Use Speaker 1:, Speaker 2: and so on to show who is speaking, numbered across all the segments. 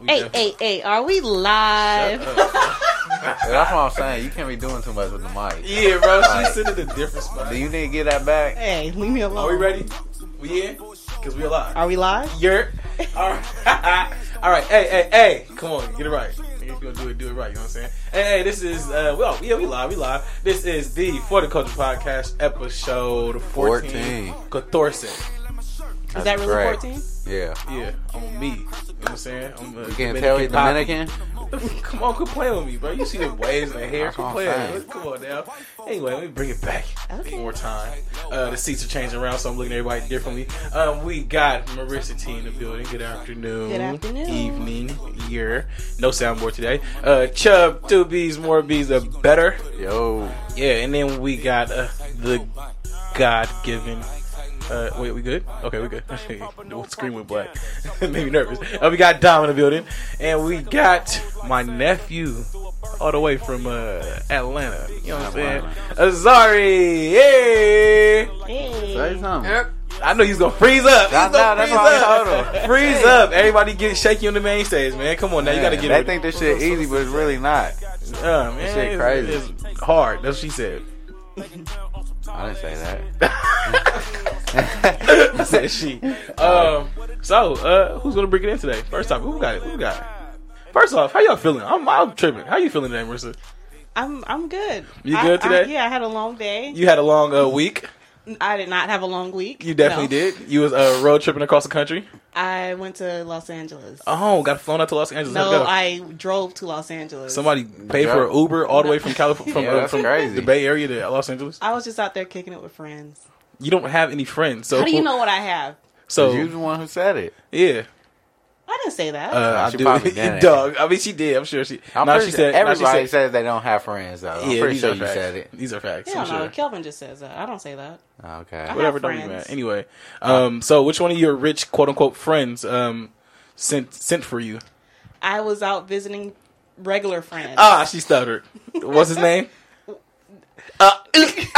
Speaker 1: We
Speaker 2: Hey,
Speaker 1: definitely-
Speaker 2: hey, hey, are we live?
Speaker 3: That's what I'm saying. You can't be doing too much with the mic.
Speaker 1: Yeah, bro. She's sitting in a different spot.
Speaker 3: Do you need to get that back?
Speaker 2: Hey, leave me alone.
Speaker 1: Are we ready? We in? Cause we alive.
Speaker 2: Are we live?
Speaker 1: You're. All right. All right. Hey, hey, hey. Come on, get it right. If you're gonna do it, do it right. You know what I'm saying? Hey, hey this is. Uh, well, yeah, we live. We live. This is the For the Culture podcast, episode 14.
Speaker 3: 14.
Speaker 1: Cathorset.
Speaker 2: Is that really
Speaker 3: Right.
Speaker 2: 14?
Speaker 3: Yeah.
Speaker 1: Yeah, I'm me. You know what I'm saying? I'm a
Speaker 3: You can't tell he's Dominican?
Speaker 1: Come on, complain with me, bro. You see the waves in the hair.
Speaker 3: That's what I'm
Speaker 1: Complain.
Speaker 3: saying.
Speaker 1: Come on now. Anyway, let me bring it back
Speaker 2: Okay.
Speaker 1: one more time. Uh, the seats are changing around, so I'm looking at everybody differently. Um, we got Marissa T in the building. Good afternoon.
Speaker 2: Good afternoon.
Speaker 1: Evening. Year. No soundboard today. Uh, Chubb, two B's, more B's, the better.
Speaker 3: Yo.
Speaker 1: Yeah, and then we got uh, the God given. Uh, wait, we good? Okay, we good. no screen went black. Made me nervous. Uh, we got Dom in the building, and we got my nephew all the way from uh, Atlanta. You know what I'm saying? Azari, yeah.
Speaker 3: Say
Speaker 2: Hey.
Speaker 3: something.
Speaker 1: I know he's gonna freeze up.
Speaker 3: I
Speaker 1: He's gonna
Speaker 3: know, that's
Speaker 1: freeze
Speaker 3: why I
Speaker 1: up.
Speaker 3: told him.
Speaker 1: Freeze up. Everybody get shaky on the main stage, man. Come on now, you gotta
Speaker 3: Man,
Speaker 1: get
Speaker 3: They
Speaker 1: it.
Speaker 3: think this shit easy, but it's really not.
Speaker 1: Uh, man,
Speaker 3: shit
Speaker 1: it's-
Speaker 3: crazy.
Speaker 1: It's hard. That's what she said.
Speaker 3: I didn't say that.
Speaker 1: I said she. Um, so, uh, who's gonna bring it in today? First topic, who got it? Who got it? First off, how y'all feeling? I'm, I'm tripping. How you feeling today, Marissa?
Speaker 2: I'm I'm good.
Speaker 1: You
Speaker 2: I-
Speaker 1: good
Speaker 2: I-
Speaker 1: today?
Speaker 2: yeah, I had a long day.
Speaker 1: You had a long uh, week.
Speaker 2: I did not have a long week.
Speaker 1: You definitely
Speaker 2: No.
Speaker 1: did. You was uh, road tripping across the country.
Speaker 2: I went to Los Angeles.
Speaker 1: Oh, got flown out to Los Angeles. How'd it
Speaker 2: no,
Speaker 1: go?
Speaker 2: I drove to Los Angeles.
Speaker 1: Somebody paid for an Uber all the way from California, from,
Speaker 3: Yeah,
Speaker 1: uh,
Speaker 3: that's
Speaker 1: from
Speaker 3: crazy.
Speaker 1: the Bay Area to Los Angeles.
Speaker 2: I was just out there kicking it with friends.
Speaker 1: You don't have any friends, so
Speaker 2: How do you know what I have?
Speaker 1: So
Speaker 3: you the one who said it.
Speaker 1: yeah,
Speaker 2: I didn't say that.
Speaker 1: uh, I
Speaker 3: she
Speaker 1: do.
Speaker 3: probably didn't.
Speaker 1: Dog, I mean, she did. I'm sure she.
Speaker 3: I'm
Speaker 1: nah,
Speaker 3: pretty
Speaker 1: she said.
Speaker 3: sure
Speaker 1: nah, she
Speaker 3: everybody
Speaker 1: said-
Speaker 3: says they don't have friends, though. I'm
Speaker 1: yeah,
Speaker 3: pretty
Speaker 1: these
Speaker 3: sure
Speaker 1: are
Speaker 3: you
Speaker 1: facts.
Speaker 3: said it.
Speaker 1: These are facts.
Speaker 2: yeah,
Speaker 1: I'm
Speaker 2: no,
Speaker 1: sure.
Speaker 2: Kelvin just says that. I don't say that.
Speaker 3: Okay.
Speaker 2: I-
Speaker 1: whatever.
Speaker 2: have
Speaker 1: Don't even
Speaker 2: friends.
Speaker 1: matter. Anyway, um, so which one of your rich quote unquote friends um, sent sent for you?
Speaker 2: I was out visiting regular friends.
Speaker 1: Ah, she stuttered. What's his name?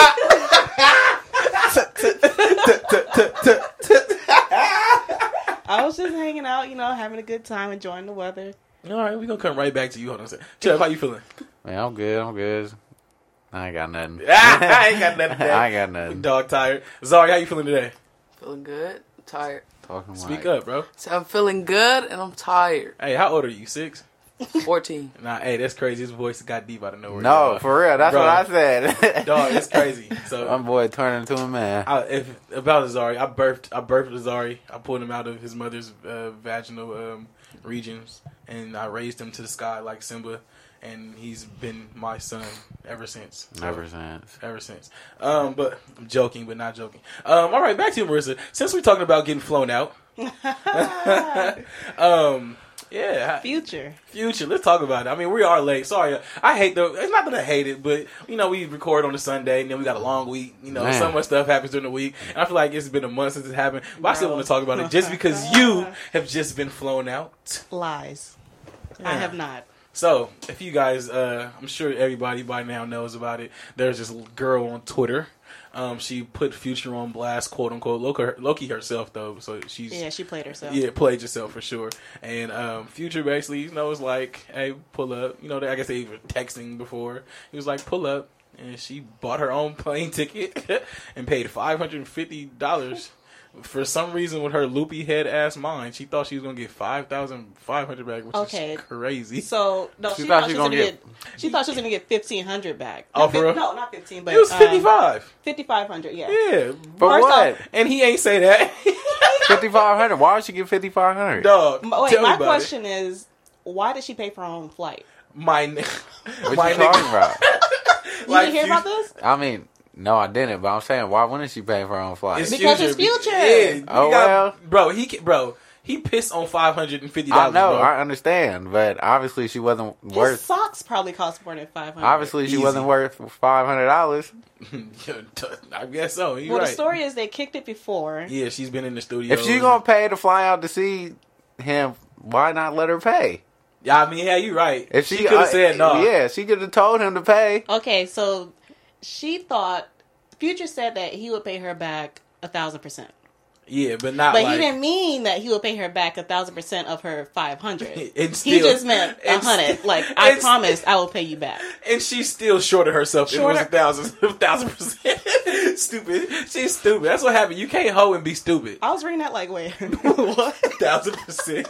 Speaker 2: I was just hanging out, you know, having a good time, enjoying the weather.
Speaker 1: All right, we gonna come right back to you. Hold on a second. Jeff, how you feeling?
Speaker 3: Man, I'm good. I'm good. I ain't got nothing.
Speaker 1: I ain't got nothing today.
Speaker 3: I ain't got nothing.
Speaker 1: Dog tired. Zari, how you feeling today?
Speaker 4: Feeling good, tired.
Speaker 3: Talking
Speaker 1: Speak
Speaker 3: like-
Speaker 1: up, bro.
Speaker 4: So I'm feeling good and I'm tired.
Speaker 1: Hey, how old are you? Six?
Speaker 4: 14.
Speaker 1: Nah, hey, that's crazy. His voice got deep out of nowhere.
Speaker 3: No,
Speaker 1: dog.
Speaker 3: for real. That's
Speaker 1: Bro.
Speaker 3: what I said.
Speaker 1: dog, it's crazy. So
Speaker 3: My boy turned into a man.
Speaker 1: I, if, about Azari, I birthed I birthed Azari. I pulled him out of his mother's uh, vaginal um, regions, and I raised him to the sky like Simba, and he's been my son ever since. So,
Speaker 3: Ever since.
Speaker 1: Ever since. Um, but I'm joking, but not joking. Um, all right, back to you, Marissa. Since we're talking about getting flown out, um, yeah,
Speaker 2: Future.
Speaker 1: Future, let's talk about it. I mean, we are late. Sorry, I hate the. It's not that I hate it, but you know, we record on a Sunday, and then we got a long week. You know,
Speaker 3: Man.
Speaker 1: so much stuff happens during the week, and I feel like it's been a month since it happened. But I still
Speaker 2: No.
Speaker 1: want to talk about it just because you have just been flown out.
Speaker 2: Lies. I
Speaker 1: Yeah.
Speaker 2: have not.
Speaker 1: So, if you guys, uh, I'm sure everybody by now knows about it. There's this girl on Twitter. Um, she put Future on blast, quote unquote. Loki, Loki herself, though, so she's
Speaker 2: Yeah, she played herself.
Speaker 1: yeah, played yourself for sure. And um, Future basically, you know, was like, hey, pull up. You know, they, I guess they were texting before. He was like, pull up. And she bought her own plane ticket and paid $550. For some reason, with her loopy head ass mind, she thought she was gonna get five thousand five hundred back, which
Speaker 2: Okay.
Speaker 1: is crazy.
Speaker 2: So no,
Speaker 3: She
Speaker 2: she,
Speaker 3: thought
Speaker 2: thought
Speaker 3: she
Speaker 2: she was
Speaker 3: gonna
Speaker 2: gonna get. She thought she was gonna get fifteen hundred back.
Speaker 1: Oh,
Speaker 2: Not
Speaker 1: for
Speaker 2: fif-
Speaker 1: real?
Speaker 2: No, not fifteen, but
Speaker 1: it was
Speaker 2: um,
Speaker 1: fifty five.
Speaker 2: 5,500, Yeah.
Speaker 1: yeah,
Speaker 3: For
Speaker 2: First
Speaker 3: what?
Speaker 2: off-
Speaker 1: and he ain't say that,
Speaker 3: 5500 Why would she get 5500
Speaker 1: dog.
Speaker 2: M- Wait,
Speaker 1: tell me
Speaker 2: my
Speaker 1: about it.
Speaker 2: question is, why did she pay for her own flight?
Speaker 1: my n-
Speaker 3: What
Speaker 1: my
Speaker 3: you
Speaker 1: nigga-
Speaker 3: talking about?
Speaker 2: You
Speaker 1: Like,
Speaker 2: didn't hear
Speaker 1: you-
Speaker 2: about this?
Speaker 3: I mean, no, I didn't, but I'm saying, why wouldn't she pay for her own flight?
Speaker 2: Because it's Future.
Speaker 1: Yeah, you
Speaker 3: Oh,
Speaker 1: got-
Speaker 3: well.
Speaker 1: bro, he ca- bro he pissed on five hundred and fifty
Speaker 3: I
Speaker 1: dollars.
Speaker 3: know,
Speaker 1: bro.
Speaker 3: I understand, but obviously she wasn't
Speaker 2: His
Speaker 3: worth.
Speaker 2: socks probably cost more than five hundred.
Speaker 3: Obviously, she
Speaker 1: Easy.
Speaker 3: wasn't worth five hundred dollars.
Speaker 1: Yeah, t- I guess so. You
Speaker 2: Well,
Speaker 1: right?
Speaker 2: the story is they kicked it before.
Speaker 1: yeah, she's been in the studio.
Speaker 3: If she gonna pay to fly out to see him, why not let her pay?
Speaker 1: yeah, I mean, yeah, you right.
Speaker 3: If
Speaker 1: she, could have
Speaker 3: uh,
Speaker 1: said no,
Speaker 3: yeah, she could have told him to pay.
Speaker 2: Okay, so she thought Future said that he would pay her back a thousand percent.
Speaker 1: Yeah, but not.
Speaker 2: But
Speaker 1: like,
Speaker 2: he didn't mean that he would pay her back a thousand percent of her five hundred.
Speaker 1: And
Speaker 2: He
Speaker 1: still-
Speaker 2: just meant a
Speaker 1: and
Speaker 2: hundred.
Speaker 1: st-
Speaker 2: Like I
Speaker 1: and st-
Speaker 2: promise, I will pay you back.
Speaker 1: and she's still short of herself. It was a
Speaker 2: Shorter.
Speaker 1: thousand, a thousand percent stupid. She's stupid. That's what happened. You can't hoe and be stupid.
Speaker 2: I was reading that like, wait, what?
Speaker 1: thousand percent.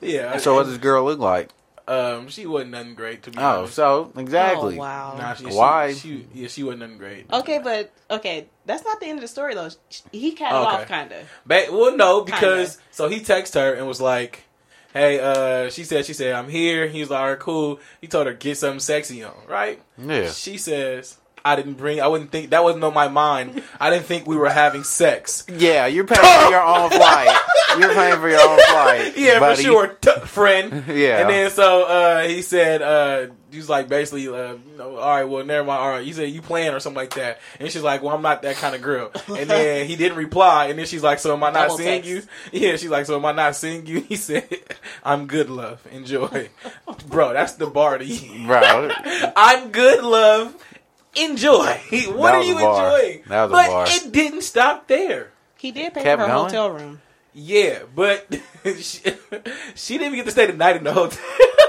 Speaker 1: Yeah.
Speaker 3: So what does this girl look like?
Speaker 1: um, she wasn't nothing great to be
Speaker 3: Oh,
Speaker 1: honest.
Speaker 3: so exactly.
Speaker 2: Oh, wow.
Speaker 1: Nah, she,
Speaker 3: Why?
Speaker 1: She, she, yeah, she wasn't nothing great.
Speaker 2: Okay, but okay, that's not the end of the story though. Sh- He cut it
Speaker 1: Okay.
Speaker 2: off, kind of.
Speaker 1: Ba- well, no, because
Speaker 2: Kinda.
Speaker 1: so he texted her and was like, "Hey, uh," she said, "She said I'm here." He was like, "All right, cool." He told her get something sexy on, right?
Speaker 3: Yeah.
Speaker 1: She says, "I didn't bring. I wouldn't think that wasn't on my mind. I didn't think we were having sex."
Speaker 3: Yeah, you're paying for your own flight. You're paying for your own flight.
Speaker 1: Yeah,
Speaker 3: buddy.
Speaker 1: for sure, t- friend.
Speaker 3: Yeah.
Speaker 1: And then so uh, he said, uh, he was like, basically, uh, you know, all right, well, never mind. All right, you said you playing or something like that. And she's like, well, I'm not that kind of girl. And then he didn't reply. And then she's like, so am I not
Speaker 2: Double
Speaker 1: seeing
Speaker 2: text.
Speaker 1: you? Yeah, she's like, so am I not seeing you? He said, I'm good, love. Enjoy. Bro, that's the bar to you.
Speaker 3: Bro,
Speaker 1: I'm good, love. Enjoy. What are
Speaker 3: was a
Speaker 1: you
Speaker 3: bar.
Speaker 1: enjoying?
Speaker 3: That was a
Speaker 1: but
Speaker 3: bar.
Speaker 1: it didn't stop there.
Speaker 2: He did pay
Speaker 3: Kept
Speaker 2: for her
Speaker 3: going?
Speaker 2: hotel room.
Speaker 1: Yeah, but she, she didn't even get to stay the night in the hotel.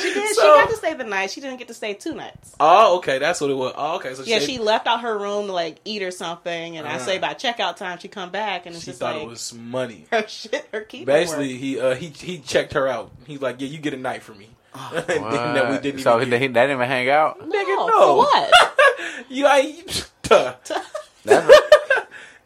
Speaker 2: She did.
Speaker 1: So-
Speaker 2: she got to stay the night. She didn't get to stay two nights.
Speaker 1: Oh, okay, that's what it was. Oh, okay, so
Speaker 2: Yeah,
Speaker 1: said
Speaker 2: she left out her room to like eat or something, and I
Speaker 1: Uh.
Speaker 2: say by checkout time she come back, and it's
Speaker 1: she
Speaker 2: just
Speaker 1: thought
Speaker 2: like
Speaker 1: it was money.
Speaker 2: her shit, her key.
Speaker 1: Basically, he uh, he he checked her out. He's like, "Yeah, you get a night for me." and then that we didn't.
Speaker 3: Oh, so
Speaker 1: even
Speaker 3: they,
Speaker 1: get.
Speaker 3: they didn't even hang out.
Speaker 1: nigga,
Speaker 2: no,
Speaker 1: no.
Speaker 2: for what?
Speaker 1: you, I, you- duh.
Speaker 3: That's-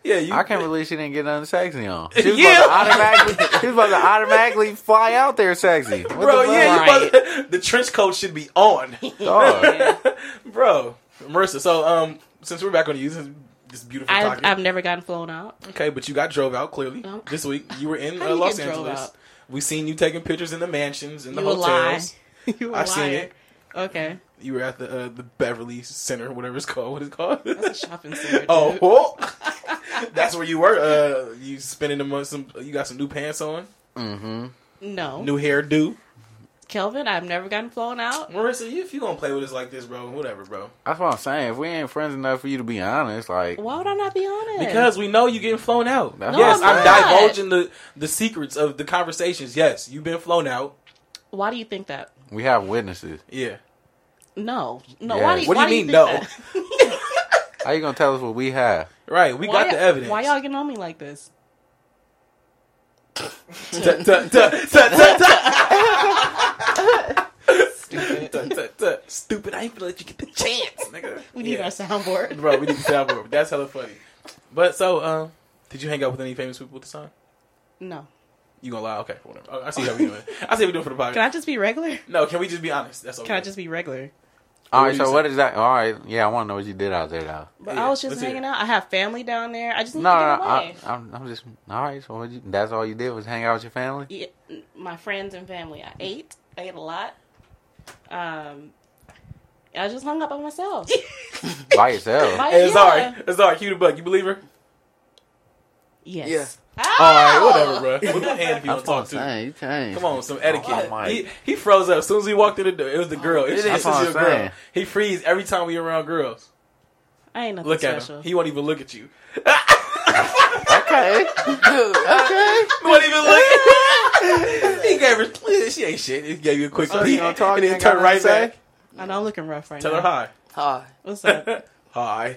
Speaker 1: yeah, you.
Speaker 3: I can't believe she didn't get nothing sexy on. She was
Speaker 1: Yeah.
Speaker 3: about to automatically, she was about to automatically fly out there sexy. What
Speaker 1: bro.
Speaker 3: the fuck?
Speaker 1: Yeah, you
Speaker 2: Right.
Speaker 1: must- the trench coat should be on,
Speaker 3: Dog.
Speaker 2: Yeah.
Speaker 1: bro. Marissa, so um, since we're back on you, this is- this is beautiful
Speaker 2: I,
Speaker 1: talking.
Speaker 2: I've never gotten flown out.
Speaker 1: Okay, but you got drove out clearly
Speaker 2: No.
Speaker 1: this week. You were in
Speaker 2: How
Speaker 1: uh,
Speaker 2: you
Speaker 1: Los
Speaker 2: get drove
Speaker 1: Angeles.
Speaker 2: out?
Speaker 1: We seen you taking pictures in the mansions in the
Speaker 2: you a lie.
Speaker 1: hotels.
Speaker 2: you a
Speaker 1: I've seen
Speaker 2: liar.
Speaker 1: it.
Speaker 2: Okay,
Speaker 1: You were at the uh, the Beverly Center, whatever it's called. What it's called?
Speaker 2: that's a shopping center.
Speaker 1: oh,
Speaker 2: dude.
Speaker 1: whoa. that's where you were. Uh, you spending the month. Some you got some new pants on,
Speaker 3: Mm-hmm.
Speaker 2: no,
Speaker 1: new hairdo.
Speaker 2: Kelvin, I've never gotten flown out.
Speaker 1: Marissa, you, if you gonna play with us like this, bro, whatever, bro.
Speaker 3: That's what I'm saying. If we ain't friends enough for you to be honest, like,
Speaker 2: Why would I not be honest?
Speaker 1: Because we know you getting flown out.
Speaker 3: No,
Speaker 1: yes,
Speaker 3: I'm
Speaker 1: I'm
Speaker 2: not.
Speaker 1: divulging the the secrets of the conversations. Yes, you've been flown out.
Speaker 2: why do you think that?
Speaker 3: we have witnesses.
Speaker 1: Yeah.
Speaker 2: No, no.
Speaker 3: Yeah.
Speaker 2: Why do you,
Speaker 1: What do
Speaker 2: why
Speaker 1: you mean,
Speaker 2: think
Speaker 1: no?
Speaker 2: that?
Speaker 3: How you gonna tell us what we have?
Speaker 1: Right, we
Speaker 2: Why
Speaker 1: got
Speaker 2: y'all-
Speaker 1: the evidence.
Speaker 2: Why y'all getting on me like this?
Speaker 1: Tut, tut, tut, tut, tut, tut. Tut, tut, tut. Stupid, I ain't gonna let you get the chance, nigga.
Speaker 2: We need
Speaker 1: Yeah.
Speaker 2: our soundboard.
Speaker 1: bro. We need to soundboard. That's hella funny. But so, um, did you hang out with any famous people this time?
Speaker 2: No.
Speaker 1: You gonna lie? Okay, whatever. Oh, I see how we doing. I see how we doing for the podcast.
Speaker 2: Can I just be regular?
Speaker 1: no, can we just be honest? That's okay.
Speaker 2: Can I just be regular?
Speaker 3: All
Speaker 1: What
Speaker 3: right,
Speaker 1: do
Speaker 3: so
Speaker 1: you say?
Speaker 3: what is that? All right, yeah, I want to know what you did out there, though.
Speaker 2: But
Speaker 1: Yeah,
Speaker 2: I was just
Speaker 1: let's hear
Speaker 2: hanging
Speaker 1: it.
Speaker 2: out. I have family down there. I just need
Speaker 3: No, no,
Speaker 2: to get
Speaker 3: no,
Speaker 2: away.
Speaker 3: I, I'm, I'm just all right. So what you, that's all you did was hang out with your family.
Speaker 2: Yeah, n- my friends and family. I ate. I ate a lot. Um, I just hung out by myself.
Speaker 3: By yourself.
Speaker 2: By-
Speaker 1: Hey,
Speaker 2: yeah.
Speaker 1: sorry, sorry. Cue the bug. You believe her?
Speaker 2: Yes. Ah!
Speaker 1: All
Speaker 2: Oh.
Speaker 1: right, whatever, bro. Put your hand if you want
Speaker 3: That's
Speaker 1: to
Speaker 3: what I'm
Speaker 1: talk to.
Speaker 3: saying. You changed.
Speaker 1: Come on, some etiquette.
Speaker 3: Oh, my.
Speaker 1: he, he froze up as soon as he walked in the door. It was
Speaker 2: Oh,
Speaker 1: the girl. It's,
Speaker 3: It is.
Speaker 1: it's just your
Speaker 3: That's what I'm
Speaker 1: girl.
Speaker 3: saying.
Speaker 1: He freeze every time we around girls.
Speaker 2: I ain't nothing
Speaker 1: Look at
Speaker 2: special.
Speaker 1: him. He won't even look at you.
Speaker 3: Okay.
Speaker 4: Dude,
Speaker 3: Okay.
Speaker 1: What even look? he gave her. She ain't shit. He gave you a quick
Speaker 3: So you
Speaker 1: peek
Speaker 3: Oh, gonna talk?
Speaker 1: and
Speaker 3: You
Speaker 1: then
Speaker 3: ain't got
Speaker 1: turned right
Speaker 3: nothing to
Speaker 1: back.
Speaker 2: I know I'm looking rough right
Speaker 1: Tell her
Speaker 2: now.
Speaker 1: hi.
Speaker 4: hi.
Speaker 2: What's up? hey,
Speaker 1: Hi.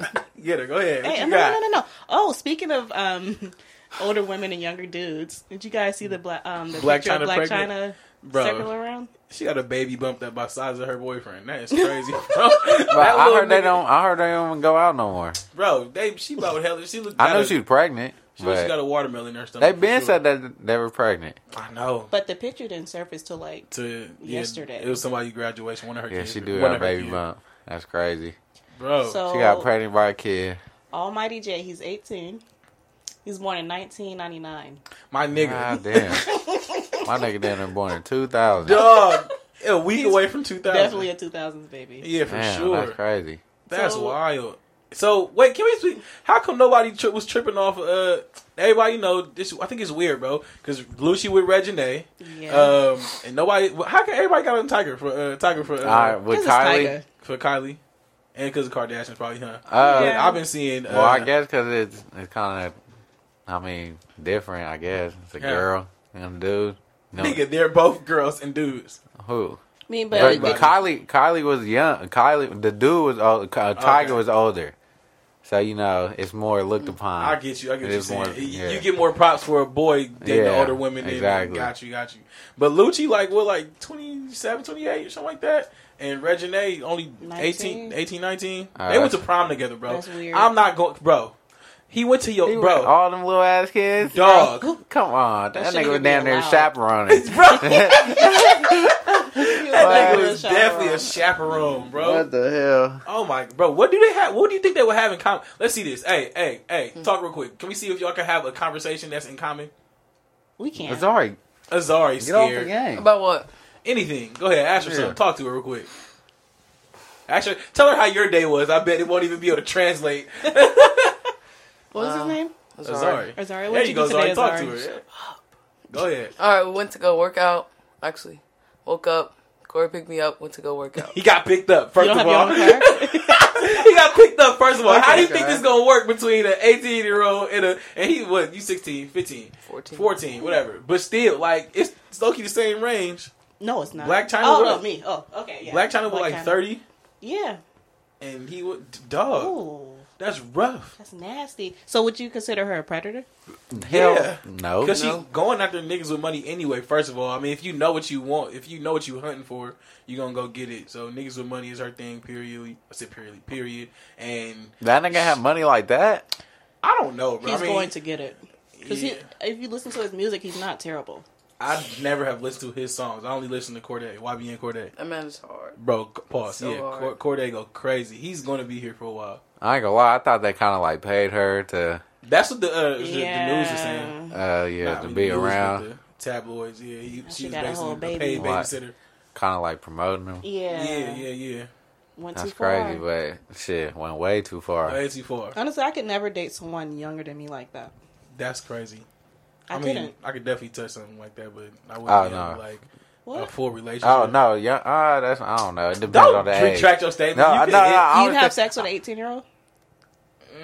Speaker 3: her.
Speaker 1: Get her. Go ahead. What
Speaker 2: no,
Speaker 1: you
Speaker 2: no, no,
Speaker 1: got?
Speaker 2: no, no. Oh, speaking of um, older women and younger dudes, did you guys see the black um the
Speaker 1: Black
Speaker 2: picture
Speaker 1: China
Speaker 2: of Black
Speaker 1: pregnant?
Speaker 2: China circle
Speaker 1: Bro,
Speaker 2: around?
Speaker 1: she got a baby bumped up by size of her boyfriend. That is crazy, bro. That
Speaker 3: But I
Speaker 1: little
Speaker 3: heard they
Speaker 1: nigga-
Speaker 3: don't. I heard they don't even go out no more.
Speaker 1: Bro, they she about hell. She looked.
Speaker 3: I know
Speaker 1: got a-
Speaker 3: she was pregnant,
Speaker 1: She
Speaker 3: but
Speaker 1: she got a watermelon in her stomach.
Speaker 3: they
Speaker 1: for
Speaker 3: been
Speaker 1: sure.
Speaker 3: said that they were pregnant.
Speaker 1: I know.
Speaker 2: But the picture didn't surface till like
Speaker 1: To yeah,
Speaker 2: Yesterday.
Speaker 1: it was somebody graduation. One of her.
Speaker 3: Yeah,
Speaker 1: kids,
Speaker 3: she do
Speaker 1: one
Speaker 3: have a
Speaker 1: of her
Speaker 3: baby
Speaker 1: kids.
Speaker 3: bump. That's crazy.
Speaker 1: bro.
Speaker 2: So-
Speaker 3: She got pregnant by a kid.
Speaker 2: Almighty J. He's 18. He's born in 1999.
Speaker 1: my nigga,
Speaker 3: God damn. My nigga damn near born in 2000.
Speaker 1: dog, a week away from two thousand.
Speaker 2: Definitely a 2000s baby.
Speaker 1: yeah, for
Speaker 3: Damn,
Speaker 1: sure.
Speaker 3: that's crazy.
Speaker 1: That's
Speaker 2: So-
Speaker 1: wild. So wait, can we speak? How come nobody tri- was tripping off? Uh, everybody know this. I think it's weird, bro. Because Lucy with Regine,
Speaker 2: Yeah.
Speaker 1: um, and nobody. How can everybody got on Tiger for uh, Tiger for uh,
Speaker 3: All right, with
Speaker 2: 'Cause it's
Speaker 3: Kylie.
Speaker 2: Tyga.
Speaker 1: for Kylie, and because of Kardashians, probably, huh?
Speaker 3: Uh,
Speaker 1: But
Speaker 2: Yeah.
Speaker 1: I've been seeing. Uh,
Speaker 3: Well, I guess because it's, it's kind of I mean, different, I guess. It's a
Speaker 1: Yeah.
Speaker 3: girl and a dude. No,
Speaker 1: Nigga, they're both girls and dudes.
Speaker 3: who?
Speaker 2: I mean,
Speaker 3: But
Speaker 2: but
Speaker 1: Everybody.
Speaker 3: Kylie, Kylie was young. Kylie, the dude was old. Uh,
Speaker 1: Okay.
Speaker 3: Tiger was older, so you know it's more looked upon.
Speaker 1: Mm. I get you. I get what
Speaker 3: It
Speaker 1: you're
Speaker 3: is more-
Speaker 1: saying. You-
Speaker 3: yeah.
Speaker 1: You get more props for a boy than the
Speaker 3: Yeah,
Speaker 1: older women. Than
Speaker 3: exactly.
Speaker 1: Got you, got you. But Lucci, like, what, like 27, 28 or something like that? And Regine, only 18,
Speaker 2: 19?
Speaker 1: 18 19?
Speaker 3: Oh,
Speaker 1: they went to
Speaker 3: that's-
Speaker 1: prom together, bro.
Speaker 2: That's weird.
Speaker 1: I'm not going, bro. He went to your,
Speaker 3: He was-
Speaker 1: bro.
Speaker 3: all them little ass kids.
Speaker 1: Dog.
Speaker 3: Come on, that,
Speaker 2: shouldn't
Speaker 3: nigga was
Speaker 2: even
Speaker 3: down
Speaker 2: be
Speaker 3: there
Speaker 2: allowed.
Speaker 3: chaperoning.
Speaker 1: that
Speaker 3: That
Speaker 1: nigga was definitely a chaperone, bro.
Speaker 3: What the hell?
Speaker 1: Oh my, bro, what do they have? What do you think they would have in common? Let's see this. Hey, hey, hey, talk real quick. Can we see if y'all can have a conversation that's in common?
Speaker 2: we can't.
Speaker 3: Sorry,
Speaker 1: Azari
Speaker 3: get off the
Speaker 1: scared.
Speaker 3: game.
Speaker 4: About what?
Speaker 1: Anything. Go ahead, ask her
Speaker 3: Yeah.
Speaker 1: something. Talk to her real quick. Actually, tell her how your day was. I bet it won't even be able to translate.
Speaker 2: What was his
Speaker 4: Wow.
Speaker 2: name?
Speaker 1: Azari.
Speaker 2: Azari. What
Speaker 1: There
Speaker 2: did
Speaker 1: you
Speaker 2: you
Speaker 1: go,
Speaker 2: do today,
Speaker 1: Azari.
Speaker 2: Azari?
Speaker 1: Talk to her. Yeah. Go ahead.
Speaker 4: All right, we went to go work out. Actually, woke up. Corey picked me up. Went to go work out.
Speaker 1: He got picked up, first
Speaker 2: You don't
Speaker 1: of
Speaker 2: have
Speaker 1: all.
Speaker 2: your own car.
Speaker 1: he got picked up, first of all. how do you
Speaker 3: Okay,
Speaker 1: think
Speaker 3: okay.
Speaker 1: this going to work between an 18 year old and a. And he, what, you 16, 15?
Speaker 4: 14.
Speaker 1: 14, whatever. But still, like, it's, it's low key the same range.
Speaker 2: No, it's not.
Speaker 1: Black China
Speaker 2: Oh,
Speaker 1: was-
Speaker 2: no, me. Oh, okay. Yeah.
Speaker 1: Black China was like
Speaker 2: China.
Speaker 1: 30,
Speaker 2: Yeah.
Speaker 1: and he was. Dog,
Speaker 2: Ooh,
Speaker 1: that's rough.
Speaker 2: that's nasty. So would you consider her a predator?
Speaker 3: Hell,
Speaker 1: Yeah.
Speaker 2: Oh,
Speaker 3: no.
Speaker 1: Because
Speaker 4: No.
Speaker 1: she going after niggas with money anyway, first of all. I mean, if you know what you want, if you know what you hunting for, you going to go get it. So niggas with money is her thing, period. I said period, period. And
Speaker 3: That nigga have money like that.
Speaker 1: I don't know, bro.
Speaker 2: He's
Speaker 1: I mean,
Speaker 2: going to get it. Because
Speaker 1: yeah.
Speaker 2: if you listen to his music, he's not terrible.
Speaker 1: I never have listened to his songs. I only listen to Corday, YBN Corday.
Speaker 4: That man is hard.
Speaker 1: Bro, c- pause.
Speaker 4: So
Speaker 1: yeah,
Speaker 4: hard.
Speaker 1: Cor- Corday go crazy. He's going to be here for a while.
Speaker 3: I ain't gonna lie. I thought they kind of like paid her to,
Speaker 1: That's what the, uh, the- the news is saying.
Speaker 2: Yeah.
Speaker 3: uh, yeah,
Speaker 1: Nah, I
Speaker 3: to
Speaker 1: mean, the
Speaker 3: be
Speaker 1: news with
Speaker 3: around,
Speaker 1: the tabloids. Yeah, he, she, was
Speaker 2: got a
Speaker 1: basically
Speaker 2: whole
Speaker 1: a
Speaker 2: baby.
Speaker 1: paid
Speaker 3: Lot.
Speaker 1: babysitter.
Speaker 3: kind of like promoting them.
Speaker 2: Yeah.
Speaker 1: Yeah, yeah, yeah.
Speaker 2: Went
Speaker 3: That's
Speaker 2: too far.
Speaker 3: crazy, but shit went way too far.
Speaker 1: Way too far.
Speaker 2: Honestly, I could never date someone younger than me like that.
Speaker 1: That's crazy.
Speaker 2: I,
Speaker 1: I, mean,
Speaker 2: didn't.
Speaker 1: I could definitely touch something like that, but I wouldn't
Speaker 3: Oh,
Speaker 1: have
Speaker 3: no.
Speaker 1: like a
Speaker 2: What?
Speaker 1: full relationship.
Speaker 3: Oh no, yeah, uh, that's I don't know. It depends on
Speaker 1: Don't
Speaker 3: the age.
Speaker 1: retract your statement.
Speaker 3: No,
Speaker 1: You
Speaker 3: no,
Speaker 1: can
Speaker 3: no.
Speaker 1: hit-
Speaker 3: I
Speaker 2: You'd
Speaker 3: was
Speaker 2: have
Speaker 3: just-
Speaker 2: sex with an 18 year old?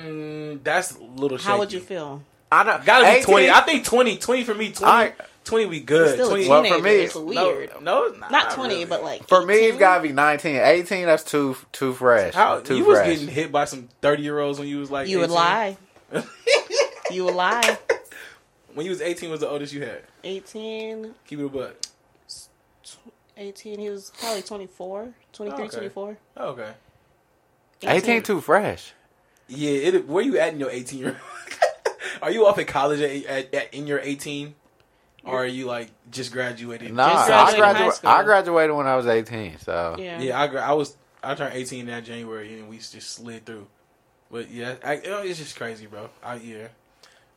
Speaker 1: Mm, that's a little shaky.
Speaker 2: How would you feel?
Speaker 3: I don't.
Speaker 1: Gotta be
Speaker 3: 18?
Speaker 1: 20. I think 20. 20 for me. 20,
Speaker 3: I-
Speaker 1: 20 we good.
Speaker 2: Still
Speaker 1: 20,
Speaker 2: a
Speaker 3: well,
Speaker 2: teenager.
Speaker 3: for me,
Speaker 2: it's
Speaker 1: no,
Speaker 2: weird.
Speaker 1: No, nah,
Speaker 2: not 20,
Speaker 1: really.
Speaker 2: but like.
Speaker 3: For me,
Speaker 2: 18?
Speaker 3: it's gotta be 19. 18, that's too too fresh.
Speaker 1: How,
Speaker 3: too
Speaker 1: you
Speaker 3: fresh.
Speaker 1: was getting hit by some 30 year olds when you was like.
Speaker 2: You would
Speaker 1: 18?
Speaker 2: lie. you would lie.
Speaker 1: When you was 18 was the oldest you had.
Speaker 2: 18,
Speaker 1: Keep it a buck.
Speaker 2: 18, he was probably 24, 23,
Speaker 1: Okay.
Speaker 2: 24.
Speaker 1: Oh, okay.
Speaker 3: 18 too fresh.
Speaker 1: Yeah, it, where you at in your 18 year? are you off at college at, at, at in your 18? Or are you like just graduated?
Speaker 3: Nah, I,
Speaker 2: graduated high
Speaker 3: gradua-
Speaker 2: school.
Speaker 3: I graduated when I was 18. So
Speaker 2: Yeah.
Speaker 1: Yeah, I, gra- I was I turned 18 that January and we just slid through. But yeah, I, you know, it's just crazy, bro. I yeah.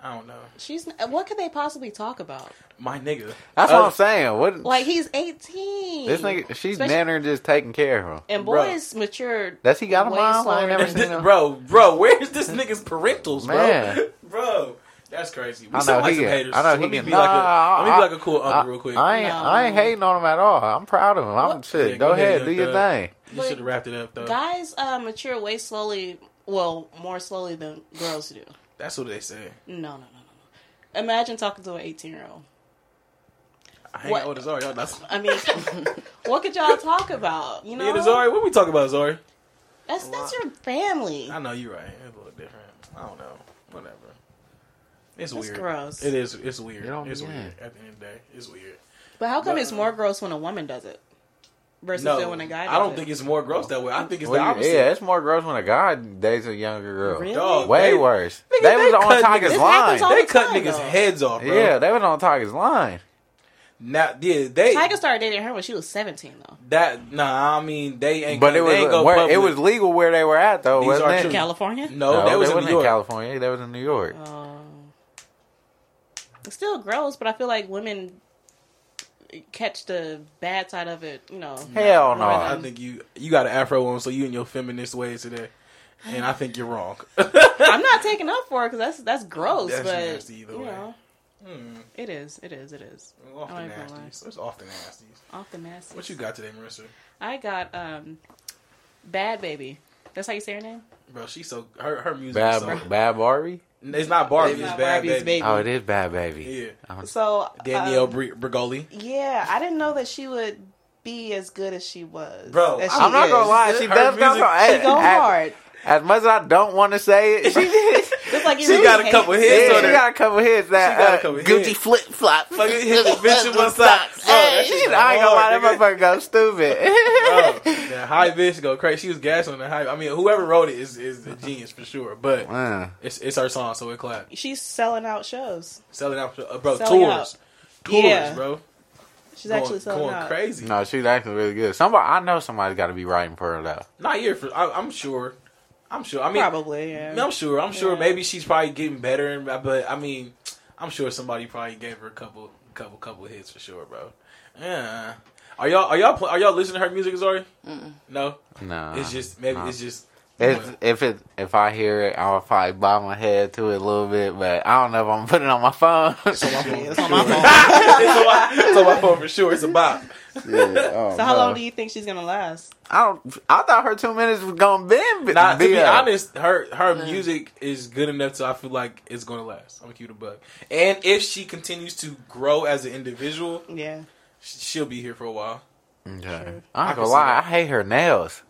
Speaker 1: I don't know.
Speaker 2: She's what could they possibly talk about?
Speaker 1: My nigga.
Speaker 3: that's
Speaker 1: Uh,
Speaker 3: what I'm saying. What
Speaker 2: Oh. Like he's 18.
Speaker 3: this nigga? She's
Speaker 2: Especially-
Speaker 3: down there just taking care of him.
Speaker 2: and
Speaker 1: Bro.
Speaker 2: boys mature.
Speaker 3: Does he got a
Speaker 2: Way
Speaker 3: mom? I ain't
Speaker 2: slower
Speaker 3: never
Speaker 2: than-
Speaker 3: seen him.
Speaker 1: bro, bro, where's this nigga's parentals, bro?
Speaker 3: Man.
Speaker 1: Bro, that's crazy. We
Speaker 3: I
Speaker 1: sound
Speaker 3: know
Speaker 1: like
Speaker 3: he
Speaker 1: some
Speaker 3: get-
Speaker 1: haters.
Speaker 3: I know
Speaker 1: so
Speaker 3: he
Speaker 1: let me
Speaker 3: get-
Speaker 1: be like a
Speaker 3: Nah,
Speaker 1: let me be
Speaker 3: I-
Speaker 1: like a cool uncle
Speaker 3: I,
Speaker 1: real quick.
Speaker 3: I ain't, I ain't
Speaker 2: No.
Speaker 3: hating on him at all. I'm proud of him. I'm shit.
Speaker 1: Yeah,
Speaker 3: go, ahead,
Speaker 1: young
Speaker 3: do your
Speaker 1: thug.
Speaker 3: thing.
Speaker 1: You
Speaker 2: But
Speaker 1: should have wrapped it up though.
Speaker 2: Guys uh, mature way slowly. Well, more slowly than girls do.
Speaker 1: That's what they say.
Speaker 2: No, no, no, no, no. Imagine talking to an 18 year old.
Speaker 1: I hang
Speaker 2: What?
Speaker 1: out with Azari. Y'all, that's,
Speaker 2: I mean, what could y'all talk about? You
Speaker 1: Me
Speaker 2: know,
Speaker 1: and Azari, what we talking about, Azari?
Speaker 2: that's that's your family.
Speaker 1: I know you're right. It's a little different. I don't know. Whatever. It's
Speaker 2: That's
Speaker 1: weird.
Speaker 2: gross.
Speaker 1: It is. It's weird.
Speaker 3: You don't-
Speaker 1: It's
Speaker 3: yeah.
Speaker 1: weird. At the end of the day, it's weird.
Speaker 2: But how come
Speaker 1: But-
Speaker 2: it's more gross when a woman does it versus
Speaker 1: No,
Speaker 2: when a guy? Does
Speaker 1: I don't
Speaker 2: it?
Speaker 1: think it's more gross that way. I think it's the
Speaker 3: Well, you-
Speaker 1: opposite.
Speaker 3: yeah, it's more gross when a guy dates a younger girl.
Speaker 2: Really?
Speaker 1: Dog,
Speaker 3: Way
Speaker 1: they-
Speaker 3: worse.
Speaker 1: nigga,
Speaker 3: they was
Speaker 1: they cut
Speaker 3: on Tiger's
Speaker 1: niggas-
Speaker 2: This happens
Speaker 3: line.
Speaker 2: all
Speaker 1: They
Speaker 2: the
Speaker 1: cut
Speaker 2: time,
Speaker 1: niggas'
Speaker 2: though.
Speaker 1: heads off, bro.
Speaker 3: Yeah, they was on Tiger's line.
Speaker 1: Now, yeah, they
Speaker 2: Tiger started dating her when she was 17, though.
Speaker 1: that. Nah, I mean they ain't.
Speaker 3: But it was
Speaker 1: they ain't go
Speaker 3: where,
Speaker 1: public.
Speaker 3: it was legal where they were at though,
Speaker 1: These
Speaker 3: wasn't
Speaker 1: are
Speaker 3: it?
Speaker 1: true.
Speaker 2: California?
Speaker 1: No, that was
Speaker 3: they
Speaker 1: in
Speaker 3: wasn't
Speaker 1: New York.
Speaker 3: California. That was in New York.
Speaker 2: Um, it's still gross, but I feel like women catch the bad side of it, you know.
Speaker 3: Hell no.
Speaker 1: I think you you got an afro on, so you in your feminist ways today, and I think you're wrong. Hmm,
Speaker 2: I'm not taking up for it because that's, that's gross,
Speaker 1: That's
Speaker 2: but,
Speaker 1: nasty either
Speaker 2: you
Speaker 1: way.
Speaker 2: know,
Speaker 1: Hmm.
Speaker 2: it is, it is, it is.
Speaker 1: Off the
Speaker 2: I ain't gonna lie.
Speaker 1: nasties. It's off the nasties.
Speaker 2: Off the nasty.
Speaker 1: What you got today, Marissa?
Speaker 2: I got um, Bad Baby. That's how you say her name?
Speaker 1: Bro, she's so her her music. is so,
Speaker 3: Bad, bad Barbie.
Speaker 1: It's not Barbie.
Speaker 2: It's
Speaker 1: It's,
Speaker 2: not
Speaker 1: Bad
Speaker 2: Barbie's
Speaker 1: Baby.
Speaker 2: Baby.
Speaker 3: Oh, it is Bad Baby.
Speaker 1: Yeah.
Speaker 3: Yeah.
Speaker 2: So
Speaker 1: Danielle
Speaker 2: um,
Speaker 1: Bri Brigoli.
Speaker 2: yeah, I didn't know that she would be as good as she was.
Speaker 1: Bro,
Speaker 2: as she
Speaker 3: I'm not gonna
Speaker 2: is.
Speaker 3: lie, she
Speaker 1: Her
Speaker 3: does come
Speaker 1: music-
Speaker 3: from.
Speaker 2: She go hard.
Speaker 3: As much as I don't want to say it, she did.
Speaker 2: Just like you
Speaker 1: She
Speaker 2: really
Speaker 1: got a
Speaker 2: hate-
Speaker 1: couple hits
Speaker 3: Yeah,
Speaker 1: on
Speaker 3: she
Speaker 1: her.
Speaker 3: got a couple hits. That
Speaker 1: She got a
Speaker 3: uh,
Speaker 1: couple hits.
Speaker 3: Gucci flip flop.
Speaker 1: Fucking hit the bitch in one side. Bro, Oh, that
Speaker 3: Hey,
Speaker 1: shit go
Speaker 3: I ain't gonna lie, that
Speaker 1: hard, nigga.
Speaker 3: motherfucker go stupid.
Speaker 1: Bro, that high bitch go crazy. She was gas on the high. I mean, whoever wrote it is is a genius for sure. But
Speaker 3: Mm.
Speaker 1: it's it's her song, so it clap.
Speaker 2: She's selling out shows.
Speaker 1: Selling out, for, uh, bro.
Speaker 2: Selling
Speaker 1: tours, tours,
Speaker 2: Yeah.
Speaker 1: bro.
Speaker 2: She's
Speaker 1: going,
Speaker 2: actually selling
Speaker 1: going
Speaker 2: out.
Speaker 1: crazy.
Speaker 3: No, she's actually really good. Somebody, I know somebody's got to be writing for her though.
Speaker 1: Not here for. I, I'm sure. I'm sure. I mean,
Speaker 2: Probably. Yeah.
Speaker 1: I'm sure. I'm sure.
Speaker 2: Yeah.
Speaker 1: Maybe she's probably getting better, and but I mean, I'm sure somebody probably gave her a couple, couple, couple hits for sure, bro. Yeah. Are y'all are y'all pl- are y'all listening to her music, Zori? No,
Speaker 3: No,
Speaker 1: it's just maybe
Speaker 3: no.
Speaker 1: it's just
Speaker 3: It's, if it if I hear it, I'll probably bob my head to it a little bit, but I don't know if I'm putting it on my phone.
Speaker 2: It's on my phone.
Speaker 1: it's, on my, it's on my phone for sure. It's a bop.
Speaker 2: So how long do you think she's gonna last?
Speaker 3: oh, I don't. I thought her two minutes was gonna bend.
Speaker 1: Nah, to be
Speaker 3: up.
Speaker 1: honest, her her music is good enough so I feel like it's gonna last. I'm gonna keep the bug. And if she continues to grow as an individual,
Speaker 2: Yeah.
Speaker 1: sh- she'll be here for a while.
Speaker 3: Okay.
Speaker 1: I
Speaker 3: I ain't
Speaker 1: can
Speaker 3: gonna
Speaker 1: see
Speaker 3: lie, I
Speaker 1: that.
Speaker 3: hate her nails.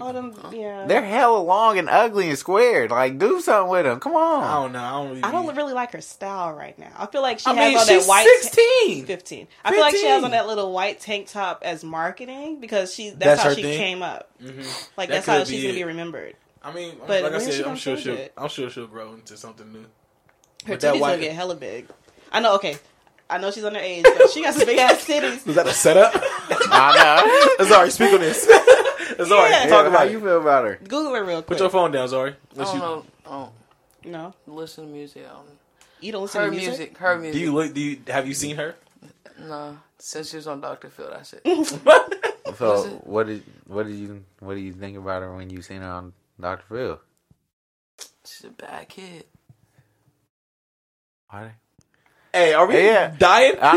Speaker 2: Oh, them. Yeah.
Speaker 3: They're hella long and ugly and squared. Like, do something with them. Come on.
Speaker 1: I don't know. I don't really.
Speaker 2: I don't really like her style right now. I feel like she
Speaker 1: I
Speaker 2: has
Speaker 1: mean,
Speaker 2: on that
Speaker 1: she's
Speaker 2: white. ta-
Speaker 1: 16.
Speaker 2: 15. I feel like she has
Speaker 1: 15.
Speaker 2: on that little white tank top as marketing because she that's,
Speaker 1: That's
Speaker 2: how
Speaker 1: her
Speaker 2: she
Speaker 1: thing?
Speaker 2: came up.
Speaker 1: Mhm.
Speaker 2: Like
Speaker 1: That
Speaker 2: that's how
Speaker 1: could
Speaker 2: she's
Speaker 1: be
Speaker 2: gonna
Speaker 1: it.
Speaker 2: be remembered.
Speaker 1: I mean, I'm-
Speaker 2: But
Speaker 1: like I
Speaker 2: when is she
Speaker 1: said, I'm
Speaker 2: gonna
Speaker 1: sure
Speaker 2: change
Speaker 1: she'll.
Speaker 2: it?
Speaker 1: I'm sure she'll grow into something new.
Speaker 2: Her
Speaker 1: But that
Speaker 2: titties
Speaker 1: white-
Speaker 2: gonna get hella big. I know. Okay, I know she's underage, but she got some big ass titties.
Speaker 1: Is that a setup?
Speaker 3: I know.
Speaker 1: Zari, speak on this. Zari,
Speaker 2: Yeah.
Speaker 1: talk
Speaker 3: Yeah,
Speaker 1: about
Speaker 3: how you
Speaker 1: you.
Speaker 3: feel about her.
Speaker 2: Google it real quick.
Speaker 1: Put your phone down, Zari.
Speaker 4: I
Speaker 1: Unless
Speaker 4: don't
Speaker 1: you-
Speaker 4: know. I don't
Speaker 2: no,
Speaker 4: listen to music. I don't
Speaker 2: you don't listen
Speaker 4: Her
Speaker 2: to music.
Speaker 4: music. Her music.
Speaker 1: Do you look? Do you have you seen her?
Speaker 4: Nah, since she was on Doctor Phil, that's it.
Speaker 3: So,
Speaker 4: Was it-
Speaker 3: what did what did you what do you think about her when you seen her on Doctor Phil?
Speaker 4: She's a bad kid.
Speaker 3: Why-
Speaker 1: Hey, are we
Speaker 3: Yeah.
Speaker 1: dying?
Speaker 3: I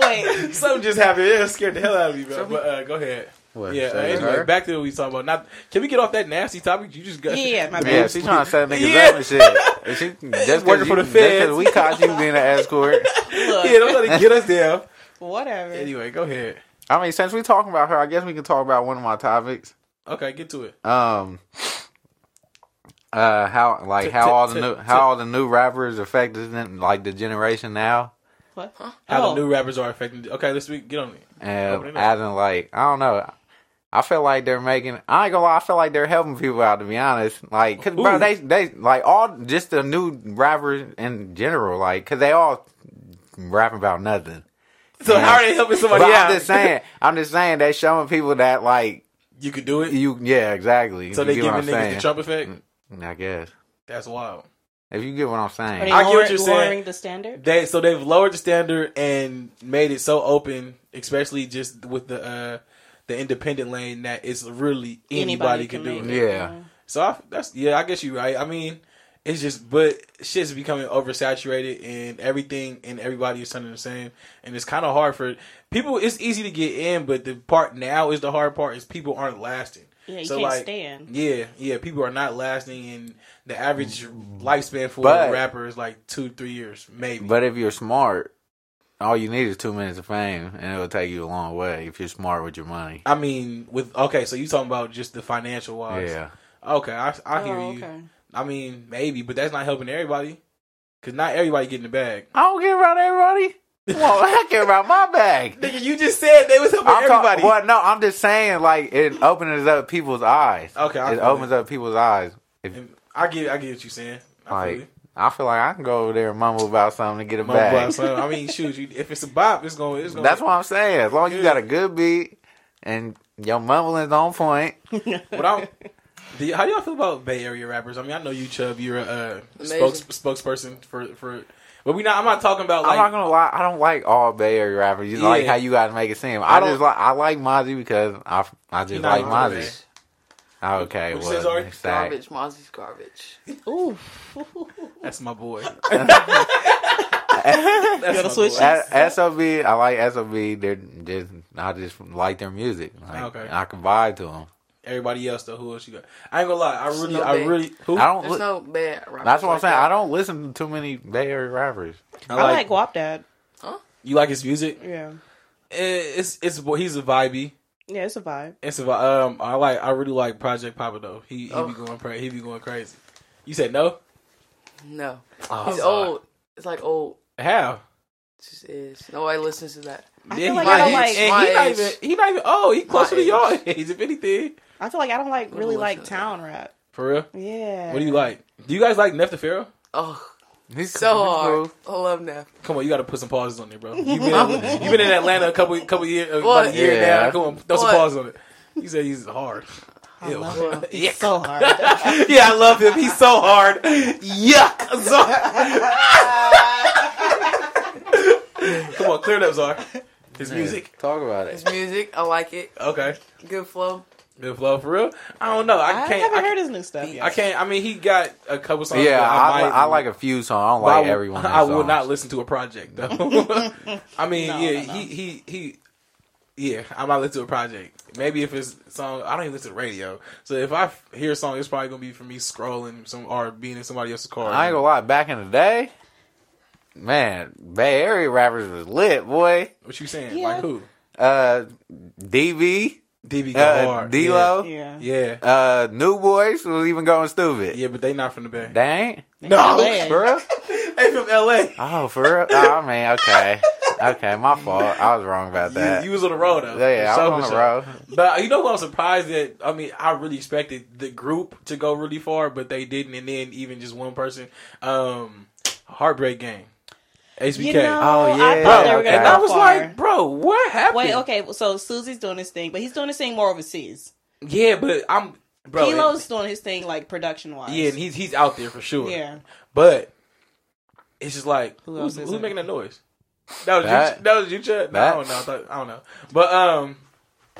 Speaker 3: know.
Speaker 2: Wait,
Speaker 1: Something just happened. It scared the hell out of me, bro.
Speaker 4: So we-
Speaker 1: But uh, go ahead.
Speaker 3: What,
Speaker 1: yeah. Uh,
Speaker 3: say
Speaker 1: anyway,
Speaker 3: her?
Speaker 1: back to what we talking about. Not. Can we get off that nasty topic? You just got.
Speaker 2: Yeah, my
Speaker 3: yeah,
Speaker 2: bad.
Speaker 3: she's trying to set niggas
Speaker 1: Yeah.
Speaker 3: up and shit. And she, just
Speaker 1: Working
Speaker 3: because
Speaker 1: for the feds.
Speaker 3: we caught you being an escort.
Speaker 2: look,
Speaker 1: yeah, don't let it get us down.
Speaker 2: whatever.
Speaker 1: Anyway, go ahead.
Speaker 3: I mean, since we talking about her, I guess we can talk about one of my topics.
Speaker 1: Okay, get to it.
Speaker 3: um uh how like
Speaker 1: T-
Speaker 3: how
Speaker 1: t-
Speaker 3: all the
Speaker 1: t-
Speaker 3: new
Speaker 1: t-
Speaker 3: how all the new rappers affected them, like the generation now
Speaker 2: What?
Speaker 1: How
Speaker 2: Oh.
Speaker 1: the new rappers are affecting. Okay, let's we get on it. Open it up.
Speaker 3: and adding like I don't know I feel like they're making I ain't gonna lie I feel like they're helping people out to be honest like 'cause,
Speaker 1: Ooh.
Speaker 3: bro they they like all just the new rappers in general like cause they all rapping about nothing
Speaker 1: So
Speaker 3: Yeah.
Speaker 1: how are they helping
Speaker 3: but
Speaker 1: somebody out?
Speaker 3: I'm just saying I'm just saying they showing people that like
Speaker 1: you could do it.
Speaker 3: you yeah exactly
Speaker 1: so
Speaker 3: You
Speaker 1: they
Speaker 3: get what
Speaker 1: giving niggas
Speaker 3: I'm
Speaker 1: the
Speaker 3: saying? Mm.
Speaker 1: Trump effect.
Speaker 3: I guess
Speaker 1: That's wild.
Speaker 3: if you get what I'm saying
Speaker 2: Are they
Speaker 1: I get what
Speaker 2: lower-
Speaker 1: you're saying.
Speaker 2: lowering the standard.
Speaker 1: They so they've lowered the standard and made it so open, especially just with the uh the independent lane that it's really anybody, can, do it.
Speaker 2: make
Speaker 3: Yeah.
Speaker 1: So I, that's yeah, I guess you're right. I mean, it's just but shit's becoming oversaturated and everything and everybody is sounding the same, and it's kind of hard for people. It's easy to get in, but the part now is the hard part is people aren't lasting.
Speaker 2: Yeah, you can't stay in.
Speaker 1: Yeah, yeah, people are not lasting, and the average lifespan for
Speaker 3: But-
Speaker 1: a rapper is like two, three years, maybe.
Speaker 3: But if you're smart, all you need is two minutes of fame, and it'll take you a long way if you're smart with your money.
Speaker 1: I mean, with okay, so you talking about just the financial wise?
Speaker 3: Yeah,
Speaker 1: Okay, I, I hear
Speaker 2: Oh,
Speaker 1: you.
Speaker 2: okay.
Speaker 1: I mean, maybe, but that's not helping everybody, because not everybody getting the bag.
Speaker 3: I don't care about everybody. Well, I care about my bag.
Speaker 1: Nigga, you just said they was helping
Speaker 3: I'm talk-
Speaker 1: everybody.
Speaker 3: well, no, I'm just saying, like it opens up people's eyes.
Speaker 1: Okay, I
Speaker 3: it
Speaker 1: feel
Speaker 3: opens up people's eyes. If
Speaker 1: I get, I get what you saying. I feel
Speaker 3: like,
Speaker 1: you.
Speaker 3: I feel like I can go over there and mumble about something to get a
Speaker 1: Mumble
Speaker 3: bag.
Speaker 1: rap, so, I mean, shoot, you, if it's a bop, it's going. It's going.
Speaker 3: That's what I'm saying. As long as you
Speaker 1: Yeah.
Speaker 3: got a good beat and your mumbling's on point,
Speaker 1: what I'm. Do you, how do y'all feel about Bay Area rappers? I mean, I know you, Chubb. You're a uh,
Speaker 4: Amazing.
Speaker 1: spokes, spokesperson for for. But we not. I'm not talking about
Speaker 3: I'm
Speaker 1: like.
Speaker 3: not gonna lie. I don't like all Bay Area rappers. You
Speaker 1: Yeah.
Speaker 3: like how you gotta make it seem.
Speaker 1: I
Speaker 3: I,
Speaker 1: don't-
Speaker 3: just like I like Mozzie because I I just
Speaker 1: not
Speaker 3: like
Speaker 1: even from
Speaker 3: Mozzie. Okay,
Speaker 1: What you said,
Speaker 3: well,
Speaker 1: Zari?
Speaker 3: exact.
Speaker 4: Garbage. Mozzie's garbage.
Speaker 2: Ooh.
Speaker 1: that's my boy.
Speaker 2: Go to
Speaker 1: my
Speaker 2: switch.
Speaker 1: boy.
Speaker 3: A- Sob, I like Sob. They're just I just like their music. Like,
Speaker 1: Okay.
Speaker 3: I can vibe to them.
Speaker 1: Everybody else though, who else you got? I ain't gonna lie. I really,
Speaker 4: Snoop
Speaker 1: I
Speaker 4: Dogg.
Speaker 1: really. Who?
Speaker 3: I don't.
Speaker 4: There's
Speaker 3: Li-
Speaker 4: no bad rappers.
Speaker 3: that's what I'm
Speaker 4: like
Speaker 3: saying.
Speaker 4: that.
Speaker 3: I don't listen to too many Bay Area rappers.
Speaker 1: I
Speaker 2: I like Guap Dad.
Speaker 1: you like his music.
Speaker 2: Yeah.
Speaker 1: Eh, It's it's boy. He's a vibey.
Speaker 2: Yeah, it's a vibe.
Speaker 1: It's a vi- um. I like. I really like Project Papa though. He he
Speaker 4: Oh.
Speaker 1: be going pra- he be going crazy. You said no.
Speaker 4: No.
Speaker 3: Oh,
Speaker 4: He's
Speaker 3: God.
Speaker 4: old. It's like old.
Speaker 1: How?
Speaker 4: It just is. Nobody listens to that.
Speaker 2: I
Speaker 1: Yeah, he
Speaker 2: feel like
Speaker 1: might-
Speaker 2: I don't
Speaker 1: he-
Speaker 2: like.
Speaker 1: and
Speaker 4: My
Speaker 1: he not
Speaker 4: age.
Speaker 1: even he not even oh he closer
Speaker 4: My
Speaker 1: to y'all age if anything
Speaker 2: I feel like I don't like
Speaker 4: What
Speaker 2: really
Speaker 4: was
Speaker 2: like
Speaker 4: that?
Speaker 2: town rap.
Speaker 1: for real.
Speaker 2: Yeah.
Speaker 1: What do you like? Do you guys like Nefta Pharaoh?
Speaker 4: Oh,
Speaker 3: He's
Speaker 4: so
Speaker 3: he's
Speaker 4: hard.
Speaker 3: cool.
Speaker 4: I love Neff.
Speaker 1: Come on, you got to put some pauses on it, bro. You've been, you been in Atlanta a couple couple years, about a
Speaker 4: What?
Speaker 1: year
Speaker 3: Yeah.
Speaker 1: now. Come on, throw some
Speaker 4: What?
Speaker 1: pauses on it. You said he's hard.
Speaker 2: I
Speaker 1: Ew.
Speaker 2: love him.
Speaker 1: Yeah.
Speaker 2: He's so hard.
Speaker 1: yeah, I love him. He's so hard. Yuck. Zar- Come on, clear it up, Zar. His music.
Speaker 3: Yeah, Talk about
Speaker 4: His
Speaker 3: it.
Speaker 4: music, I like it.
Speaker 1: Okay.
Speaker 4: Good flow.
Speaker 1: Good flow for real. I don't know. I
Speaker 2: I
Speaker 1: can't.
Speaker 2: haven't
Speaker 1: I,
Speaker 2: heard his new stuff yet.
Speaker 1: I can't. I mean, he got a couple songs.
Speaker 3: Yeah,
Speaker 1: that
Speaker 3: I,
Speaker 1: might-
Speaker 3: I like a few songs. I don't
Speaker 1: but I
Speaker 3: like
Speaker 1: will-
Speaker 3: everyone.
Speaker 1: I will not listen to a project though. I mean,
Speaker 2: No,
Speaker 1: yeah,
Speaker 2: no, no.
Speaker 1: he he he. Yeah, I might listen to a project. Maybe if it's song, I don't even listen to radio. So if I f- hear a song, it's probably gonna be for me scrolling some or being in somebody else's car.
Speaker 3: I ain't gonna lie. Back in the day, man, Bay Area rappers was lit, boy.
Speaker 1: What you saying?
Speaker 2: Yeah.
Speaker 1: Like who?
Speaker 3: Uh, DB,
Speaker 1: DB go
Speaker 3: uh,
Speaker 1: hard.
Speaker 3: D-Lo,
Speaker 2: Yeah.
Speaker 1: Yeah. yeah,
Speaker 3: uh, New Boys was even going stupid.
Speaker 1: yeah, but they not from the Bay.
Speaker 3: They ain't.
Speaker 1: No,
Speaker 2: Yeah.
Speaker 3: For real?
Speaker 1: they from LA.
Speaker 3: Oh, for real? Oh, man, okay. Okay, my fault. I was wrong about that.
Speaker 1: You, you was on the road though.
Speaker 3: yeah,
Speaker 1: For
Speaker 3: I
Speaker 1: sure,
Speaker 3: was
Speaker 1: for
Speaker 3: on the
Speaker 1: sure.
Speaker 3: road.
Speaker 1: But uh, you know what? I'm surprised that I mean I really expected the group to go really far, but they didn't, and then even just one person. Um, Heartbreak Game, HBK.
Speaker 2: You know,
Speaker 3: Oh,
Speaker 2: I
Speaker 3: yeah.
Speaker 1: bro,
Speaker 2: thought they were
Speaker 3: okay.
Speaker 2: gonna
Speaker 1: and
Speaker 2: go
Speaker 1: I was
Speaker 2: far.
Speaker 1: like, bro, what happened?
Speaker 2: Wait, okay. So Susie's doing his thing, but he's doing his thing more overseas.
Speaker 1: Yeah, but I'm bro.
Speaker 2: Kilo's doing his thing like production wise.
Speaker 1: and- yeah, and he's he's out there for sure.
Speaker 2: yeah.
Speaker 1: but it's just like
Speaker 2: Who
Speaker 1: who's,
Speaker 2: else is
Speaker 1: who's
Speaker 2: it?
Speaker 1: making that noise? That was
Speaker 3: That-
Speaker 1: you, that was you, Chad. No, I don't
Speaker 3: that-
Speaker 1: know. I, thought, I don't know. But um,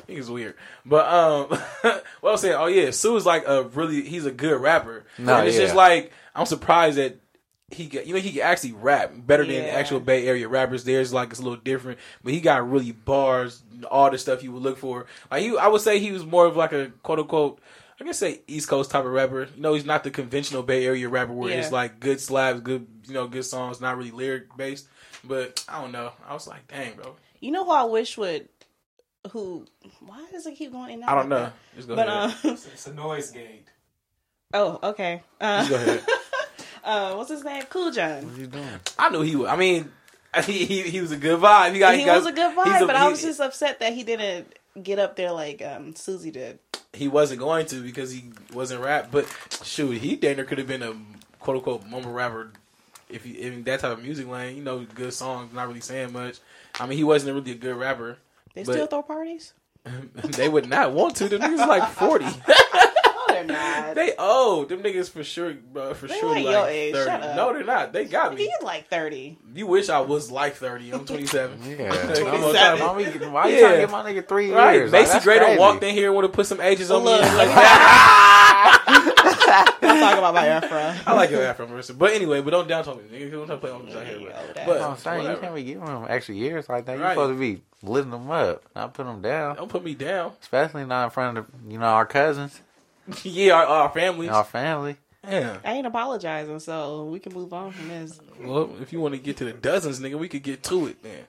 Speaker 1: he was weird. But um, what I was saying. Oh yeah, Sue is like a really. He's a good rapper.
Speaker 3: No,
Speaker 1: and it's
Speaker 3: yeah.
Speaker 1: just like I'm surprised that. He got, you know, he can actually rap better than
Speaker 2: Yeah.
Speaker 1: actual Bay Area rappers. There's like it's a little different, but he got really bars, all the stuff you would look for. Like you, I would say he was more of like a quote unquote, I guess say East Coast type of rapper. You know, he's not the conventional Bay Area rapper where
Speaker 2: Yeah.
Speaker 1: it's like good slaps, good you know, good songs, not really lyric based. But I don't know. I was like, dang, bro,
Speaker 2: You know who I wish would who why does it keep going in and out
Speaker 1: I don't
Speaker 2: like
Speaker 1: know. Just go
Speaker 2: that? But
Speaker 1: ahead.
Speaker 2: um
Speaker 5: It's, it's a noise gate.
Speaker 2: oh, okay.
Speaker 1: Just go
Speaker 2: Uh,
Speaker 1: ahead.
Speaker 2: uh what's his name? Cool John.
Speaker 3: What you doing?
Speaker 1: I knew he. Would. I mean, he, he he was a good vibe. He got
Speaker 2: he
Speaker 1: got-
Speaker 2: was a good
Speaker 1: he's
Speaker 2: vibe,
Speaker 1: a-
Speaker 2: but I
Speaker 1: he-
Speaker 2: was just upset that he didn't get up there like um Susie did.
Speaker 1: he wasn't going to because he wasn't rap. But shoot, he dang could have been a quote unquote mumble rapper if he in that type of music lane. You know, good songs, not really saying much. I mean, he wasn't really a good rapper.
Speaker 2: They
Speaker 1: But-
Speaker 2: still throw parties?
Speaker 1: they would not want to. Them niggas like forty.
Speaker 2: No, they're not.
Speaker 1: they old. Them niggas for sure, bro. For
Speaker 2: They
Speaker 1: sure,
Speaker 2: like
Speaker 1: like,
Speaker 2: your age.
Speaker 1: thirty.
Speaker 2: Shut up.
Speaker 1: No, they're not. They got me.
Speaker 2: He's like thirty.
Speaker 1: You wish I was like thirty. I'm twenty seven.
Speaker 3: Yeah.
Speaker 1: I'm on
Speaker 3: Why
Speaker 1: time.
Speaker 3: are you trying
Speaker 1: Yeah.
Speaker 3: to get my nigga three
Speaker 1: Right,
Speaker 3: years?
Speaker 1: Macy Gray done
Speaker 3: crazy.
Speaker 1: walked in here and want to put some ages on me.
Speaker 2: Look,
Speaker 1: Like,
Speaker 2: I'm talking about my afro.
Speaker 1: I like your afro person, but anyway, but don't down talk me, nigga. Don't try to play on me out here,
Speaker 2: Yeah,
Speaker 1: but,
Speaker 3: I'm
Speaker 1: but
Speaker 3: saying Oh, you can't
Speaker 1: whatever.
Speaker 3: be giving them extra years like that. You're
Speaker 1: Right.
Speaker 3: supposed to be lifting them up, not putting them down.
Speaker 1: don't put me down.
Speaker 3: Especially not in front of you know our cousins
Speaker 1: yeah, our, our families.
Speaker 3: and our family.
Speaker 1: Yeah.
Speaker 2: I ain't apologizing, so we can move on from this.
Speaker 1: Well, if you want to get to the dozens, nigga, we could get to it then.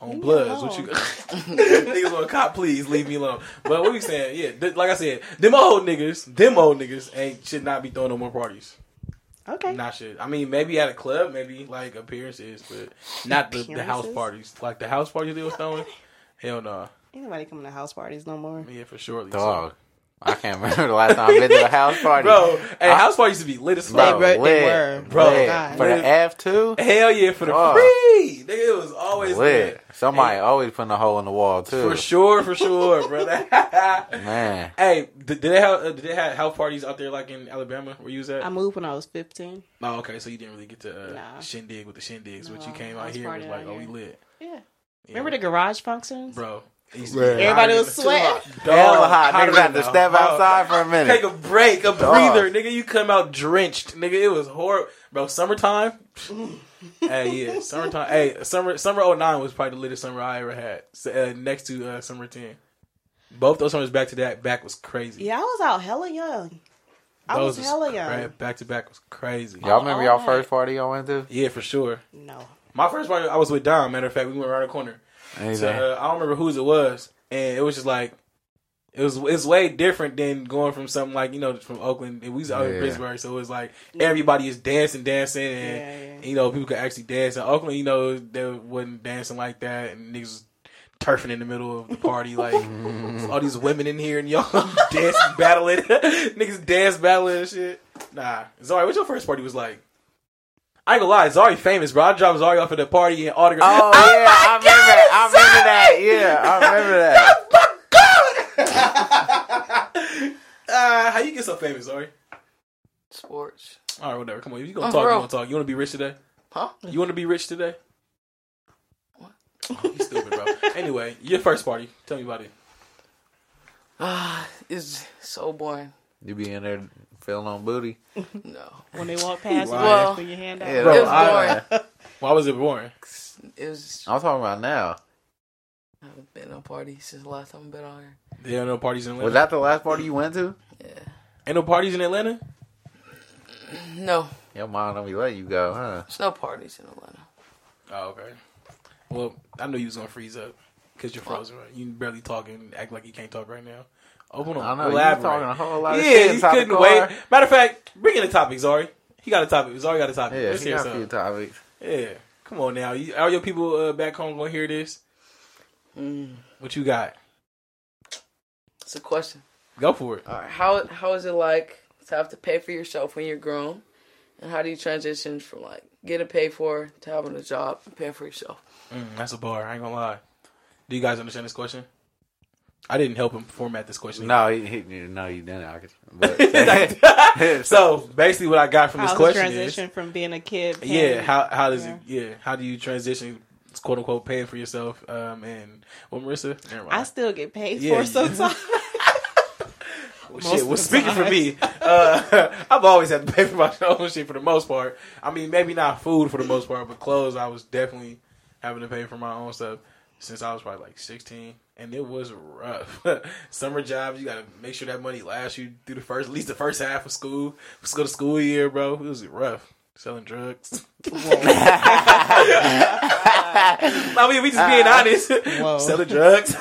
Speaker 1: On
Speaker 2: me
Speaker 1: bloods, what you niggas want cop? Please leave me alone. But what we saying? Yeah, th- like I said, them old niggas, them old niggas ain't should not be throwing no more parties.
Speaker 2: Okay.
Speaker 1: Not should. I mean, maybe at a club, maybe like appearances, but not the, the house
Speaker 2: Appearances?
Speaker 1: parties. Like the house parties they was throwing. Hell no.
Speaker 2: Ain't nobody coming to house parties no more.
Speaker 1: Yeah, for surely. So-
Speaker 3: Dog, I can't remember the last time I've been to a house party,
Speaker 1: bro. Hey,
Speaker 3: I-
Speaker 1: house party used to be lit as
Speaker 3: Bro,
Speaker 1: fuck.
Speaker 2: They were- they
Speaker 3: lit.
Speaker 2: were.
Speaker 1: Bro,
Speaker 3: lit.
Speaker 2: God.
Speaker 3: for
Speaker 1: Lit.
Speaker 3: the F two,
Speaker 1: Hell yeah, for the
Speaker 3: Dog.
Speaker 1: free. Nigga, it was always lit.
Speaker 3: lit. Somebody always putting a hole in the wall too.
Speaker 1: For sure, for sure, brother.
Speaker 3: man.
Speaker 1: hey, did, did they have uh, did they have house parties out there like in Alabama where you was at?
Speaker 2: I moved when I was fifteen.
Speaker 1: oh, okay, so you didn't really get to uh,
Speaker 2: Um, Nah.
Speaker 1: shindig with the shindigs, but
Speaker 2: No,
Speaker 1: you came
Speaker 2: I
Speaker 1: out
Speaker 2: was
Speaker 1: here and was
Speaker 2: partying
Speaker 1: like,
Speaker 2: out
Speaker 1: oh, we
Speaker 2: here.
Speaker 1: lit.
Speaker 2: Yeah.
Speaker 1: Yeah.
Speaker 2: Remember the garage functions?
Speaker 1: bro? it used to
Speaker 3: Bruh.
Speaker 1: be
Speaker 2: Everybody
Speaker 1: hot
Speaker 2: was
Speaker 1: in the- too hot.
Speaker 2: sweating.
Speaker 1: Dog,
Speaker 3: Hella hot.
Speaker 1: hotter
Speaker 3: Niggas had
Speaker 1: than
Speaker 3: to
Speaker 1: the
Speaker 3: step
Speaker 1: hot.
Speaker 3: outside for a
Speaker 1: Take
Speaker 3: minute.
Speaker 1: a break, a
Speaker 3: Dog.
Speaker 1: breather, nigga. You come out drenched, nigga. It was horrible, bro. Summertime. hey, oh yeah, summertime. Hey, summer, summer '09 was probably the latest summer I ever had. So, uh, next to uh, summer ten. Both those summers back to that back was crazy.
Speaker 2: Yeah, I was out hella young. I
Speaker 1: Those
Speaker 2: was hella young.
Speaker 1: cra- Back to back was crazy.
Speaker 3: Y'all remember y'all
Speaker 2: Alright.
Speaker 3: first party y'all went to?
Speaker 1: Yeah, for sure.
Speaker 2: No.
Speaker 1: My first party, I was with Dom. Matter of fact, we went around the corner. So,
Speaker 3: Exactly.
Speaker 1: uh, I don't remember whose it was, and it was just like it was. It's way different than going from something like you know from Oakland, and we was out in
Speaker 3: Yeah.
Speaker 1: Pittsburgh, so it was like everybody is dancing, dancing, and
Speaker 2: Yeah, yeah.
Speaker 1: you know people could actually dance. In Oakland, you know, they wasn't dancing like that, and niggas was turfing in the middle of the party, like
Speaker 3: Oh,
Speaker 1: all these women in here and y'all dancing, battling, niggas dance battling and shit. Nah, Zari, what your first party was like? I ain't gonna lie, Zari famous, bro. I dropped Zari off at the party and autograph.
Speaker 3: Oh, yeah, I remember that. I remember that. Yeah, I remember that.
Speaker 1: Uh, Ah, how you get so famous, Zari?
Speaker 4: Sports.
Speaker 1: All right, whatever. Come on, you gonna
Speaker 4: Oh,
Speaker 1: talk? You
Speaker 4: bro.
Speaker 1: gonna talk? You wanna be rich today?
Speaker 4: Huh?
Speaker 1: You wanna be rich today?
Speaker 4: What?
Speaker 1: Oh, you stupid, bro. anyway, your first party. Tell me about it.
Speaker 4: Ah, it's so boring.
Speaker 3: You be in there feeling on booty.
Speaker 4: No.
Speaker 2: When they walk past you,
Speaker 4: Well,
Speaker 2: you put your hand out.
Speaker 3: Yeah,
Speaker 4: Bro,
Speaker 3: that's
Speaker 4: it's
Speaker 3: I-
Speaker 1: Why was it boring?
Speaker 4: It was.
Speaker 3: I'm talking about now.
Speaker 4: I haven't been to a party since the last time I've been on here.
Speaker 1: There ain't no parties in Atlanta.
Speaker 3: Was that the last party you went to?
Speaker 4: Yeah.
Speaker 1: ain't no parties in Atlanta?
Speaker 4: No.
Speaker 3: Your mom don't be letting you go, huh?
Speaker 4: There's no parties in Atlanta.
Speaker 1: Oh, okay. Well, I knew you was gonna freeze up because you're frozen. Right? You barely talking. Act like you can't talk right now. Open
Speaker 3: I
Speaker 1: up.
Speaker 3: know you was
Speaker 1: Elaborate.
Speaker 3: talking a whole lot of
Speaker 1: yeah,
Speaker 3: shit
Speaker 1: you
Speaker 3: inside the
Speaker 1: couldn't
Speaker 3: car.
Speaker 1: wait. Matter of fact, bring in a topic, Zari. He got a topic. Zari got a topic.
Speaker 3: Yeah,
Speaker 1: Let's
Speaker 3: he
Speaker 1: hear
Speaker 3: got a few
Speaker 1: something.
Speaker 3: topics.
Speaker 1: Yeah, come on now. You, all your people uh, back home gonna hear this.
Speaker 4: Mm.
Speaker 1: What you got?
Speaker 4: It's a question.
Speaker 1: Go for it.
Speaker 4: All right. How how is it like to have to pay for yourself when you're grown, and how do you transition from like getting paid for to having a job and paying for yourself?
Speaker 1: Mm, that's a bar. I ain't gonna lie. Do you guys understand this question? I didn't help him format this question.
Speaker 3: No, he, he, no, you didn't. I could, but,
Speaker 1: so basically, what I got from this
Speaker 2: How's the
Speaker 1: question is
Speaker 2: transition from being a kid?
Speaker 1: yeah
Speaker 2: paying-
Speaker 1: how how does it yeah how do you transition quote unquote paying for yourself um and well Marissa never mind.
Speaker 2: I still get paid
Speaker 1: Yeah,
Speaker 2: for
Speaker 1: you-
Speaker 2: sometimes.
Speaker 1: Well,
Speaker 2: most
Speaker 1: shit well
Speaker 2: of the
Speaker 1: speaking for
Speaker 2: time.
Speaker 1: me uh I've always had to pay for my own shit for the most part I mean maybe not food for the most part but clothes I was definitely having to pay for my own stuff since I was probably like 16 and it was rough summer jobs you gotta make sure that money lasts you through the first at least the first half of school let's go to school year bro it was rough selling drugs I mean, we just being honest.
Speaker 2: Uh, Whoa.
Speaker 1: Selling drugs.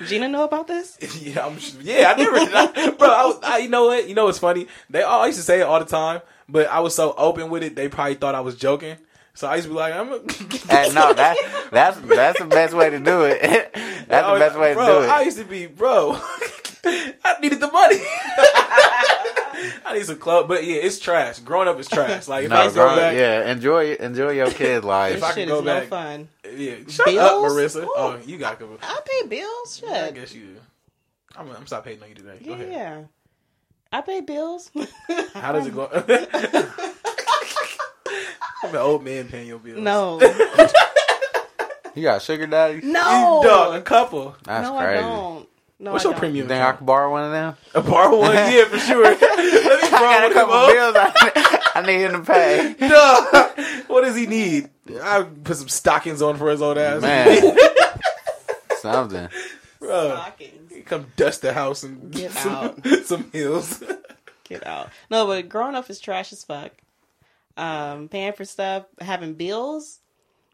Speaker 2: Gina know about this?
Speaker 1: yeah, I'm, sh- yeah, I never, I, bro. I, was- I, you know what? You know what's funny? They all I used to say it all the time, but I was so open with it, they probably thought I was joking. So I used to be like, I'm. A-
Speaker 3: Hey, no, that's that's that's the best way to do it. That's the best way
Speaker 1: Oh, bro,
Speaker 3: to do it.
Speaker 1: I used to be, bro. I needed the money. I need some club, but yeah, it's trash. Growing up is trash. Like if I
Speaker 3: no,
Speaker 1: could go
Speaker 3: bro,
Speaker 1: back,
Speaker 3: yeah, enjoy enjoy your kid life.
Speaker 1: If I
Speaker 2: This
Speaker 1: could
Speaker 2: shit
Speaker 1: go
Speaker 2: is
Speaker 1: back-
Speaker 2: no fun.
Speaker 1: yeah. Shut up,
Speaker 2: Bills?
Speaker 1: Marissa.
Speaker 2: Ooh.
Speaker 1: Oh, you got to go.
Speaker 2: I pay bills. Shit.
Speaker 1: I guess you. I'm, I'm stop hating on you today. Go
Speaker 2: yeah.
Speaker 1: ahead.
Speaker 2: I pay bills.
Speaker 1: How does it go? I'm an old man paying your bills.
Speaker 2: No.
Speaker 3: You got sugar daddy?
Speaker 1: You
Speaker 3: Oh.
Speaker 2: No.
Speaker 1: dog, a couple.
Speaker 3: That's
Speaker 2: no,
Speaker 3: crazy.
Speaker 2: I don't. No,
Speaker 1: What's
Speaker 2: I
Speaker 1: your
Speaker 2: don't.
Speaker 1: premium?
Speaker 3: You think I
Speaker 1: account?
Speaker 3: can borrow one of them?
Speaker 1: A borrow one, yeah, for sure. Let me borrow
Speaker 3: I got
Speaker 1: one
Speaker 3: a
Speaker 1: of them.
Speaker 3: couple
Speaker 1: up.
Speaker 3: bills I, I need him to pay.
Speaker 1: Dog, what does he need? I put some stockings on for his old ass.
Speaker 3: Man, something.
Speaker 1: Bro,
Speaker 2: Stockings.
Speaker 1: come dust the house and
Speaker 2: Get
Speaker 1: some,
Speaker 2: out.
Speaker 1: some heels.
Speaker 2: Get out. No, but growing up is trash as fuck. Um, paying for stuff, having bills,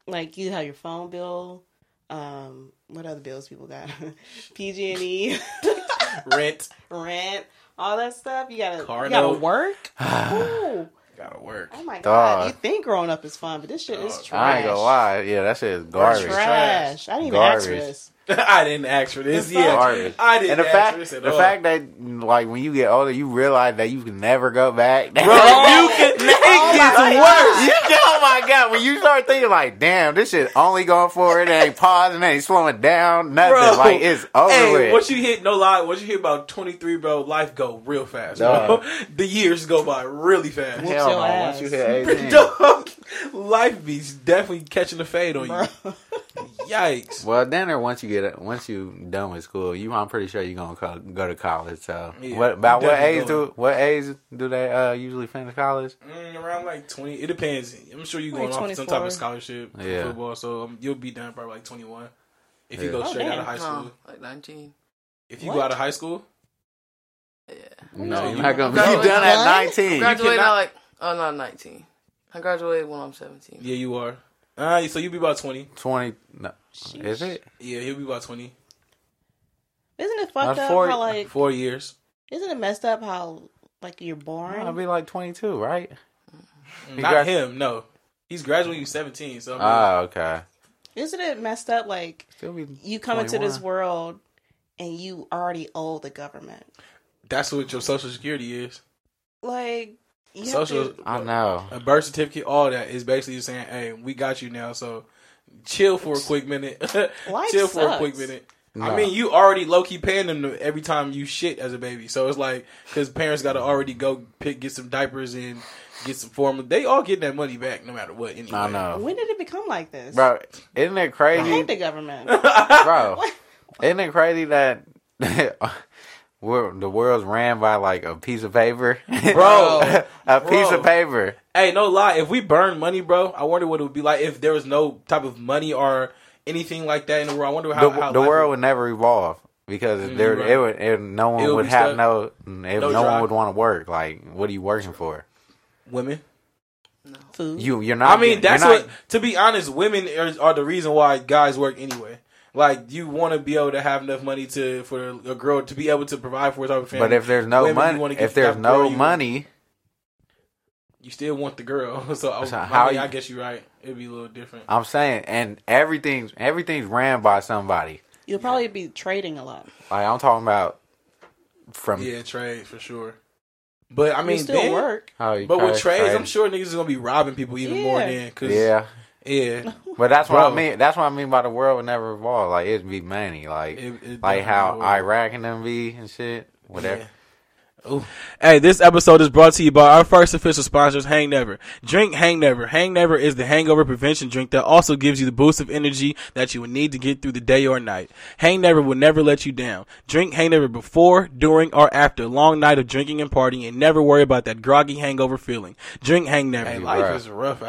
Speaker 2: like you have your phone bill. Um, what other bills people got? PG and E,
Speaker 1: Rent.
Speaker 2: rent, all that stuff. You gotta,
Speaker 1: Car
Speaker 2: you gotta
Speaker 1: note.
Speaker 2: work. Ooh,
Speaker 1: Gotta work.
Speaker 2: oh my god!
Speaker 3: Dog.
Speaker 2: You think growing up is fun, but this shit is
Speaker 1: Dog.
Speaker 2: trash.
Speaker 3: I ain't gonna lie. Yeah, that shit is
Speaker 2: Trash.
Speaker 3: garbage.
Speaker 2: I didn't even ask for
Speaker 3: Garbage.
Speaker 2: this.
Speaker 1: I didn't ask for this.
Speaker 2: It's
Speaker 1: Yeah,
Speaker 3: Garbage.
Speaker 1: I didn't
Speaker 3: And the
Speaker 1: ask
Speaker 3: fact,
Speaker 1: for this at
Speaker 3: the
Speaker 1: all.
Speaker 3: fact that like when you get older, you realize that you can never go back. Bro,
Speaker 1: Bro, you can, it gets worse.
Speaker 3: oh my god! When you start thinking like, damn, this shit only going forward, it ain't pausing, it ain't slowing down, nothing.
Speaker 1: Bro.
Speaker 3: Like it's over
Speaker 1: Hey,
Speaker 3: with.
Speaker 1: once you hit no lie, once you hit about twenty three, bro, life go real fast. Bro.
Speaker 3: Dog.
Speaker 1: the years go by really fast.
Speaker 2: Whoop
Speaker 3: Hell
Speaker 2: your
Speaker 3: no! Once
Speaker 2: ass.
Speaker 3: you hit eighteen,
Speaker 1: Dog, life be definitely catching the fade on Oh, you. Yikes.
Speaker 3: Well, then, or once you get once you done with school, you I'm pretty sure you're gonna co- go to college. So,
Speaker 1: Yeah,
Speaker 3: what about
Speaker 1: you
Speaker 3: what
Speaker 1: definitely
Speaker 3: age
Speaker 1: going.
Speaker 3: do what age do they uh, usually finish college?
Speaker 1: Mm, around like twenty, it depends. I'm sure you
Speaker 2: Like
Speaker 1: going off some type
Speaker 2: 24.
Speaker 1: of scholarship for
Speaker 3: Yeah.
Speaker 1: football, so um, you'll be done probably like twenty one if you
Speaker 3: Yeah.
Speaker 1: go
Speaker 2: Oh,
Speaker 1: straight out
Speaker 2: damn.
Speaker 1: of high
Speaker 4: Nah,
Speaker 1: school.
Speaker 4: like 19.
Speaker 1: If you go out of high school,
Speaker 3: No,
Speaker 1: No,
Speaker 3: you're
Speaker 1: you-
Speaker 3: not gonna.
Speaker 4: No,
Speaker 3: You done at
Speaker 2: what?
Speaker 3: nineteen.
Speaker 4: I graduated
Speaker 1: cannot-
Speaker 4: at like oh not nineteen. I graduated when I'm seventeen.
Speaker 1: yeah, you are. Uh, so you'll be about twenty.
Speaker 3: Twenty. No, is it?
Speaker 1: Yeah, he'll be about twenty.
Speaker 2: Isn't it fucked
Speaker 3: Not
Speaker 2: up
Speaker 3: for-
Speaker 2: how like
Speaker 1: Four years.
Speaker 2: isn't it messed up how like you're born?
Speaker 3: I'll be like twenty-two, right? You
Speaker 1: Mm, Not
Speaker 3: got-
Speaker 1: him. No, he's graduating you seventeen. So I'm like,
Speaker 3: Oh, okay.
Speaker 2: Isn't it messed up like
Speaker 3: Still be
Speaker 2: you come into this
Speaker 3: 21.
Speaker 2: world and you already owe the government?
Speaker 1: that's what your social security is.
Speaker 2: Like you have
Speaker 1: Social,
Speaker 2: to-
Speaker 3: I know.
Speaker 1: a birth certificate, all that is basically just saying, "Hey, we got you now." So chill for a quick minute. chill for a
Speaker 2: sucks.
Speaker 1: quick minute. I
Speaker 3: No.
Speaker 1: mean, you already low key paying them to- every time you shit as a baby. So it's like because parents got to already go pick get some diapers and get some formula. They all get that money back no matter what. Anyway.
Speaker 3: I know,
Speaker 2: when did it become like this?
Speaker 3: bro. Isn't it
Speaker 2: I hate
Speaker 3: crazy,
Speaker 2: the government.
Speaker 3: bro? Isn't it crazy that we're- the world's ran by like a piece of paper,
Speaker 1: Bro,
Speaker 3: a piece
Speaker 1: bro.
Speaker 3: of paper.
Speaker 1: Hey, no lie. If we burn money, bro, I wonder what it would be like if there was no type of money or anything like that in the world. I wonder how
Speaker 3: The,
Speaker 1: how
Speaker 3: the
Speaker 1: life
Speaker 3: world would never evolve because there
Speaker 1: you're
Speaker 3: it
Speaker 1: right.
Speaker 3: would it, no one
Speaker 1: It would
Speaker 3: would
Speaker 1: be
Speaker 3: have
Speaker 1: stuck.
Speaker 3: no
Speaker 1: No
Speaker 3: if no, one
Speaker 1: drive.
Speaker 3: would want to work. Like, what are you working for?
Speaker 1: would- women.
Speaker 2: Food.
Speaker 3: You you're
Speaker 1: I
Speaker 3: not.
Speaker 1: mean,
Speaker 3: getting-
Speaker 1: that's
Speaker 3: you're not-
Speaker 1: what. To be honest, women are, are the reason why guys work anyway. Like you want to be able to have enough money to for a girl to be able to provide for her type of family.
Speaker 3: But if there's no
Speaker 1: Women, you wanna
Speaker 3: money,
Speaker 1: get
Speaker 3: if
Speaker 1: the
Speaker 3: there's
Speaker 1: type of girl
Speaker 3: no
Speaker 1: you-
Speaker 3: money,
Speaker 1: you still want the girl, so, I,
Speaker 3: So
Speaker 1: I
Speaker 3: how
Speaker 1: mean,
Speaker 3: you-
Speaker 1: I guess you're right. It'd be a little different.
Speaker 3: I'm saying, and everything's everything's ran by somebody.
Speaker 2: You'll probably be trading a lot.
Speaker 3: Like I'm talking about from
Speaker 1: yeah, trade for sure. But I
Speaker 2: I
Speaker 1: mean,
Speaker 2: mean, still
Speaker 1: then-
Speaker 2: work.
Speaker 3: how you
Speaker 1: but with
Speaker 3: call it,
Speaker 1: trades, I'm
Speaker 3: trade.
Speaker 1: sure niggas is gonna be robbing people even more
Speaker 2: Yeah.
Speaker 1: than because yeah,
Speaker 3: Yeah,
Speaker 1: yeah.
Speaker 3: but that's what I
Speaker 1: Bro.
Speaker 3: mean. That's what I mean by the world would never evolve. Like it'd be money, like
Speaker 1: It- it
Speaker 3: like how
Speaker 1: definitely would.
Speaker 3: Iraq and them be and shit, whatever.
Speaker 1: Hey, this episode is brought to you by our first official sponsors, Hang Never. Drink Hang Never. Hang Never is the hangover prevention drink that also gives you the boost of energy that you will need to get through the day or night. Hang Never will never let you down. Drink Hang Never before, during, or after a long night of drinking and partying and never worry about that groggy hangover feeling. Drink Hang Never. Oh, Hey,
Speaker 3: life is
Speaker 1: rough.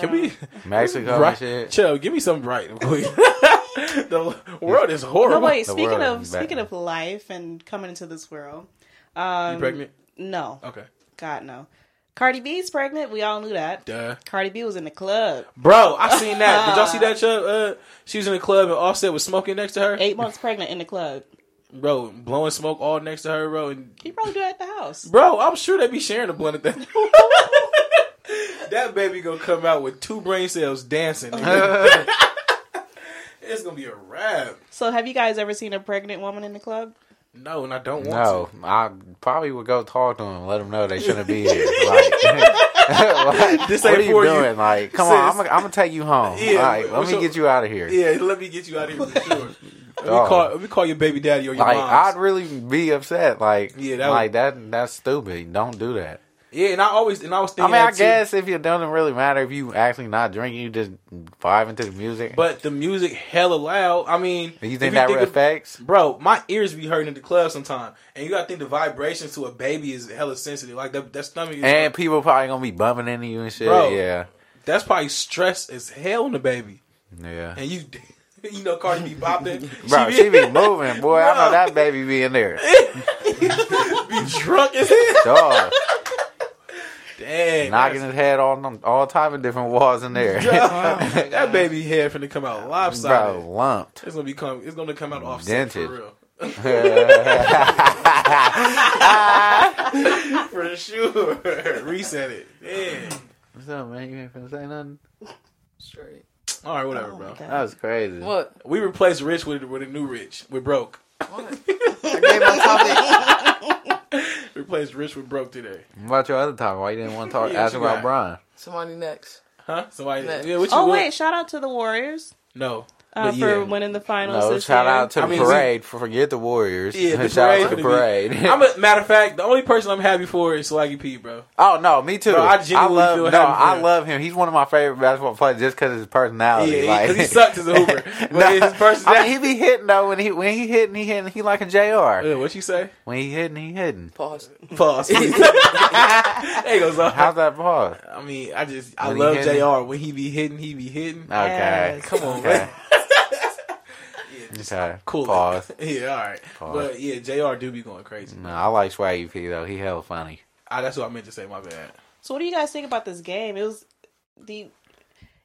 Speaker 2: Can we-
Speaker 3: Mexico and
Speaker 1: Right,
Speaker 3: shit.
Speaker 1: chill. Give me something bright. the world is horrible.
Speaker 2: No, Oh, wait.
Speaker 3: The
Speaker 2: Speaking
Speaker 3: world
Speaker 2: of
Speaker 3: is better.
Speaker 2: speaking of life and coming into this world,
Speaker 1: You pregnant?
Speaker 2: no,
Speaker 1: Okay.
Speaker 2: God no. Cardi B's pregnant. We all knew that.
Speaker 1: Duh.
Speaker 2: Cardi B was in the club.
Speaker 1: Bro, I seen that. Did y'all see that? Chubb? Uh, she was in the club and Offset was smoking next to her.
Speaker 2: Eight months pregnant in the club.
Speaker 1: Bro, blowing smoke all next to her, bro. And
Speaker 2: He probably do that at the house.
Speaker 1: bro, I'm sure they be sharing a blunt at that. that baby gonna come out with two brain cells dancing. it's gonna be a wrap.
Speaker 2: So, have you guys ever seen a pregnant woman in the club?
Speaker 1: No, and I don't want
Speaker 3: No, I probably would go talk to them and let them know they shouldn't be here. Like, like,
Speaker 1: This
Speaker 3: what
Speaker 1: ain't
Speaker 3: are you
Speaker 1: for you,
Speaker 3: doing? Like, come on, I'm
Speaker 1: sis.
Speaker 3: gonna, I'm gonna take you home.
Speaker 1: Yeah,
Speaker 3: like, let
Speaker 1: what's
Speaker 3: me
Speaker 1: up?
Speaker 3: get you out of here.
Speaker 1: to. Yeah, let me get you out of here for sure. Let me,
Speaker 3: Dog.
Speaker 1: call, let me call your baby daddy or your
Speaker 3: Like,
Speaker 1: mom.
Speaker 3: I'd really be upset. Like,
Speaker 1: Yeah, that
Speaker 3: like that. That's stupid. Don't do that.
Speaker 1: Yeah, and I always and I was
Speaker 3: I
Speaker 1: thinking.
Speaker 3: mean, I
Speaker 1: that too.
Speaker 3: guess if you it doesn't really matter if you actually not drinking, you just vibe into the music.
Speaker 1: But the music hella loud. I mean,
Speaker 3: Do you
Speaker 1: if
Speaker 3: think that
Speaker 1: of-
Speaker 3: affects?
Speaker 1: Bro, my ears be hurting in the club sometime, and you gotta think the vibrations to a baby is hella sensitive. Like that, that stomach is.
Speaker 3: and people probably gonna be bumping into you and shit.
Speaker 1: Bro.
Speaker 3: Yeah,
Speaker 1: that's probably stress as hell on the baby,
Speaker 3: yeah.
Speaker 1: and you, you know, Cardi be bopping,
Speaker 3: Bro, she be moving, boy. I know
Speaker 1: Bro.
Speaker 3: that baby be in there.
Speaker 1: be drunk as hell.
Speaker 3: Dog.
Speaker 1: Damn,
Speaker 3: knocking
Speaker 1: that's-
Speaker 3: his head on all type of different walls in there.
Speaker 1: that baby head finna come out lopsided.
Speaker 3: Bro, lumped.
Speaker 1: It's gonna be come. It's gonna come out off
Speaker 3: Dented.
Speaker 1: for real. for sure. Reset it. Damn.
Speaker 3: What's up, man? You ain't finna say nothing?
Speaker 4: Straight.
Speaker 1: All right, whatever, bro.
Speaker 2: Okay.
Speaker 3: That was crazy.
Speaker 4: What?
Speaker 1: We replaced rich with with a new rich. We're broke.
Speaker 4: What?
Speaker 3: I gave my topic.
Speaker 1: Replaced rich with broke today.
Speaker 3: What about your other topic? Why you didn't want to talk?
Speaker 1: Yeah,
Speaker 3: ask
Speaker 1: what you
Speaker 3: about
Speaker 1: got?
Speaker 3: Brian.
Speaker 4: Somebody next.
Speaker 1: Huh? Somebody.
Speaker 4: Next.
Speaker 1: Yeah, what you
Speaker 2: Oh
Speaker 1: want?
Speaker 2: wait! Shout out to the Warriors
Speaker 1: No.
Speaker 2: uh,
Speaker 1: But
Speaker 2: for
Speaker 1: yeah.
Speaker 2: winning the finals.
Speaker 3: No,
Speaker 2: this
Speaker 3: shout
Speaker 2: year.
Speaker 3: out to
Speaker 1: I
Speaker 3: the
Speaker 1: mean,
Speaker 3: parade. For, forget the Warriors.
Speaker 1: Yeah, the
Speaker 3: shout out
Speaker 1: parade.
Speaker 3: to the parade.
Speaker 1: I'm a matter of fact, the only person I'm happy for is Swaggy P, bro.
Speaker 3: oh no, me too.
Speaker 1: Bro, I genuinely
Speaker 3: love.
Speaker 1: feel
Speaker 3: no,
Speaker 1: happy for
Speaker 3: I
Speaker 1: him.
Speaker 3: love him. He's one of my favorite basketball players just because of his personality.
Speaker 1: Yeah, he-
Speaker 3: like
Speaker 1: 'cause he sucked as a hooper. But his personality-
Speaker 3: I mean, he be hitting though. When he when he hitting, he hitting. He like a Jr.
Speaker 1: Uh, what you say?
Speaker 3: When he hitting, he hitting.
Speaker 4: Pause.
Speaker 1: Pause. there goes
Speaker 3: How's
Speaker 1: off.
Speaker 3: that pause?
Speaker 1: I mean, I just I
Speaker 3: When he
Speaker 1: love
Speaker 3: hitting.
Speaker 1: Uh, Jr. When he be hitting, he be hitting.
Speaker 3: Okay.
Speaker 2: Yes.
Speaker 1: Come on,
Speaker 3: Okay.
Speaker 1: man.
Speaker 3: Mission time.
Speaker 1: Cool.
Speaker 3: Pause.
Speaker 1: yeah, all right.
Speaker 3: Pause. Mm.
Speaker 1: But yeah, Jr. do be going crazy.
Speaker 3: No, I like Swaggy P though. He hell funny.
Speaker 1: Ah, that's what I meant to say. My bad.
Speaker 2: So what do you guys think about this game? It was the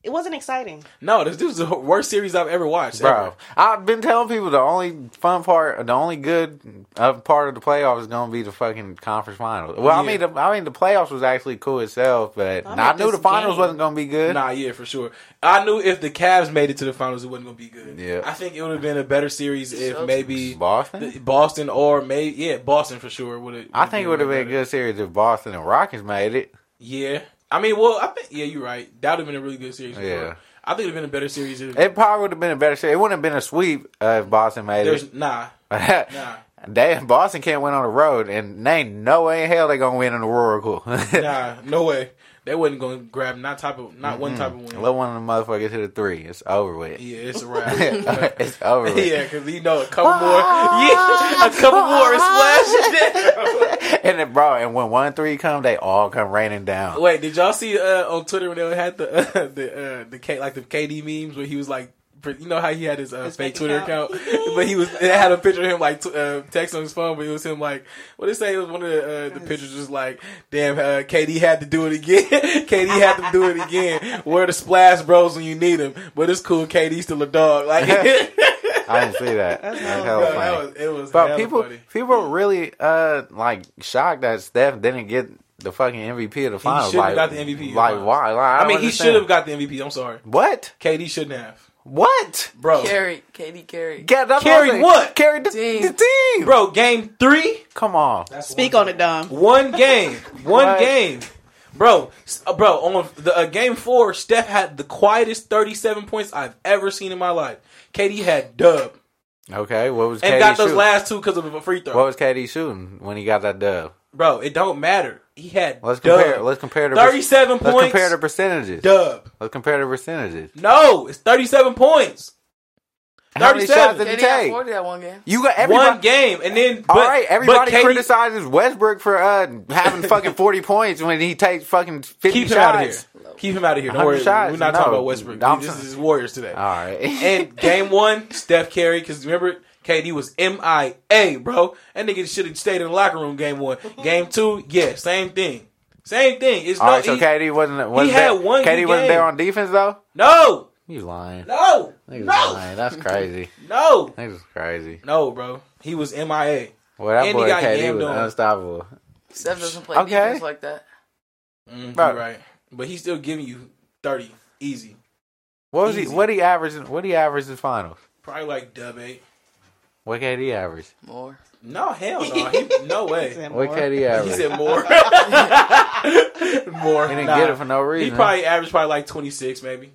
Speaker 2: it wasn't exciting.
Speaker 1: No, this, this is the worst series I've ever watched.
Speaker 3: Bro,
Speaker 1: ever.
Speaker 3: I've been telling people the only fun part, the only good uh, part of the playoffs is going to be the fucking conference finals. Well, I
Speaker 1: Yeah.
Speaker 3: mean, the, I mean, the playoffs was actually cool itself, but
Speaker 2: I
Speaker 3: I,
Speaker 2: meant
Speaker 3: knew
Speaker 2: this
Speaker 3: the finals
Speaker 2: game.
Speaker 3: wasn't going to be good.
Speaker 1: Nah, yeah, for sure. I knew if the Cavs made it to the finals, it wasn't gonna be good.
Speaker 3: Yeah.
Speaker 1: I think it would have been a better series if
Speaker 4: Celtics.
Speaker 1: maybe
Speaker 3: Boston.
Speaker 1: the- Boston or maybe yeah, Boston for sure would have.
Speaker 3: I think it would have been a good series if Boston and Rockets made it.
Speaker 1: Yeah, I mean, well, I think yeah, you're right. That would have been a really good series. for
Speaker 3: Yeah.
Speaker 1: sure. I think it'd been a better series. If
Speaker 3: It probably would have been a better series. It wouldn't have been a sweep uh, if Boston made
Speaker 1: there's nah,
Speaker 3: it.
Speaker 1: nah.
Speaker 3: They Boston can't win on the road, and they ain't no way in hell they gonna win in the Oracle.
Speaker 1: Nah, no way. They wasn't gonna grab not type of not one type of win.
Speaker 3: Let one of the motherfuckers hit a three. It's over with.
Speaker 1: Yeah, it's a wrap. yeah,
Speaker 3: it's over with.
Speaker 1: because you know a couple more, yeah, a couple more is splashes.
Speaker 3: And it bro, and when one three come, they all come raining down.
Speaker 1: Wait, did y'all see uh, on Twitter when they had the uh, the uh, the K, like the KD memes where he was like. You know how he had his, uh,
Speaker 2: His
Speaker 1: fake
Speaker 2: fake
Speaker 1: Twitter account,
Speaker 2: account.
Speaker 1: but he was it had a picture of him like t- uh, text on his phone, but it was him like what they say it was one of the, uh, the pictures was like, damn, uh, KD had to do it again. KD had to do it again. Where the splash bros when you need them, but it's cool. KD's still a dog. Like
Speaker 3: I didn't see that. That's hella
Speaker 1: Bro,
Speaker 3: funny.
Speaker 1: that was- it was
Speaker 3: but
Speaker 1: hella
Speaker 3: people
Speaker 1: funny.
Speaker 3: people were really uh like shocked that Steph didn't get the fucking MVP of the finals.
Speaker 1: shouldn't
Speaker 3: like,
Speaker 1: have got the MVP of the
Speaker 3: Like
Speaker 1: finals.
Speaker 3: why? Like,
Speaker 1: I,
Speaker 3: don't
Speaker 1: mean, he
Speaker 3: understand.
Speaker 1: should have got the MVP. I'm sorry,
Speaker 3: What?
Speaker 1: KD shouldn't have,
Speaker 3: What?
Speaker 1: bro.
Speaker 4: Carrie, Katie Carrie.
Speaker 3: Yeah, that's
Speaker 1: Carry
Speaker 3: I'm saying.
Speaker 1: what?
Speaker 3: Carry the
Speaker 4: Team.
Speaker 3: the team.
Speaker 1: Bro, game three,
Speaker 3: Come on.
Speaker 2: Speak on it, Dom.
Speaker 1: one game, one
Speaker 3: What?
Speaker 1: game, bro, s- uh, bro. On the uh, game four, Steph had the quietest 37 points I've ever seen in my life. KD had dub
Speaker 3: Okay, what was
Speaker 1: and
Speaker 3: KD
Speaker 1: got those
Speaker 3: shooting?
Speaker 1: last two because of a free throw,
Speaker 3: What was KD shooting when he got that dub?
Speaker 1: bro. It don't matter. He had
Speaker 3: Let's
Speaker 1: dub.
Speaker 3: compare. Let's compare the per-
Speaker 1: 37
Speaker 3: Let's
Speaker 1: points.
Speaker 3: compare the percentages.
Speaker 1: dub.
Speaker 3: Let's compare the percentages.
Speaker 1: No, it's 37 points.
Speaker 3: How many
Speaker 1: 37.
Speaker 3: shots did he
Speaker 4: Katie had
Speaker 3: take?
Speaker 4: 40 that one game.
Speaker 3: You got
Speaker 1: one
Speaker 3: everybody.
Speaker 1: game, and then but,
Speaker 3: All right,
Speaker 1: but
Speaker 3: everybody
Speaker 1: KD
Speaker 3: criticizes Westbrook for uh, having fucking forty points when he takes fucking fifty
Speaker 1: Keep him
Speaker 3: shots.
Speaker 1: out of here. Keep him out of here. Don't
Speaker 3: 100
Speaker 1: worry.
Speaker 3: shots?
Speaker 1: We're not
Speaker 3: No.
Speaker 1: talking about Westbrook.
Speaker 3: I'm
Speaker 1: this
Speaker 3: trying-
Speaker 1: is Warriors today.
Speaker 3: All right,
Speaker 1: and game one, Steph Curry, because remember, KD was MIA, bro. That nigga should have stayed in the locker room game one. Game two, yeah, same thing. Same thing. It's
Speaker 3: all
Speaker 1: no,
Speaker 3: right. So
Speaker 1: he-
Speaker 3: KD wasn't. wasn't
Speaker 1: had
Speaker 3: there-
Speaker 1: one
Speaker 3: KD
Speaker 1: good
Speaker 3: wasn't
Speaker 1: game.
Speaker 3: there on defense though.
Speaker 1: no,
Speaker 3: You lying?
Speaker 1: no,
Speaker 3: Niggas
Speaker 1: no,
Speaker 3: lying. That's crazy.
Speaker 1: no,
Speaker 3: Niggas crazy.
Speaker 1: no, bro. He was MIA.
Speaker 3: Well, that
Speaker 1: And he
Speaker 3: boy
Speaker 1: got
Speaker 3: KD
Speaker 1: yammed
Speaker 3: was
Speaker 1: on.
Speaker 3: unstoppable.
Speaker 4: Steph doesn't play
Speaker 3: Okay.
Speaker 4: defense like that.
Speaker 1: Mm,
Speaker 3: Bro.
Speaker 1: you're right, but he's still giving you thirty easy.
Speaker 3: What was
Speaker 1: Easy.
Speaker 3: he? What he averaged? What he averaged in finals?
Speaker 1: Probably like dub eight.
Speaker 3: What KD average?
Speaker 4: More.
Speaker 1: No, hell no. He, no way.
Speaker 2: Is that
Speaker 3: What
Speaker 2: more?
Speaker 3: KD average?
Speaker 1: He said more. more.
Speaker 3: he didn't
Speaker 1: Nah.
Speaker 3: get it for no reason.
Speaker 1: He probably averaged probably like twenty six, maybe.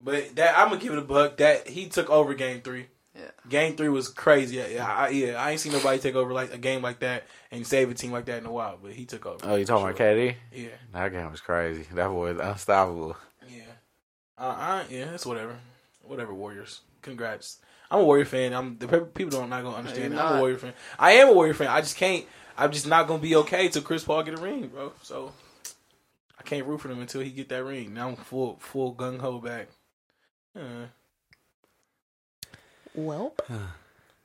Speaker 1: But that I'm gonna give it a buck. That he took over game three.
Speaker 4: Yeah.
Speaker 1: Game three was crazy. Yeah, yeah, I, yeah, I ain't seen nobody take over like a game like that and save a team like that in a while. But he took over.
Speaker 3: Oh, you talking
Speaker 1: Sure.
Speaker 3: about KD?
Speaker 1: Yeah,
Speaker 3: That game was crazy. That boy was unstoppable.
Speaker 1: yeah, uh, I, yeah. It's whatever, whatever. Warriors. Congrats. I'm a Warrior fan. I'm the pe- people don't not gonna understand.
Speaker 4: you're
Speaker 1: it. I'm a
Speaker 4: not.
Speaker 1: Warrior fan. I am a Warrior fan. I just can't. I'm just not gonna be okay till Chris Paul get a ring, bro. So I can't root for him until he get that ring. Now I'm full full gung ho back. Uh,
Speaker 2: Welp.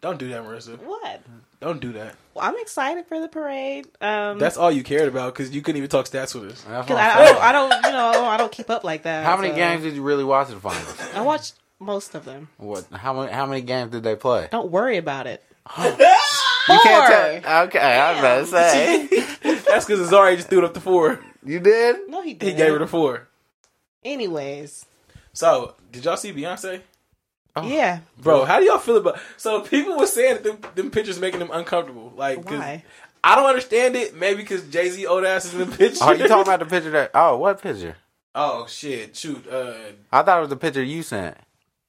Speaker 1: don't do that, Marissa.
Speaker 2: What?
Speaker 1: Don't do that.
Speaker 2: Well, I'm excited for the parade. Um,
Speaker 1: That's all you cared about because you couldn't even talk stats with us.
Speaker 3: That's
Speaker 2: because
Speaker 3: what
Speaker 2: I,
Speaker 3: I'm
Speaker 2: I, don't, I
Speaker 3: saying.
Speaker 2: don't, you know, I don't keep up like that.
Speaker 3: how many
Speaker 2: so-
Speaker 3: games did you really watch in the finals?
Speaker 2: I watched most of them.
Speaker 3: what? How many? How many games did they play?
Speaker 2: Don't worry about it.
Speaker 3: You
Speaker 2: Four.
Speaker 3: can't tell. Okay, I was about to say
Speaker 1: That's because Azari just threw it up to four.
Speaker 3: you did.
Speaker 2: No, he
Speaker 1: He
Speaker 2: didn't.
Speaker 1: gave it a four.
Speaker 2: Anyways,
Speaker 1: So did y'all see Beyonce?
Speaker 3: Oh.
Speaker 2: yeah.
Speaker 1: Bro, how do y'all feel about? So people were saying that them, them pictures making them uncomfortable. Like, 'cause
Speaker 2: Why?
Speaker 1: I don't understand it. Maybe because Jay Z old ass is in the picture.
Speaker 3: Oh, you talking about the picture that? Oh, what picture?
Speaker 1: Oh shit! Shoot. Uh,
Speaker 3: I thought it was the picture you sent.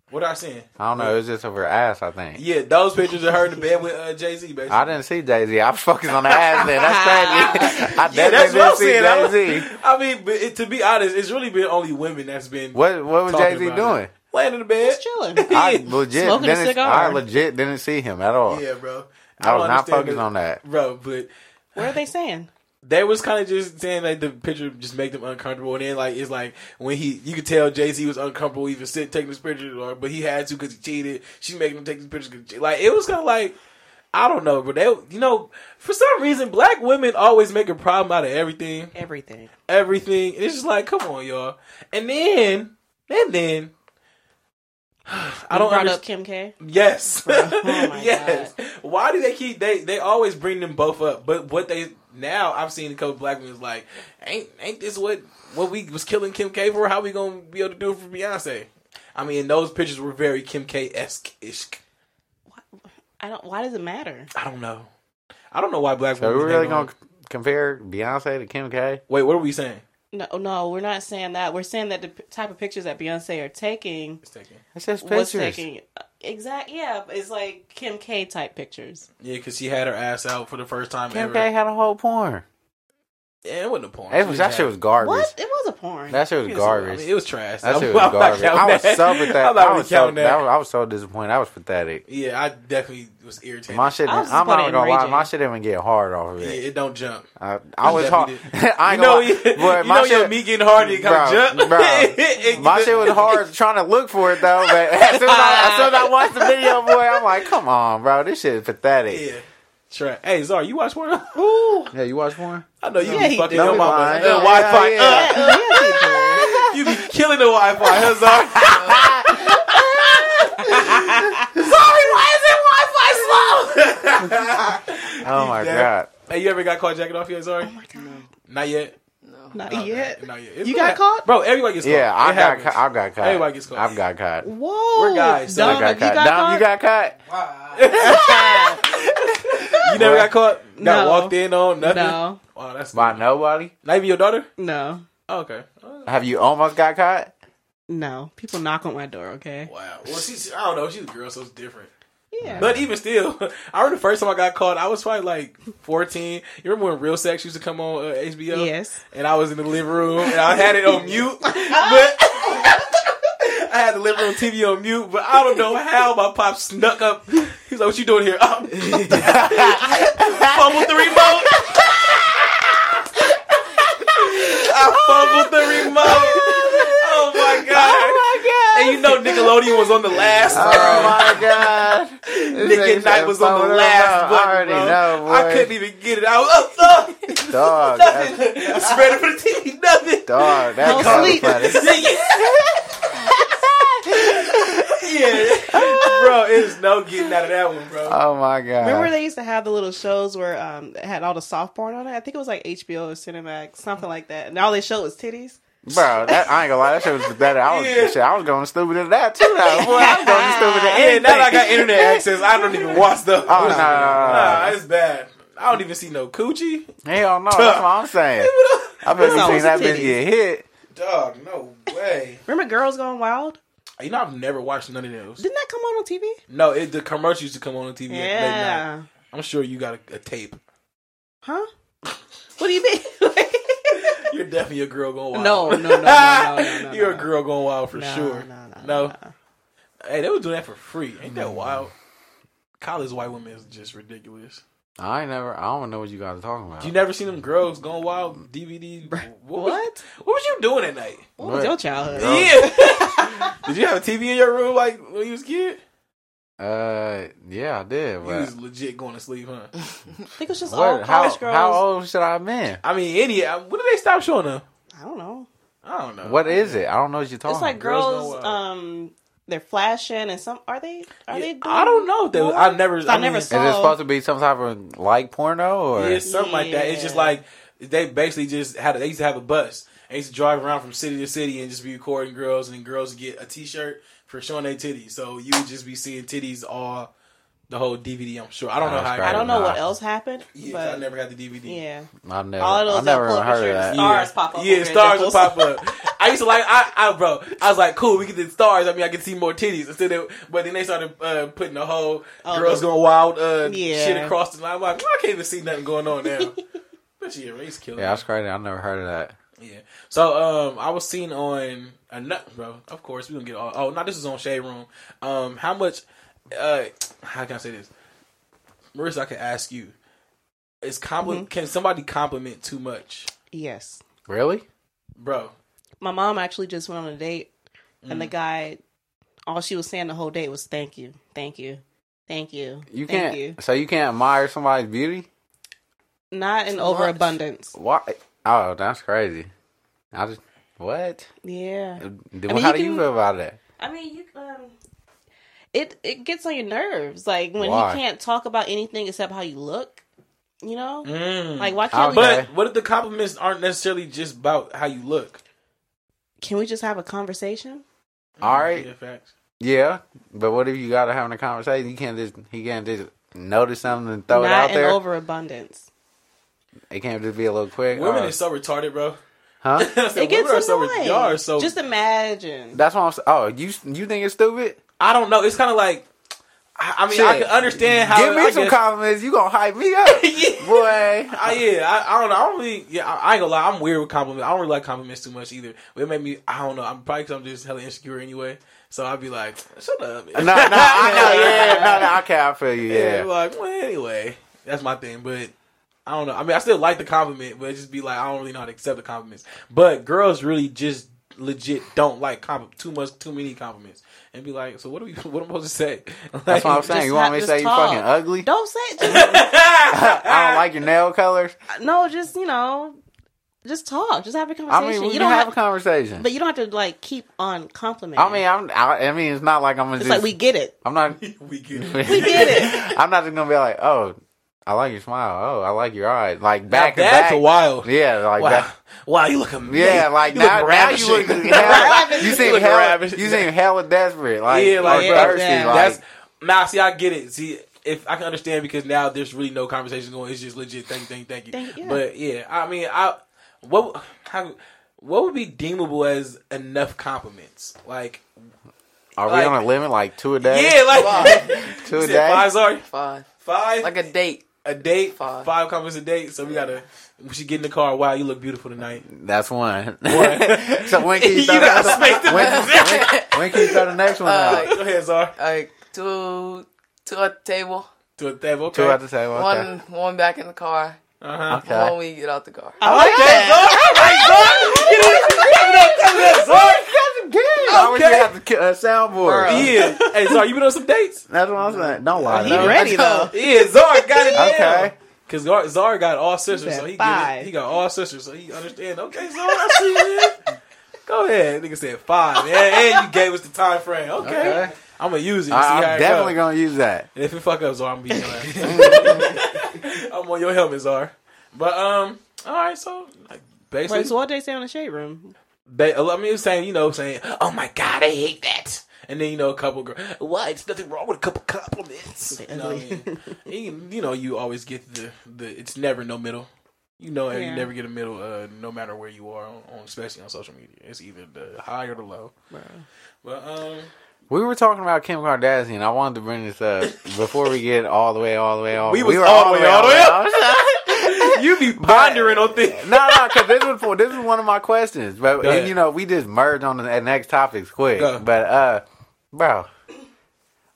Speaker 1: what I saying?
Speaker 3: I don't know. It was just of her ass. I think.
Speaker 1: Yeah, those pictures of her in the bed with uh, Jay Z. Basically,
Speaker 3: I didn't see Jay Z. I was focused on the ass. Then that's crazy. I
Speaker 1: yeah, that's
Speaker 3: definitely
Speaker 1: what I'm
Speaker 3: didn't see
Speaker 1: saying.
Speaker 3: Jay Z.
Speaker 1: I was- I mean, but it, to be honest, it's really been only women that's been
Speaker 3: What? What was Jay
Speaker 1: talking
Speaker 3: Z
Speaker 1: about
Speaker 3: doing?
Speaker 1: it. Laying in the bed,
Speaker 2: Just chilling.
Speaker 3: I legit
Speaker 2: Smoking a
Speaker 3: didn't.
Speaker 2: cigar.
Speaker 3: I legit didn't see him at all.
Speaker 1: Yeah, bro.
Speaker 3: I was
Speaker 1: don't
Speaker 3: not
Speaker 1: understand
Speaker 3: focused
Speaker 1: it.
Speaker 3: on that.
Speaker 1: bro. But
Speaker 2: What are they saying?
Speaker 1: They was kind of just saying like the picture just make them uncomfortable, and then like it's like when he you could tell Jay Z was uncomfortable even sit taking this picture, or, but he had to because he cheated. She making him take these pictures, 'cause he che- like it was kind of like I don't know, but they you know for some reason black women always make a problem out of everything,
Speaker 2: Everything.
Speaker 1: everything. And it's just like come on, y'all. And then and then I don't
Speaker 2: brought
Speaker 1: understand.
Speaker 2: up Kim K.
Speaker 1: Yes.
Speaker 2: Oh my
Speaker 1: yes. Why do they keep they they always bring them both up? But what they now I've seen a couple black women is like, ain't ain't this what what we was killing Kim K for? How we gonna be able to do it for Beyonce? I mean, those pictures were very Kim K esque ish.
Speaker 2: I don't. Why does it matter?
Speaker 1: I don't know. I don't know why black
Speaker 3: So
Speaker 1: women.
Speaker 3: we're really
Speaker 1: hate on-
Speaker 3: gonna c- compare Beyonce to Kim K?
Speaker 1: Wait, what are we saying?
Speaker 2: No, no, we're not saying that. We're saying that the p- type of pictures that Beyonce are taking
Speaker 1: It's taken.
Speaker 3: It's just
Speaker 2: was
Speaker 3: pictures.
Speaker 2: taking. uh, Exact. Yeah, it's like Kim K type pictures.
Speaker 1: Yeah, because she had her ass out for the first time
Speaker 3: Kim
Speaker 1: ever.
Speaker 3: K had a whole porn.
Speaker 1: Yeah, it wasn't a porn.
Speaker 3: It
Speaker 1: She
Speaker 3: was,
Speaker 1: just
Speaker 3: that shit
Speaker 1: had-
Speaker 3: was garbage.
Speaker 2: What? It was a porn.
Speaker 3: That shit was
Speaker 1: I
Speaker 3: garbage.
Speaker 1: mean, it was trash.
Speaker 3: that
Speaker 1: I'm-
Speaker 3: shit
Speaker 1: I'm
Speaker 3: was
Speaker 1: not
Speaker 3: garbage. I
Speaker 1: counting
Speaker 3: was so pathetic.
Speaker 1: I'm not
Speaker 3: I
Speaker 1: really
Speaker 3: was so
Speaker 1: counting that.
Speaker 3: that. was- I was so disappointed. I was pathetic.
Speaker 1: Yeah, I definitely was irritated.
Speaker 3: My shit.
Speaker 2: I was
Speaker 3: Didn't, I'm not
Speaker 2: disappointed
Speaker 3: gonna
Speaker 2: in
Speaker 3: lie.
Speaker 2: Ray J.
Speaker 3: My shit didn't even get hard off of
Speaker 1: yeah,
Speaker 3: it.
Speaker 1: it don't jump.
Speaker 3: I, I was hard.
Speaker 1: definitely
Speaker 3: I
Speaker 1: you
Speaker 3: ain't
Speaker 1: know,
Speaker 3: gonna
Speaker 1: you,
Speaker 3: lie. Boy,
Speaker 1: you
Speaker 3: my
Speaker 1: know your
Speaker 3: shit-
Speaker 1: meat getting hard and kind
Speaker 3: Bro,
Speaker 1: of jump.
Speaker 3: bro.
Speaker 1: It-
Speaker 3: My
Speaker 1: it-
Speaker 3: shit was hard trying to look for it though, but as soon as I, as soon as I watched the video, boy, I'm like, come on, bro, this shit is pathetic.
Speaker 1: Yeah. Try. Hey, Zar, you watch porn?
Speaker 3: Yeah, you watch porn?
Speaker 1: I know you
Speaker 2: Yeah,
Speaker 1: be
Speaker 2: he
Speaker 1: fucking your
Speaker 2: do.
Speaker 3: Don't be
Speaker 1: mama.
Speaker 3: lying.
Speaker 1: The
Speaker 3: Yeah,
Speaker 1: Wi-Fi.
Speaker 3: yeah.
Speaker 1: uh,
Speaker 2: Yeah, yeah, she did.
Speaker 1: you be killing the Wi-Fi, huh, Zar? Sorry, why is it Wi-Fi slow?
Speaker 3: Oh my
Speaker 1: Yeah.
Speaker 3: god.
Speaker 1: hey, you ever got caught jacking off yet, Zar?
Speaker 2: Oh my god.
Speaker 1: Not yet.
Speaker 4: No.
Speaker 2: Not
Speaker 1: Okay,
Speaker 2: yet.
Speaker 1: Not yet. It's
Speaker 2: You got
Speaker 1: bad.
Speaker 2: caught?
Speaker 1: bro. Everybody gets caught.
Speaker 3: Yeah, I
Speaker 1: It
Speaker 3: got,
Speaker 1: happens.
Speaker 3: ca- I got caught.
Speaker 1: Everybody gets caught.
Speaker 3: I've got caught. I
Speaker 2: Whoa.
Speaker 1: We're guys, so-
Speaker 2: Dom,
Speaker 1: I
Speaker 3: got
Speaker 2: you
Speaker 3: caught.
Speaker 2: got
Speaker 3: Dom, you
Speaker 2: caught?
Speaker 3: got caught.
Speaker 1: You never got caught. Got
Speaker 2: No.
Speaker 1: walked in on nothing.
Speaker 2: No.
Speaker 1: Oh, that's
Speaker 3: By nobody.
Speaker 1: not even your daughter.
Speaker 2: No.
Speaker 1: Oh, okay. Oh,
Speaker 3: Have you almost got caught?
Speaker 2: No. People knock on my door, okay?
Speaker 1: Wow. Well, she's, I don't know. She's a girl, so it's different.
Speaker 2: Yeah.
Speaker 1: But even still, I remember the first time I got caught, I was probably like 14. You remember when Real Sex used to come on uh, HBO?
Speaker 2: yes.
Speaker 1: And I was in the living room and I had it on mute. But I had the living room TV on mute, but I don't know how my pop snuck up. He was like, What you doing here? Um, fumbled the remote. I fumbled the remote. Oh my god. And you know Nickelodeon was on the last.
Speaker 3: Oh my god. This
Speaker 1: Nick and
Speaker 3: nigga
Speaker 1: Knight was on
Speaker 3: phone
Speaker 1: the
Speaker 3: up.
Speaker 1: last button,
Speaker 3: I already
Speaker 1: bro.
Speaker 3: know, boy.
Speaker 1: I couldn't even get it. I was up, up,
Speaker 3: Dog,
Speaker 1: nothing.
Speaker 3: that's,
Speaker 1: I spread it for the TV, nothing.
Speaker 3: dog, that's
Speaker 2: No
Speaker 3: kinda
Speaker 2: sleep.
Speaker 3: funny.
Speaker 1: yeah, bro, it's no getting out of that one, bro.
Speaker 3: Oh my god.
Speaker 2: Remember they used to have the little shows where um it had all the soft porn on it? I think it was like HBO or Cinemax, something like that. And all they showed was titties.
Speaker 3: Bro, that, I ain't gonna lie, that shit was pathetic. I was,
Speaker 1: Yeah.
Speaker 3: shit, I was going stupid at that too. Though. Boy, I was going stupid at
Speaker 1: yeah,
Speaker 3: anything.
Speaker 1: now that I got internet access, I don't even watch the.
Speaker 3: Oh, nah, nah, nah, nah.
Speaker 1: nah, it's bad. I don't even see no coochie.
Speaker 3: Hell no, that's what I'm saying. I've never
Speaker 2: That's
Speaker 3: seen that
Speaker 2: always
Speaker 3: bitch
Speaker 2: titties.
Speaker 3: get hit.
Speaker 1: Dog, no way.
Speaker 2: Remember Girls Gone Wild?
Speaker 1: You know, I've never watched none of those.
Speaker 2: Didn't that come on on TV?
Speaker 1: No, it, the commercials used to come on on TV at late night.
Speaker 2: Yeah.
Speaker 1: I'm sure you got a, a tape.
Speaker 2: Huh? What do you mean?
Speaker 1: You're definitely a girl going wild.
Speaker 2: no, no, no, no, no, no, no.
Speaker 1: You're
Speaker 2: no.
Speaker 1: a girl going wild for
Speaker 2: No,
Speaker 1: sure.
Speaker 2: No, no,
Speaker 1: No.
Speaker 2: no. no.
Speaker 1: Hey, they was doing that for free. Ain't that wild? College white women is just ridiculous.
Speaker 3: I ain't never, I don't know what you guys are talking about.
Speaker 1: You never seen them girls going wild DVD? What? was-
Speaker 2: What?
Speaker 1: What was you doing at night?
Speaker 2: What was
Speaker 3: Right.
Speaker 2: your childhood?
Speaker 3: Girl.
Speaker 1: Yeah. Did you have a TV in your room like when you was a kid?
Speaker 3: uh, yeah, I did.
Speaker 1: You
Speaker 3: But
Speaker 1: was legit going to sleep, huh?
Speaker 2: I think it was just all
Speaker 3: what, how,
Speaker 2: college girls.
Speaker 3: how old should I have been?
Speaker 1: I mean, any. I- When did they stop showing them?
Speaker 2: I don't know.
Speaker 1: I don't know.
Speaker 3: What is it? I don't know what you're talking
Speaker 2: It's like
Speaker 1: girls
Speaker 2: girls,
Speaker 1: go wild.
Speaker 2: um, they're flashing and some are they are
Speaker 1: Yeah,
Speaker 2: they? Doing
Speaker 1: I don't know. They,
Speaker 2: more?
Speaker 1: I never.
Speaker 2: I never
Speaker 1: mean,
Speaker 2: saw
Speaker 3: about. Is it
Speaker 2: So-
Speaker 3: supposed to be some type of like porno or?
Speaker 1: Yeah, something like that. It's just
Speaker 2: Yeah.
Speaker 1: like they basically just had. They used to have a bus. They used to drive around from city to city and just be recording girls, and then girls would get a T-shirt for showing their titties. So you would just be seeing titties all the whole DVD. I'm sure. I don't know
Speaker 3: That's
Speaker 1: how.
Speaker 2: I
Speaker 3: crazy.
Speaker 2: don't know what
Speaker 3: Nah.
Speaker 2: else happened,
Speaker 1: Yeah, 'cause
Speaker 2: but
Speaker 1: I never had the DVD.
Speaker 2: yeah,
Speaker 3: I never,
Speaker 2: All of those
Speaker 3: I never
Speaker 2: little
Speaker 3: even heard of
Speaker 2: pictures.
Speaker 3: that.
Speaker 2: Yeah. Stars pop up
Speaker 1: Yeah,
Speaker 2: over
Speaker 1: stars
Speaker 2: your
Speaker 1: would pop up. I used to like, I, I, bro, I was like, cool, we get the stars. I mean, I can see more titties. Instead of, but then they started uh, putting the whole
Speaker 2: Oh,
Speaker 1: girls
Speaker 2: the-
Speaker 1: going wild uh,
Speaker 2: Yeah.
Speaker 1: shit across the line. I'm like, I can't even see nothing going on now. but yeah, race killer.
Speaker 3: Yeah, that's crazy. I never heard of that.
Speaker 1: Yeah. So um, I was seen on a nut, bro. Of course, we gonna get all. Oh, no, this is on Shade Room. Um, how much? Uh, how can I say this, Marissa? I can ask you. Is compli-
Speaker 3: Mm-hmm.
Speaker 1: Can somebody compliment too much,
Speaker 2: Yes.
Speaker 3: Really?
Speaker 1: bro?
Speaker 2: My mom actually just went on a date, and the
Speaker 1: Mm.
Speaker 2: guy, all she was saying the whole date was "thank you, thank you, thank you,
Speaker 3: You
Speaker 2: thank
Speaker 3: can't.
Speaker 2: you."
Speaker 3: So you can't admire somebody's beauty?
Speaker 2: Not in
Speaker 4: Too
Speaker 2: overabundance.
Speaker 3: Why? Oh, that's crazy. I just what?
Speaker 2: Yeah.
Speaker 3: Then
Speaker 2: I mean,
Speaker 3: how
Speaker 2: you
Speaker 3: do you
Speaker 2: can-
Speaker 3: feel about that?
Speaker 2: I mean, you um, it it gets on your nerves, like when
Speaker 3: Why?
Speaker 2: you can't talk about anything except how you look. You know,
Speaker 1: Mm.
Speaker 2: like why can't we?
Speaker 1: But
Speaker 3: Okay.
Speaker 1: what if the compliments aren't necessarily just about how you look?
Speaker 2: Can we just have a conversation? Mm-hmm.
Speaker 3: All right.
Speaker 1: Yeah, facts.
Speaker 3: Yeah, but what if you gotta having a conversation? You can't just he can't just notice something and throw it
Speaker 2: Not
Speaker 3: out
Speaker 2: in
Speaker 3: there.
Speaker 2: overabundance.
Speaker 3: it can't just be a little quick.
Speaker 1: Women
Speaker 3: uh,
Speaker 1: is so retarded, bro.
Speaker 3: huh?
Speaker 1: I said,
Speaker 2: It gets
Speaker 1: women are so re-
Speaker 2: annoying.
Speaker 1: y'all are so.
Speaker 2: Just imagine.
Speaker 3: That's what I'm. s- Oh, you you think it's stupid?
Speaker 1: I don't know. It's kind of like. I, I mean, I
Speaker 3: Shit.
Speaker 1: can understand how.
Speaker 3: Give me
Speaker 1: I
Speaker 3: some
Speaker 1: guess-
Speaker 3: compliments. You gonna hype me up, boy?
Speaker 1: I, yeah, I, I don't know. I don't really. Yeah, I, I ain't gonna lie. I'm weird with compliments. I don't really like compliments too much either. But it made me. I don't know. I'm probably because I'm just hella insecure anyway. So I'd be like, shut up.
Speaker 3: No, no, I know. Yeah, no, no. Okay, I feel you.
Speaker 1: yeah.
Speaker 3: Yeah,
Speaker 1: Like, well, anyway, that's my thing. But I don't know. I mean, I still like the compliment, but it just be like, I don't really know how to accept the compliments. But girls really just legit don't like compl- too much, too many compliments, and be like, so what are we? What am I supposed to say?
Speaker 3: that's what I'm
Speaker 2: Just
Speaker 3: saying. You
Speaker 2: ha-
Speaker 3: want me to
Speaker 2: just
Speaker 3: say you
Speaker 2: talk.
Speaker 3: fucking ugly?
Speaker 2: Don't say it. Just,
Speaker 3: I don't like your nail colors.
Speaker 2: no, just you know, just talk. Just have a
Speaker 3: I
Speaker 2: conversation.
Speaker 3: mean, we
Speaker 2: you
Speaker 3: can
Speaker 2: don't
Speaker 3: have,
Speaker 2: have,
Speaker 3: a conversation.
Speaker 2: but you don't have to like keep on complimenting.
Speaker 3: I mean, I'm. I, I mean, it's not like I'm gonna
Speaker 2: it's
Speaker 3: just.
Speaker 2: like we get it.
Speaker 3: I'm not.
Speaker 1: we get it.
Speaker 2: We get it.
Speaker 3: I'm not just gonna be like, oh, I like your smile. Oh, I like your eyes. Like back to
Speaker 1: that's
Speaker 3: back.
Speaker 1: wild.
Speaker 3: Yeah, like
Speaker 1: wow,
Speaker 3: that.
Speaker 1: wow, you look amazing.
Speaker 3: Yeah, like
Speaker 1: you
Speaker 3: now,
Speaker 1: look
Speaker 3: now you look
Speaker 1: ravishing.
Speaker 3: hella, you seem
Speaker 1: look
Speaker 3: hella,
Speaker 1: ravished.
Speaker 3: you seem hella desperate, like
Speaker 1: yeah, like
Speaker 3: or
Speaker 1: bro,
Speaker 3: thirsty,
Speaker 2: yeah.
Speaker 3: like
Speaker 1: that's now. See, I get it. See, if I can understand because now there's really no conversation going. It's just legit. Thank you, thank you, thank you.
Speaker 2: Thank you, yeah.
Speaker 1: But yeah, I mean, I what how, what would be deemable as enough compliments? Like,
Speaker 3: are
Speaker 1: like-
Speaker 3: we on a limit like two a day?
Speaker 1: yeah, like
Speaker 3: two
Speaker 1: You
Speaker 3: a
Speaker 1: said
Speaker 3: day.
Speaker 1: five. Sorry,
Speaker 4: Five.
Speaker 1: five
Speaker 4: Like a date.
Speaker 1: a date.
Speaker 4: five.
Speaker 1: five compliments a date. So we gotta. We should get in the car. Wow, you look beautiful tonight.
Speaker 3: That's one.
Speaker 1: One.
Speaker 3: so when can you
Speaker 1: You
Speaker 3: throw
Speaker 1: gotta
Speaker 3: the,
Speaker 1: space
Speaker 3: when,
Speaker 1: the
Speaker 3: when, when can you throw the next one
Speaker 4: Uh,
Speaker 3: out?
Speaker 1: Go ahead, Zar.
Speaker 4: Like two, two at the table.
Speaker 1: To a table. Okay.
Speaker 3: Two out the table. Okay.
Speaker 4: One, one back in the car.
Speaker 1: uh-huh.
Speaker 3: Okay.
Speaker 4: One when you get out the car.
Speaker 2: I like that.
Speaker 3: I wish you
Speaker 1: Okay.
Speaker 3: had the ki- uh, soundboard.
Speaker 4: Bruh.
Speaker 1: Yeah. Hey, Zar, you been on some dates?
Speaker 3: That's what I'm saying. Don't lie.
Speaker 2: He
Speaker 3: though.
Speaker 2: ready though.
Speaker 1: Yeah, Zar got it. down.
Speaker 3: Okay.
Speaker 1: Cause Zar, Zar got all sisters,
Speaker 2: said
Speaker 1: so he get
Speaker 2: five.
Speaker 1: it. He got all sisters, so he understand. Okay, Zar, I see you. man. Go ahead, nigga said five, man, and you gave us the time frame. Okay,
Speaker 3: Okay.
Speaker 1: I'm gonna use it. and see
Speaker 3: I,
Speaker 1: how
Speaker 3: I'm
Speaker 1: it
Speaker 3: definitely
Speaker 1: go.
Speaker 3: gonna use that.
Speaker 1: And if it fuck up, Zar, I'm gonna be your ass. I'm on your helmet, Zar. But um, all right, so like, basically,
Speaker 2: Wait, so what they say on the shade room?
Speaker 1: They, I mean, it was saying, you know, saying, oh my God, I hate that. And then, you know, a couple girls, what? It's nothing wrong with a couple compliments. You know, what I mean? you, you know, you always get the, the, it's never no middle. You know, and you
Speaker 2: Yeah.
Speaker 1: never get a middle, uh, no matter where you are, on, on, especially on social media. It's either the high or the low. But, um,
Speaker 3: We were talking about Kim Kardashian. I wanted to bring this up before we get all the way, all the way, all
Speaker 1: We was
Speaker 3: were
Speaker 1: all the way, all the way
Speaker 3: all the way up.
Speaker 1: you be pondering on things.
Speaker 3: no, no, because this was for, this is one of my questions, but
Speaker 1: Go ahead.
Speaker 3: and, you know we just merged on the the next topics quick.
Speaker 1: Go.
Speaker 3: But uh, bro,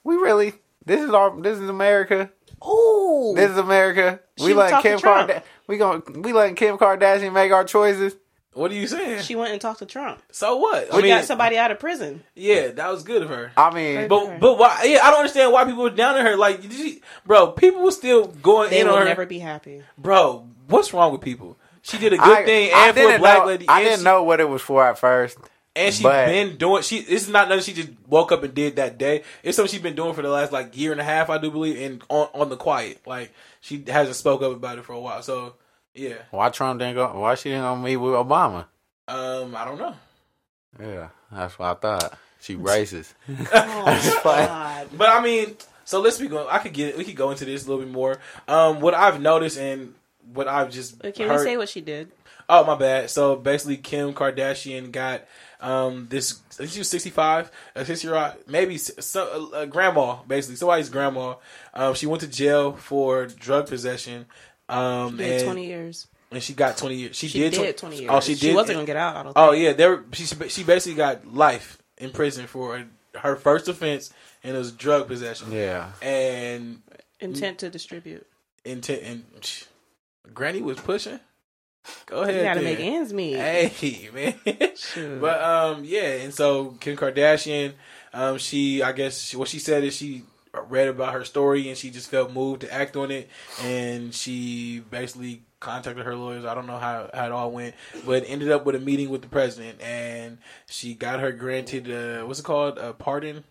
Speaker 3: we really this is our this is America.
Speaker 2: Ooh,
Speaker 3: This is America. we
Speaker 2: She was
Speaker 3: letting
Speaker 2: talking
Speaker 3: Kim
Speaker 2: Trump.
Speaker 3: Kardashian. We going we letting Kim Kardashian make our choices.
Speaker 1: What are you saying?
Speaker 2: she went and talked to Trump.
Speaker 1: so what? I
Speaker 2: We
Speaker 1: mean,
Speaker 2: got somebody out of prison.
Speaker 1: yeah, that was good of her.
Speaker 3: I mean,
Speaker 1: But but why? Yeah, I don't understand why people were down on her. Like, did she, bro, people were still going
Speaker 2: They
Speaker 1: in
Speaker 2: will
Speaker 1: on her.
Speaker 2: never be happy.
Speaker 1: bro, what's wrong with people? She did a good
Speaker 3: I,
Speaker 1: thing
Speaker 3: I
Speaker 1: and for a
Speaker 3: didn't
Speaker 1: black
Speaker 3: know,
Speaker 1: lady.
Speaker 3: I
Speaker 1: and
Speaker 3: didn't
Speaker 1: she,
Speaker 3: know what it was for at first.
Speaker 1: and she
Speaker 3: but-
Speaker 1: been doing. She this is not nothing she just woke up and did that day. It's something she's been doing for the last like year and a half, I do believe, and on on the quiet. Like she hasn't spoke up about it for a while. So yeah,
Speaker 3: Why Trump didn't go? Why she didn't go meet with Obama?
Speaker 1: um, I don't know.
Speaker 3: Yeah, that's what I thought. She racist.
Speaker 2: Oh
Speaker 3: playing.
Speaker 2: God.
Speaker 1: But I mean, so let's be going. I could get. We could go into this a little bit more. Um, what I've noticed and what I've just
Speaker 2: But Can
Speaker 1: heard,
Speaker 2: we say what she did?
Speaker 1: Oh my bad. So basically, Kim Kardashian got um this. She was sixty five, a sixty year old, maybe s- so, a, a grandma, basically somebody's grandma. Um, she went to jail for drug possession. Um,
Speaker 2: Did
Speaker 1: and,
Speaker 2: twenty years.
Speaker 1: and she got twenty years. She,
Speaker 2: She
Speaker 1: did,
Speaker 2: did,
Speaker 1: twen-
Speaker 2: twenty years.
Speaker 1: Oh, she did.
Speaker 2: She wasn't gonna get out. I don't think.
Speaker 1: Oh yeah, there. She she basically got life in prison for her first offense, and it was drug possession.
Speaker 3: Yeah.
Speaker 1: and
Speaker 2: Intent to distribute.
Speaker 1: intent and Granny was pushing. Go ahead.
Speaker 2: You gotta
Speaker 1: then.
Speaker 2: make ends meet.
Speaker 1: Hey man,
Speaker 2: Shoot.
Speaker 1: but um yeah, and so Kim Kardashian, um she I guess she, what she said is she read about her story and she just felt moved to act on it, and she basically contacted her lawyers. I don't know how, how it all went, but ended up with a meeting with the president, and she got her granted uh, what's it called a pardon.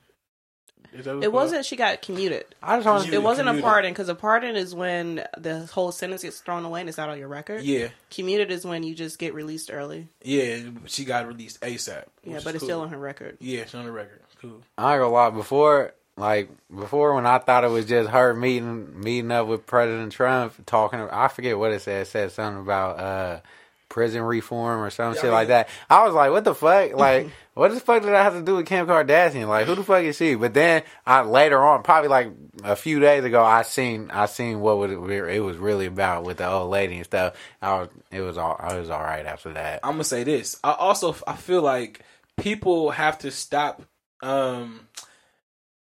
Speaker 1: Is that what it's
Speaker 2: It
Speaker 1: called?
Speaker 2: wasn't. She got commuted.
Speaker 3: I just want
Speaker 1: You-
Speaker 3: to.
Speaker 2: It wasn't a
Speaker 1: commuted.
Speaker 2: pardon because a pardon is when the whole sentence gets thrown away and it's not on your record.
Speaker 1: Yeah,
Speaker 2: Commuted is when you just get released early.
Speaker 1: yeah, she got released ASAP.
Speaker 2: Yeah,
Speaker 1: which
Speaker 2: but
Speaker 1: is
Speaker 2: it's still
Speaker 1: cool.
Speaker 2: on her record.
Speaker 1: Yeah, it's on the record. Cool.
Speaker 3: I ain't gonna lie. Before, like before, when I thought it was just her meeting meeting up with President Trump, talking. I forget what it said. It said something about uh, prison reform or some shit like that. I was like, what the fuck? Like, what the fuck did I have to do with Kim Kardashian? Like, who the fuck is she? But then I later on, probably like a few days ago, I seen I seen what would it, re- it was really about with the old lady and stuff. I was it was all I was all right after that.
Speaker 1: I'm gonna say this. I also I feel like people have to stop um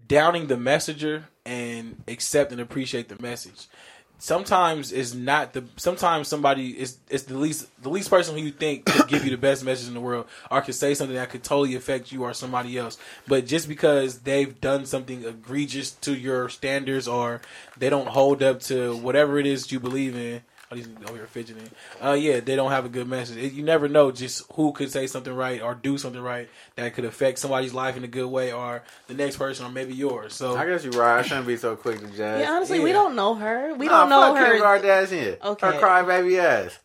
Speaker 1: downing the messenger and accept and appreciate the message. Sometimes it's not the sometimes somebody is it's the least the least person who you think could give you the best message in the world or could say something that could totally affect you or somebody else. But just because they've done something egregious to your standards or they don't hold up to whatever it is you believe in, Oh, these niggas over here fidgeting. Uh, yeah, they don't have a good message. It- you never know just who could say something right or do something right that could affect somebody's life in a good way or the next person or maybe yours. So
Speaker 3: guess you're right. I shouldn't be so quick to judge.
Speaker 2: Yeah, honestly, we
Speaker 1: yeah.
Speaker 2: don't know her. We
Speaker 3: Nah,
Speaker 2: don't know
Speaker 3: fuck Kim
Speaker 2: her.
Speaker 3: Kardashian.
Speaker 2: Okay.
Speaker 3: Her crybaby ass.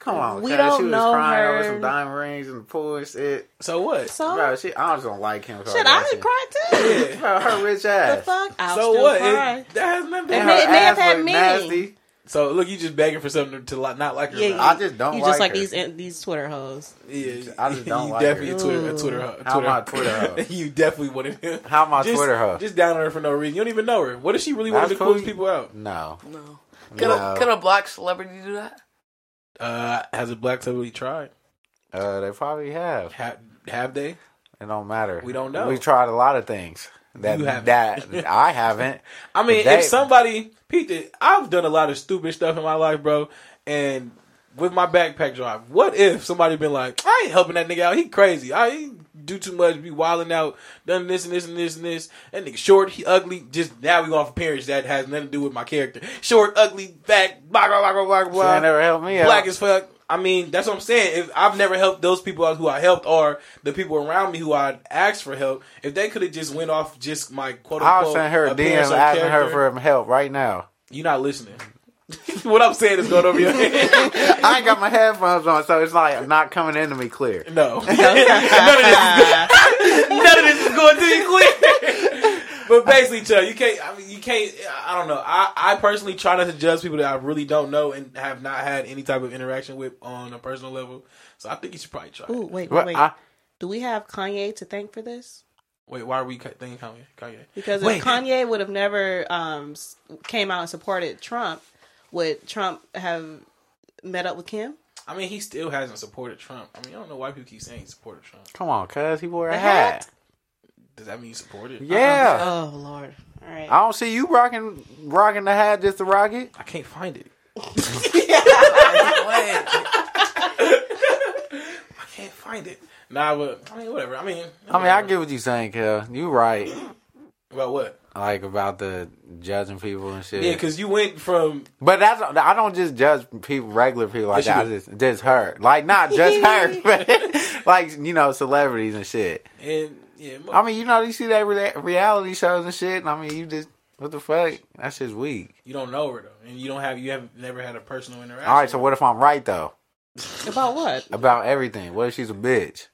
Speaker 3: Come on,
Speaker 2: We
Speaker 3: cuz.
Speaker 2: don't
Speaker 3: she was
Speaker 2: know
Speaker 3: crying
Speaker 2: her.
Speaker 3: over some diamond rings and the pool and shit.
Speaker 1: so what? So,
Speaker 2: So
Speaker 3: Bro, she, I just don't like Kim Kardashian.
Speaker 2: shit, I would cry too.
Speaker 3: Bro, her rich
Speaker 2: The
Speaker 3: ass.
Speaker 2: fuck? I'll still
Speaker 1: what?
Speaker 2: cry.
Speaker 1: It- that has nothing. To
Speaker 2: It
Speaker 3: And
Speaker 1: do-
Speaker 2: may-
Speaker 3: her
Speaker 2: may have
Speaker 3: ass
Speaker 2: had
Speaker 3: look
Speaker 2: meaning.
Speaker 3: nasty.
Speaker 1: so look, you just begging for something to li- not like her.
Speaker 2: yeah,
Speaker 1: now.
Speaker 2: you,
Speaker 3: I just don't
Speaker 2: You just like
Speaker 3: like her.
Speaker 2: these these Twitter hoes.
Speaker 1: yeah,
Speaker 3: I just don't
Speaker 1: you
Speaker 3: like
Speaker 1: definitely
Speaker 3: her.
Speaker 1: a Twitter, a
Speaker 2: Ooh.
Speaker 1: Twitter, a Twitter.
Speaker 3: How am I a Twitter hoe?
Speaker 1: you definitely wanted him.
Speaker 3: How am I a
Speaker 1: just,
Speaker 3: Twitter hoe?
Speaker 1: Just down on her for no reason. You don't even know her. What if she really wanted
Speaker 3: That's
Speaker 1: to cool
Speaker 3: cool.
Speaker 1: people out?
Speaker 3: No.
Speaker 4: No. Could,
Speaker 3: no.
Speaker 4: a, could a black celebrity do that?
Speaker 1: Uh, has a black celebrity tried?
Speaker 3: uh, they probably have.
Speaker 1: Have, have they?
Speaker 3: It don't matter.
Speaker 1: We don't know.
Speaker 3: We tried a lot of things. That,
Speaker 1: You haven't.
Speaker 3: that I haven't.
Speaker 1: I mean,
Speaker 3: They-
Speaker 1: if somebody, Pete, did- I've done a lot of stupid stuff in my life, bro, and with my backpack drive, what if somebody been like, I ain't helping that nigga out. He crazy. I he do too much. Be wilding out. Done this and this and this and this. That nigga short. He ugly. Just now we going for parents that has nothing to do with my character. Short, ugly, fat. Blah blah blah blah blah.
Speaker 3: She
Speaker 1: blah
Speaker 3: ain't never helped me out.
Speaker 1: black as fuck. I mean, that's what I'm saying. If I've never helped those people out who I helped, or the people around me who I asked for help, if they could have just went off just my quote unquote,
Speaker 3: I'll send her a DM
Speaker 1: appearance or
Speaker 3: asking her
Speaker 1: character,
Speaker 3: for help right now.
Speaker 1: You're not listening. what I'm saying is going over your head.
Speaker 3: I ain't got my headphones on, so it's like not coming into me clear.
Speaker 1: No, none of this is going, none of this is going to be clear. But basically, Chuck, you can't. I mean, you can't. I don't know. I, I personally try not to judge people that I really don't know and have not had any type of interaction with on a personal level. So I think you should probably try. it.
Speaker 2: Ooh, wait,
Speaker 3: Well,
Speaker 2: wait.
Speaker 3: I-
Speaker 2: Do we have Kanye to thank for this?
Speaker 1: Wait, why are we cut- thinking Kanye? Kanye.
Speaker 2: Because
Speaker 1: Wait.
Speaker 2: if Kanye would have never um, s- came out and supported Trump, would Trump have met up with Kim?
Speaker 1: I mean, he still hasn't supported Trump. I mean, I don't know why people keep saying he supported Trump.
Speaker 3: Come on, cuz he wore a
Speaker 2: The
Speaker 3: hat.
Speaker 2: hat?
Speaker 1: Does that mean he supported? Uh-uh.
Speaker 3: Yeah.
Speaker 2: Oh Lord! All right.
Speaker 3: I don't see you rocking rocking the hat just to rock it.
Speaker 1: I, I can't find it.
Speaker 4: Wait.
Speaker 1: I can't find it. Nah, but I mean, whatever. I mean,
Speaker 3: I mean, I get what you're saying, Kel. You right.
Speaker 1: about what?
Speaker 3: Like about the judging people and shit.
Speaker 1: Yeah, because you went from
Speaker 3: but that's I don't just judge people, regular people like
Speaker 1: Yes,
Speaker 3: that.
Speaker 1: you
Speaker 3: I just just her, like not just her, but like you know celebrities and shit.
Speaker 1: and yeah, mo-
Speaker 3: I mean, you know you see that re- reality shows and shit. And I mean, you just what the fuck? That shit's weak.
Speaker 1: you don't know her though, and you don't have you have never had a personal interaction.
Speaker 3: All right, so what if I'm right though
Speaker 2: About what?
Speaker 3: about everything? What if she's a bitch?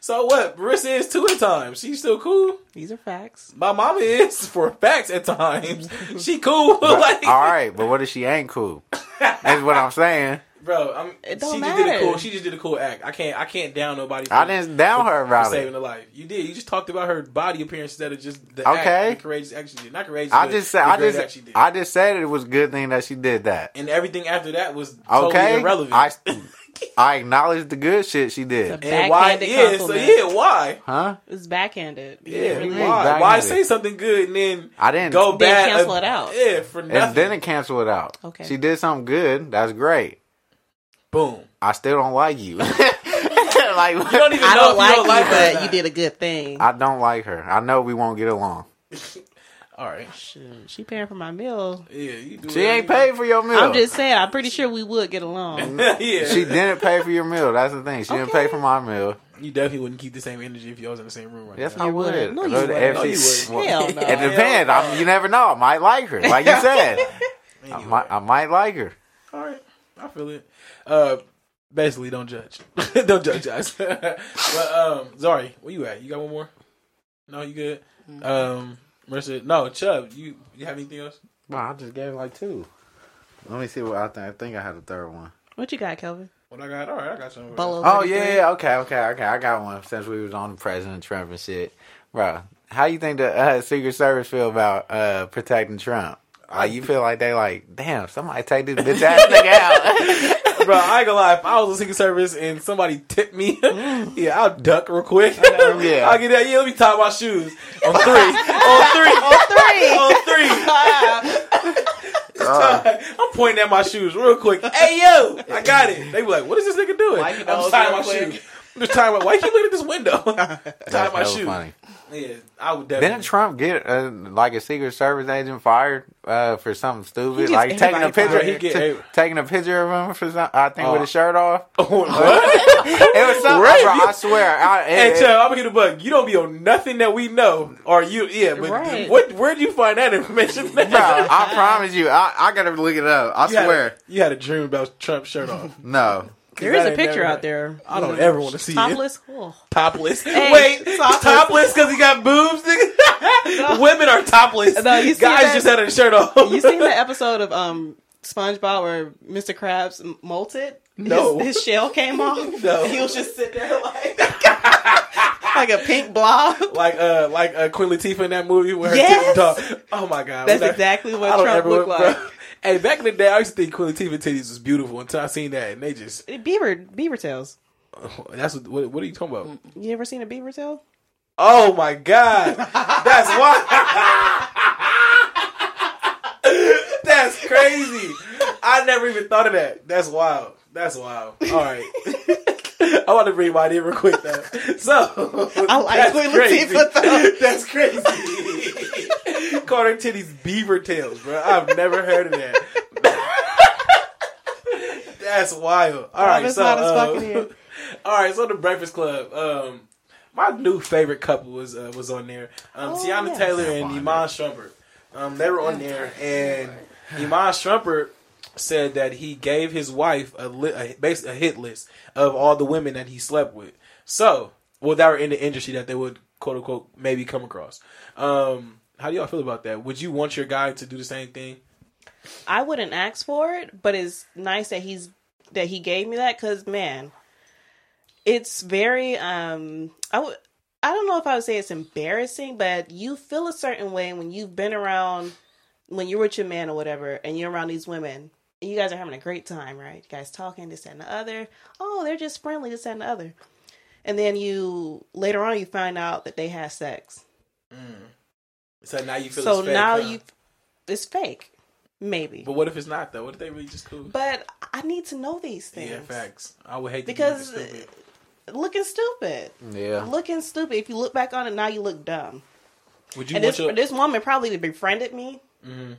Speaker 1: So what? Marissa is two at times. She's still cool.
Speaker 2: These are facts.
Speaker 1: My mama is for facts at times. She cool.
Speaker 3: But-
Speaker 1: like,
Speaker 3: all right, but what if she ain't cool? That's what I'm saying.
Speaker 1: bro, I'm,
Speaker 2: It don't
Speaker 1: she just did a
Speaker 2: matter.
Speaker 1: cool. She just did a cool act. I can't. I can't down nobody. for-
Speaker 3: I didn't down her
Speaker 1: for
Speaker 3: about
Speaker 1: saving
Speaker 3: it.
Speaker 1: a life. You did. You just talked about her body appearance instead of just the
Speaker 3: Okay.
Speaker 1: act, the courageous action she did. Not courageous.
Speaker 3: I
Speaker 1: but
Speaker 3: just said
Speaker 1: the
Speaker 3: I
Speaker 1: great act she
Speaker 3: just
Speaker 1: did.
Speaker 3: I just said it was a good thing that she did that.
Speaker 1: and everything after that was totally
Speaker 3: Okay,
Speaker 1: irrelevant.
Speaker 3: I I acknowledge the good shit she
Speaker 2: It's
Speaker 3: did.
Speaker 2: a-
Speaker 1: And why?
Speaker 2: Backhanded
Speaker 1: Yeah, so
Speaker 2: compliment.
Speaker 1: yeah, why?
Speaker 3: Huh?
Speaker 2: It's backhanded.
Speaker 1: Yeah,
Speaker 3: Really?
Speaker 1: why? Why
Speaker 3: Backhanded.
Speaker 1: say something good and then
Speaker 3: I didn't.
Speaker 1: go
Speaker 2: Then
Speaker 1: bad?
Speaker 2: cancel it out.
Speaker 1: Yeah, for nothing.
Speaker 3: and then it canceled it out.
Speaker 2: Okay.
Speaker 3: She did something good. That's great.
Speaker 1: boom.
Speaker 3: I still don't like you. like
Speaker 1: You don't e- even
Speaker 2: I
Speaker 1: know
Speaker 2: don't
Speaker 1: if
Speaker 2: like
Speaker 1: you
Speaker 2: you,
Speaker 1: don't like her or
Speaker 2: but you
Speaker 1: not.
Speaker 2: did a good thing.
Speaker 3: I don't like her. I know we won't get along.
Speaker 1: All right.
Speaker 2: Shoot, she paying for my meal.
Speaker 1: Yeah, you do.
Speaker 3: She ain't paid for your meal.
Speaker 2: I'm just saying. I'm pretty sure we would get along.
Speaker 1: yeah, she,
Speaker 3: She didn't pay for your meal. That's the thing. She didn't
Speaker 2: Okay.
Speaker 3: pay for my meal.
Speaker 1: you definitely wouldn't keep the same energy if y'all was in the same room right
Speaker 3: Yes,
Speaker 1: now.
Speaker 3: I
Speaker 2: You
Speaker 3: would.
Speaker 2: wouldn't. No, you
Speaker 3: Go to
Speaker 2: wouldn't.
Speaker 3: every-
Speaker 1: No, you wouldn't.
Speaker 2: Hell no.
Speaker 3: It depends. I'm, you never know. I might like her, like you said. I, might, I might like her.
Speaker 1: All right, I feel it. Uh, basically, don't judge. don't judge us. but um, sorry, where you at? You got one more? No, you good? Um, Mercer, no, Chubb, you you have anything else?
Speaker 3: Wow, I just gave like two. Let me see what I think. I think I had a third one.
Speaker 2: What you got, Kelvin?
Speaker 1: What I got? All right, I got something.
Speaker 2: Bolo.
Speaker 3: Oh
Speaker 2: 33?
Speaker 3: yeah, yeah, okay, okay, okay. I got one since we was on President Trump and shit, bro. How you think the uh, Secret Service feel about uh, protecting Trump? Like you feel like they like, damn, somebody take this bitch ass nigga out.
Speaker 1: Bro, I ain't gonna lie. If I was a Secret Service and somebody tipped me, yeah, I'll duck real quick.
Speaker 3: Yeah.
Speaker 1: I'll get that. Mm. Yeah, let me tie my shoes on three, on three, on three, on three. Ah. I'm pointing at my shoes real quick. Hey yo, I got it. They be like, "What is this nigga doing?"
Speaker 4: Why you
Speaker 1: I'm
Speaker 4: nose
Speaker 1: tying my
Speaker 4: real quick?
Speaker 1: shoes. I'm just tying my. Why you keep looking at this window? Tie
Speaker 3: That's
Speaker 1: my
Speaker 3: hella
Speaker 1: shoes.
Speaker 3: funny.
Speaker 1: Yeah, I would definitely.
Speaker 3: Didn't Trump get uh, like a Secret Service agent fired uh, for something stupid,
Speaker 2: gets
Speaker 3: like taking a
Speaker 2: everybody
Speaker 3: picture,
Speaker 1: fired. He get
Speaker 3: t-
Speaker 1: every-
Speaker 3: taking a picture of him for some, I think with
Speaker 1: Oh.
Speaker 3: his shirt off.
Speaker 1: what?
Speaker 3: It was something.
Speaker 1: Right.
Speaker 3: bro, I swear. I, it,
Speaker 1: Hey,
Speaker 3: it-
Speaker 1: Chubb, I'm gonna get a bug. You don't be on nothing that we know, or you? Yeah, but
Speaker 2: Right.
Speaker 1: what? Where'd you find that information?
Speaker 3: bro, I promise you, I, I gotta look it up. I
Speaker 1: You had a-
Speaker 3: swear.
Speaker 1: you had a dream about Trump's shirt off.
Speaker 3: No.
Speaker 2: There is
Speaker 1: I
Speaker 2: a
Speaker 1: ain't
Speaker 2: picture
Speaker 1: never-
Speaker 2: out there.
Speaker 1: I don't ever want to see it.
Speaker 2: Topless. Oh.
Speaker 1: Topless.
Speaker 2: Hey,
Speaker 1: Wait,
Speaker 2: topless.
Speaker 1: topless because he got boobs. Nigga? Women are topless.
Speaker 2: No, you see
Speaker 1: Guys
Speaker 2: that-
Speaker 1: just had a shirt off.
Speaker 2: You seen the episode of um SpongeBob where Mr. Krabs m- molted?
Speaker 1: No.
Speaker 2: His, his shell came off.
Speaker 1: No.
Speaker 2: He was just sitting there like like a pink blob.
Speaker 1: like uh like uh, Queen Latifah in that movie where her
Speaker 2: Yes!
Speaker 1: titties dog. Oh my god,
Speaker 2: That's
Speaker 1: When I-
Speaker 2: exactly
Speaker 1: I
Speaker 2: what
Speaker 1: don't
Speaker 2: Trump
Speaker 1: ever-
Speaker 2: looked
Speaker 1: bro.
Speaker 2: like.
Speaker 1: Hey, back in the day, I used to think Queen Latifah titties was beautiful until I seen that, and they just
Speaker 2: Beaver beaver tails.
Speaker 1: that's what what, what are you talking about?
Speaker 2: You ever seen a beaver tail?
Speaker 1: Oh my god, that's why. that's crazy. I never even thought of that. That's wild. That's wild. All right. I want to bring mine in real quick though. So
Speaker 2: I like
Speaker 1: that's
Speaker 2: Queen
Speaker 1: crazy.
Speaker 2: Latifah, though.
Speaker 1: That's crazy. Carter titties beaver tails, bro. I've never heard of that. That's wild. All right,
Speaker 2: it's
Speaker 1: so
Speaker 2: hot as
Speaker 1: uh,
Speaker 2: fuck in here.
Speaker 1: all right, so the Breakfast Club. Um, my new favorite couple was uh, was on there. Um,
Speaker 2: Oh,
Speaker 1: Tiana
Speaker 2: yes.
Speaker 1: Taylor and Iman Shumpert. Um, they were on there, and Iman Shumpert said that he gave his wife a li- a, bas a hit list of all the women that he slept with. So, well, that were in the industry that they would quote unquote maybe come across. Um, how do y'all feel about that? Would you want your guy to do the same thing?
Speaker 2: I wouldn't ask for it, but it's nice that he's that he gave me that because man, it's very um I would I don't know if I would say it's embarrassing, but you feel a certain way when you've been around when you're with your man or whatever, and you're around these women. And you guys are having a great time, right? You guys talking this that, and the other. Oh, they're just friendly this that, and the other. And then you later on you find out that they had sex
Speaker 1: So now you feel
Speaker 2: so
Speaker 1: it's fake,
Speaker 2: now
Speaker 1: huh?
Speaker 2: you it's fake maybe
Speaker 1: But what if it's not though? What if they really just cool?
Speaker 2: but i need to know these things
Speaker 1: Yeah, facts. I would hate to
Speaker 2: Because-
Speaker 1: because stupid.
Speaker 2: looking stupid
Speaker 1: Mm.
Speaker 3: Yeah.
Speaker 2: looking stupid if you look back on it now you look dumb
Speaker 1: would you
Speaker 2: and
Speaker 1: want
Speaker 2: this,
Speaker 1: your
Speaker 2: this woman probably befriended me
Speaker 1: Mhm.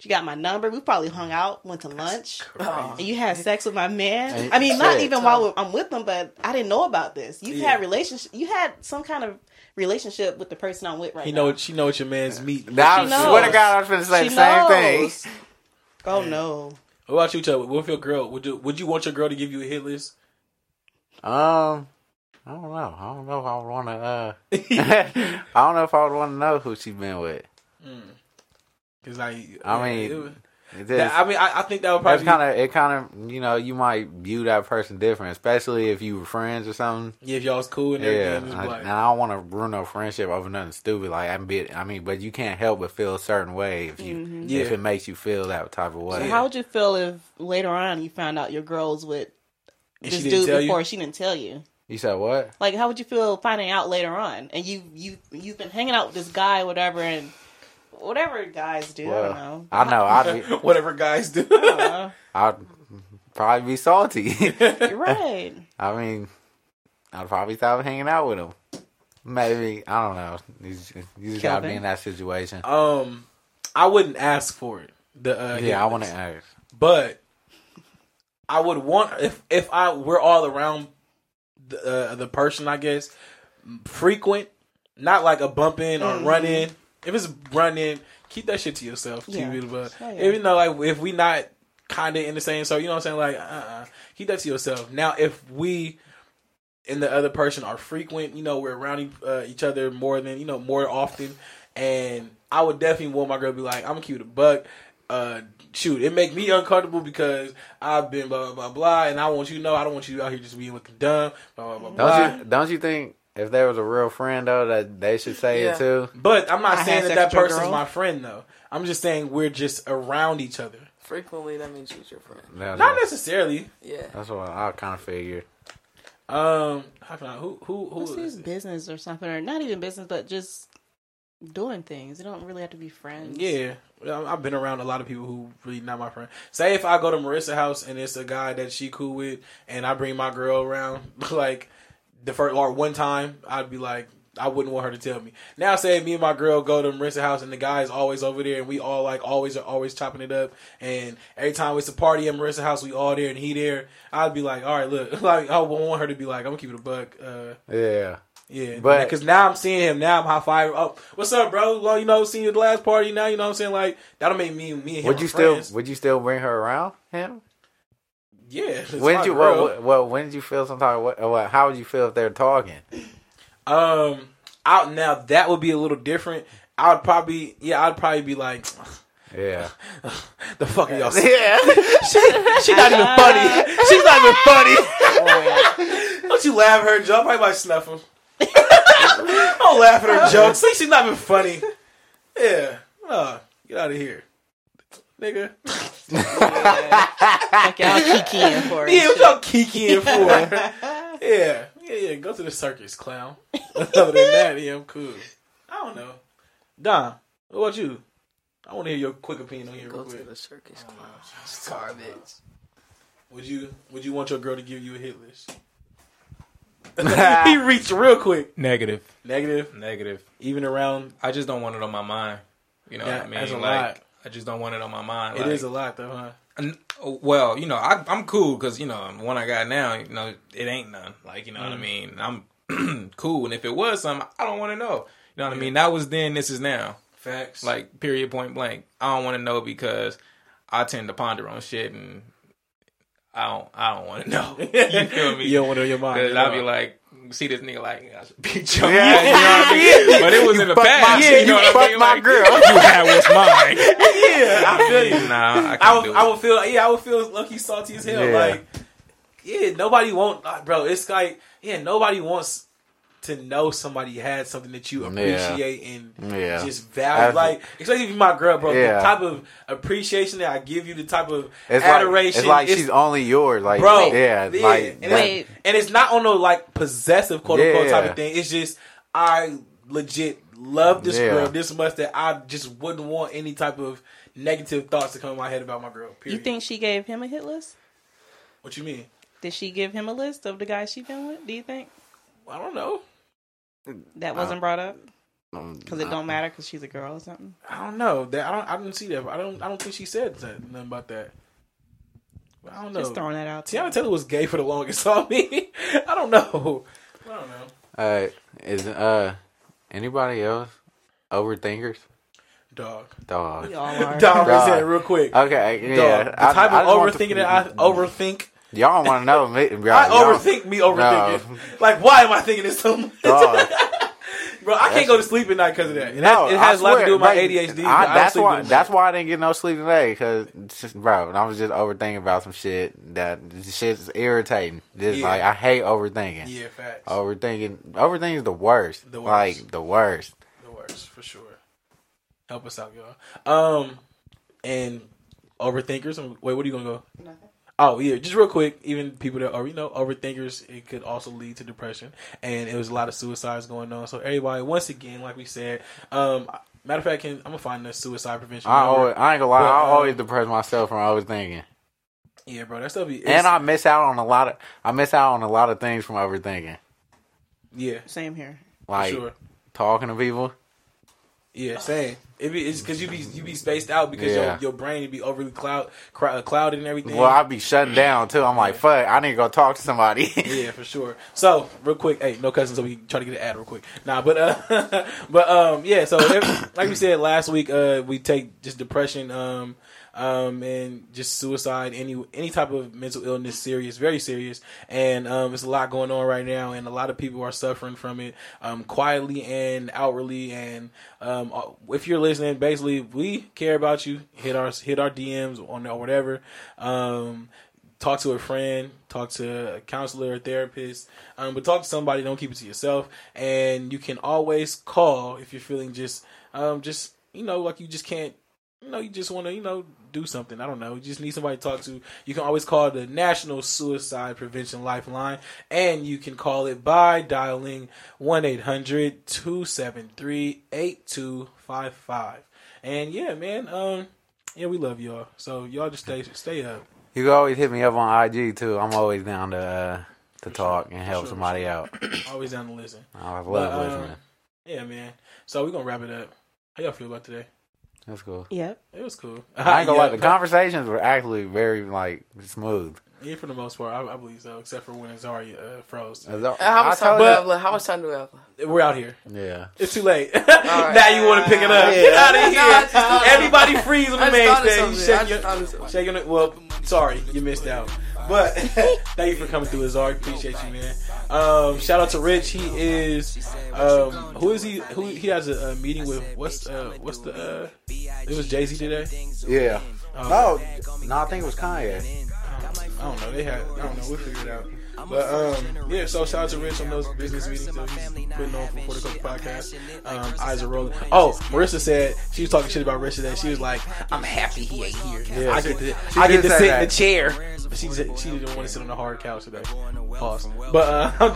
Speaker 2: she got my number we probably hung out went to lunch
Speaker 1: Crazy.
Speaker 2: and you had sex with my man
Speaker 3: And-
Speaker 2: i mean not
Speaker 3: shit.
Speaker 2: even while i'm with them but i didn't know about this you
Speaker 1: Yeah.
Speaker 2: had relationship you had some kind of relationship with the person i'm with right
Speaker 1: He
Speaker 2: now
Speaker 1: know she know what your man's meat.
Speaker 3: Now,
Speaker 2: She
Speaker 3: I swear to
Speaker 2: knows.
Speaker 3: God, I was going to say
Speaker 2: She
Speaker 3: the same thing.
Speaker 2: knows. oh no
Speaker 1: What about you, Chubb? What if your girl would you would you want your girl to give you a hit list?
Speaker 3: Um, I don't know. I don't know if I would want to. Uh, I don't know if I would want to know who she's been with.
Speaker 1: Cause like
Speaker 3: I
Speaker 1: it
Speaker 3: mean,
Speaker 1: would-
Speaker 3: It
Speaker 1: that-
Speaker 3: just-
Speaker 1: I mean, I, I think that would
Speaker 3: that's
Speaker 1: probably
Speaker 3: kind of it. Kind of you know you might view that person different, especially if you were friends or something.
Speaker 1: yeah, if y'all was cool and
Speaker 3: Yeah,
Speaker 1: everything. Yeah,
Speaker 3: I, and I don't want to ruin a friendship over nothing stupid. Like I'm bit. I mean, but you can't help but feel a certain way if you
Speaker 2: Mm-hmm.
Speaker 1: Yeah.
Speaker 3: if it makes you feel that type of way.
Speaker 2: How would you feel if later on you found out your girl's with
Speaker 1: And
Speaker 2: this
Speaker 1: she didn't
Speaker 2: dude
Speaker 1: tell you?
Speaker 2: before. She didn't tell you.
Speaker 3: You said what?
Speaker 2: Like, how would you feel finding out later on? And you you you've been hanging out with this guy, whatever, and whatever guys do. I
Speaker 3: Well,
Speaker 2: don't know.
Speaker 3: I know. I'd be,
Speaker 1: Whatever guys do.
Speaker 2: I don't know.
Speaker 3: I'd probably be salty.
Speaker 2: You're right.
Speaker 3: I mean, I'd probably stop hanging out with him. Maybe I don't know. You just, you just gotta be
Speaker 2: Kelvin?
Speaker 3: in that situation.
Speaker 1: um, I wouldn't ask for it. The uh, hit
Speaker 3: yeah, I
Speaker 1: list.
Speaker 3: want to ask.
Speaker 1: but I would want if if I we're all around the uh, the person, I guess frequent, not like a bump in or
Speaker 2: Mm-hmm.
Speaker 1: run in. If it's run in, keep that shit to yourself.
Speaker 2: Yeah. Oh,
Speaker 1: Keep it, but
Speaker 2: Yeah, yeah.
Speaker 1: even though like if we not kind of in the same, so you know what I'm saying, like uh, uh keep that to yourself. Now if we and the other person are frequent, you know, we're around e- uh, each other more than you know more often, and I would definitely want my girl to be like, I'm gonna cute a buck. Uh, shoot, it make me uncomfortable because I've been blah blah blah blah, and I want you to know I don't want you out here just being looking dumb. Blah blah blah.
Speaker 3: Don't
Speaker 1: blah.
Speaker 3: you? Don't you think if there was a real friend though that they should say
Speaker 4: Yeah.
Speaker 3: it too?
Speaker 1: But I'm not
Speaker 2: I
Speaker 1: saying
Speaker 2: had
Speaker 1: that
Speaker 2: sex
Speaker 1: that
Speaker 2: with your
Speaker 1: person's
Speaker 2: girl.
Speaker 1: my friend though. I'm just saying we're just around each other.
Speaker 4: Frequently, that means she's your friend.
Speaker 3: That's,
Speaker 1: Not
Speaker 3: what,
Speaker 1: necessarily.
Speaker 4: Yeah.
Speaker 3: that's what I kind of figured.
Speaker 1: Um, how can I, who who
Speaker 2: Let's
Speaker 1: who
Speaker 2: use
Speaker 1: is it?
Speaker 2: business or something, or not even business, but just doing things. You don't really have to be friends.
Speaker 1: Yeah, I- I've been around a lot of people who really not my friend. Say if I go to Marissa's house and it's a guy that she cool with, and I bring my girl around, like the first or one time, I'd be like. I wouldn't want her to tell me. Now, say me and my girl go to Marissa's house and the guy's always over there and we all like always are always chopping it up. And every time it's a party at Marissa's house, we all there and he there. I'd be like, all right, look, like I would want her to be like, I'm gonna keep it a buck. Uh,
Speaker 3: Yeah.
Speaker 1: Yeah, but
Speaker 3: But-
Speaker 1: because now I'm seeing him, now I'm high five. Oh, what's up, bro? Well, you know, seeing you at the last party. Now you know what I'm saying. Like that'll make me, me and him.
Speaker 3: Would
Speaker 1: are
Speaker 3: you
Speaker 1: friends.
Speaker 3: still? Would you still bring her around him?
Speaker 1: Yeah. it's
Speaker 3: when
Speaker 1: my
Speaker 3: did you?
Speaker 1: girl.
Speaker 3: Well, what, what, when did you feel some type? of- What, what? How would you feel if they're talking?
Speaker 1: Um, out now that would be a little different. I would probably, yeah, I'd probably be like,
Speaker 3: Yeah.
Speaker 1: the fuck are y'all? saying?
Speaker 3: yeah.
Speaker 1: She's not even funny. She's not even funny. Don't you laugh at her joke? I might snuff him. Don't laugh at her jokes. See, she's not even funny. Yeah. Oh, get out of here, nigga.
Speaker 2: Like y'all kikiing for
Speaker 1: Yeah,
Speaker 2: it.
Speaker 1: what y'all kikiing for? yeah, yeah, yeah. Go to the circus, clown. Other than that, yeah, I'm cool. I don't know. Don, what about you? I want to hear your quick opinion on here.
Speaker 4: Go
Speaker 1: Real
Speaker 4: to
Speaker 1: quick.
Speaker 4: the circus clown. Garbage.
Speaker 1: Would you Would you want your girl to give you a hit list? he reached real quick.
Speaker 5: Negative.
Speaker 1: Negative,
Speaker 5: Negative.
Speaker 1: even around.
Speaker 5: I just don't want it on my mind. You know
Speaker 1: Yeah,
Speaker 5: what I mean?
Speaker 1: that's a
Speaker 5: like,
Speaker 1: lot.
Speaker 5: I just don't want it on my mind.
Speaker 1: It is
Speaker 5: like,
Speaker 1: a lot though, huh?
Speaker 5: N- Well, you know, I, I'm cool because you know the one I got now, you know, it ain't none. Like you know what I mean. I'm cool, and if it was something, I don't want to know. You know what I mean? That was then. This is now.
Speaker 1: Facts.
Speaker 5: Like period, point blank. I don't want to know because I tend to ponder on shit, and I don't. I don't want to know. You feel me?
Speaker 1: you don't want it on your mind.
Speaker 5: Because
Speaker 1: at
Speaker 5: I'll be
Speaker 1: all.
Speaker 5: like, see this nigga like, I should beat your
Speaker 3: Yeah,
Speaker 5: ass, you know what I mean? But it was in the
Speaker 3: fucked my-
Speaker 5: past.
Speaker 1: yeah,
Speaker 5: you know
Speaker 1: you
Speaker 5: what I mean?
Speaker 3: fucked my
Speaker 5: Like,
Speaker 3: girl.
Speaker 5: You had what's mine.
Speaker 1: yeah, I feel you.
Speaker 5: Nah, I can't
Speaker 1: I would,
Speaker 5: do it.
Speaker 1: I would feel yeah, I would feel lucky salty as hell.
Speaker 3: Yeah.
Speaker 1: Like yeah, nobody want uh, bro. It's like yeah, nobody wants to know somebody had something that you appreciate and
Speaker 3: Yeah.
Speaker 1: just value.
Speaker 3: That's-
Speaker 1: like especially if you my girl, bro.
Speaker 3: Yeah.
Speaker 1: The type of appreciation that I give you, the type of
Speaker 3: It's like
Speaker 1: adoration.
Speaker 3: it's like
Speaker 1: it's-
Speaker 3: she's only yours. Like
Speaker 1: Bro, yeah,
Speaker 3: yeah, like
Speaker 1: and
Speaker 3: that-
Speaker 1: it's-
Speaker 2: Wait,
Speaker 1: and it's not on no like possessive quote unquote
Speaker 3: Yeah.
Speaker 1: type of thing. It's just I legit love this
Speaker 3: Yeah.
Speaker 1: girl this much that I just wouldn't want any type of negative thoughts to come in my head about my girl.
Speaker 2: you
Speaker 1: Period.
Speaker 2: think she gave him a hit list?
Speaker 1: what you mean?
Speaker 2: Did she give him a list of the guys she been with? Do you think
Speaker 1: I don't know.
Speaker 3: Uh,
Speaker 2: that wasn't brought up?
Speaker 3: um,
Speaker 2: Because it don't matter because she's a girl or something.
Speaker 1: I don't know. That I don't. I didn't see that. I don't. I don't think she said that, nothing about that. But I don't know.
Speaker 2: Just throwing that out. there.
Speaker 1: Tiana Taylor was gay for the longest. So I mean, I don't know. I don't know.
Speaker 3: Uh, is uh anybody else overthinkers?
Speaker 1: Dog.
Speaker 3: Dog.
Speaker 2: We all are.
Speaker 1: Dog. raise
Speaker 3: Dog.
Speaker 1: your hand real quick.
Speaker 3: Okay,
Speaker 1: Dog.
Speaker 3: yeah.
Speaker 1: The type
Speaker 3: I
Speaker 1: of
Speaker 3: just want
Speaker 1: overthinking
Speaker 3: to-
Speaker 1: that I overthink.
Speaker 3: y'all want to know me. Y'all,
Speaker 1: I
Speaker 3: y'all-
Speaker 1: overthink me overthinking. Like, why am I thinking this so much?
Speaker 3: Dog.
Speaker 1: Bro, I can't go to sleep at night because of that. It
Speaker 3: No,
Speaker 1: has, it has a
Speaker 3: I
Speaker 1: lot to
Speaker 3: swear,
Speaker 1: do with my
Speaker 3: like,
Speaker 1: ADHD.
Speaker 3: I-
Speaker 1: but I don't
Speaker 3: that's
Speaker 1: sleep
Speaker 3: why.
Speaker 1: at night.
Speaker 3: That's why I didn't get no sleep today. Cause it's just, bro, I was just overthinking about some shit that shit's irritating. Just
Speaker 1: Yeah.
Speaker 3: like I hate overthinking.
Speaker 1: yeah, facts.
Speaker 3: Oh, Overthinking. Overthinking is the worst.
Speaker 1: The worst.
Speaker 3: Like the worst.
Speaker 1: The worst, for sure. Help us out, y'all. Um, and overthinkers. Wait, what are you gonna go?
Speaker 2: Nothing.
Speaker 1: Oh yeah, just real quick. Even people that are you know overthinkers, it could also lead to depression, and it was a lot of suicides going on. So everybody, once again, like we said, um, matter of fact, can, I'm gonna find the suicide prevention.
Speaker 3: I
Speaker 1: number.
Speaker 3: always, I ain't gonna lie,
Speaker 1: But,
Speaker 3: I
Speaker 1: um,
Speaker 3: always depress myself from overthinking,
Speaker 1: yeah, bro, that stuff. Be, it's-
Speaker 3: and I miss out on a lot of I miss out on a lot of things from overthinking,
Speaker 1: yeah,
Speaker 2: Same here.
Speaker 3: like
Speaker 1: sure.
Speaker 3: talking to people.
Speaker 1: Yeah, same. It be, it's because you be you be spaced out because
Speaker 3: Yeah.
Speaker 1: your, your brain would be overly cloud cr- clouded and everything.
Speaker 3: Well, I'd be shutting down too. I'm like, fuck, I need to go talk to somebody.
Speaker 1: yeah, for sure. So real quick, hey, no cousins, so we try to get an ad real quick. Nah, but uh, but um, yeah. So if, like we said last week, uh, we take just depression, um, um, and just suicide, any any type of mental illness, serious, very serious, and um, it's a lot going on right now, and a lot of people are suffering from it, um, quietly and outwardly, and um, uh, if you're listening, basically, we care about you. Hit our hit our DMs on or whatever, um talk to a friend, talk to a counselor, a therapist, um, but talk to somebody. Don't keep it to yourself. And you can always call if you're feeling just, um, just you know, like you just can't, you know, you just want to, you know, do something. I don't know. You just need somebody to talk to. You can always call the National Suicide Prevention Lifeline, and you can call it by dialing one 800 273 8255 And yeah, man, um, yeah, we love y'all. So y'all just stay stay up.
Speaker 3: You can always hit me up on IG too. I'm always down to uh, to talk and help
Speaker 1: sure, for
Speaker 3: somebody out.
Speaker 1: Always down to listen.
Speaker 3: I love
Speaker 1: But, um,
Speaker 3: listening.
Speaker 1: Yeah, man. So we're gonna wrap it up. How y'all feel about today?
Speaker 3: That's cool.
Speaker 2: Yep.
Speaker 1: It was cool.
Speaker 3: I ain't gonna lie.
Speaker 1: Yeah,
Speaker 3: The conversations were actually very like smooth.
Speaker 1: Yeah, for the most part, I, I believe so. Except for when Zarya uh, froze.
Speaker 3: As I-
Speaker 4: How
Speaker 3: I
Speaker 4: much time
Speaker 3: told
Speaker 4: do we
Speaker 3: you-
Speaker 4: have left? How much time do we have left?
Speaker 1: We're out here.
Speaker 3: Yeah.
Speaker 1: It's too late. now you want to pick it up?
Speaker 3: Yeah.
Speaker 1: Get out of
Speaker 4: No, I just
Speaker 1: here!
Speaker 4: thought of
Speaker 1: Everybody freeze on the
Speaker 4: I just
Speaker 1: main
Speaker 4: thought
Speaker 1: stage.
Speaker 4: of
Speaker 1: You
Speaker 4: something. I
Speaker 1: Shake
Speaker 4: just thought of
Speaker 1: your,
Speaker 4: something.
Speaker 1: shake your, well, sorry, you missed out. But thank you for coming through, Zarya. Appreciate you, man. Um, shout out to Rich. He is um, who is he? Who he has a, a meeting with? What's uh, what's the? Uh, it was Jay Z today.
Speaker 3: Yeah.
Speaker 1: Um,
Speaker 3: No, no, I think it was Kanye.
Speaker 1: I don't know. They had. I don't know. We'll figure it out. But um, yeah. So shout out to Rich on those business meetings that he's putting on for the Cook podcast. Um, eyes are rolling. Oh, Marissa said she was talking shit about Rich today. She was like, "I'm happy he ain't here.
Speaker 3: Yeah,
Speaker 1: I
Speaker 3: she-
Speaker 1: get to,
Speaker 3: she
Speaker 1: I get
Speaker 3: did
Speaker 1: to
Speaker 3: say
Speaker 1: sit in the
Speaker 3: that.
Speaker 1: chair." But She said she didn't want to sit on the hard couch today. Pause. But uh, I'm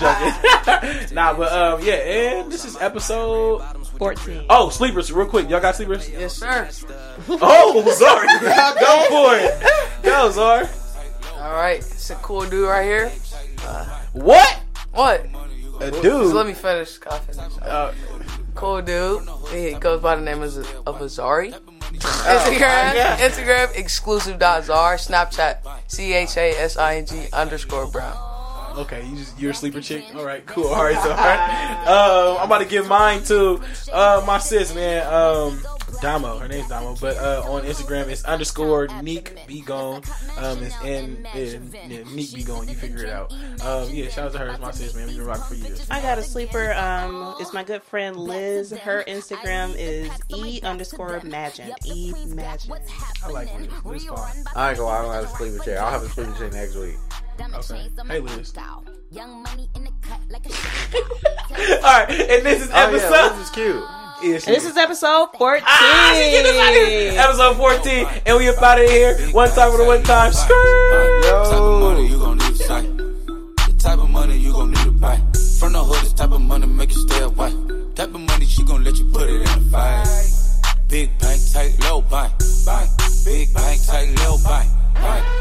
Speaker 1: joking. nah, but um, yeah. And this is episode.
Speaker 2: 14.
Speaker 1: Oh, sleepers. Real quick, y'all got sleepers?
Speaker 4: Yes, sir.
Speaker 1: Oh, sorry. Go for it. Go, Zar.
Speaker 4: All right, it's a cool dude right here.
Speaker 1: What?
Speaker 4: What?
Speaker 1: A
Speaker 4: Just let
Speaker 1: dude.
Speaker 4: me finish. I finish.
Speaker 1: Uh,
Speaker 4: Cool dude. He goes by the name of, of Azari. Instagram, Instagram exclusive dot czar. Snapchat, C H A S I N G underscore Brown.
Speaker 1: Okay, you just, you're a sleeper chick. All right, cool. All right, so all right. Uh, I'm about to give mine to uh, my sis, man. Um, Damo, her name's Damo, but uh, on Instagram it's underscore Neek Be Gone. Um, it's N, N, yeah, Neek Be Gone. You figure it out. Um, yeah, shout out to her, it's my sis, man. We've been rocking for years.
Speaker 2: I got a sleeper. Um, it's my good friend Liz. Her Instagram is e underscore imagine. E imagine.
Speaker 1: I like it. It was fun.
Speaker 3: I ain't gonna lie. I don't have a sleeper chair. I'll have a sleeper chair next week.
Speaker 1: Okay. Hey, Liz.
Speaker 6: Young money in the cut like a
Speaker 1: All right, and this is
Speaker 3: Oh
Speaker 1: episode.
Speaker 3: yeah, this is cute.
Speaker 1: Yeah, she-
Speaker 2: This is episode 14.
Speaker 1: Ah, she get us out of here. Episode 14, and we up out of here. One time with a one time. Skirt.
Speaker 7: Type of money you gon' need to sight. The type of money you gon' need to buy. From the hood, this type of money make you stay away. Type of money she gon' let you put it in a fight. Big bank, tight, low bank. Bank. Big bank, tight, low bank. Bank.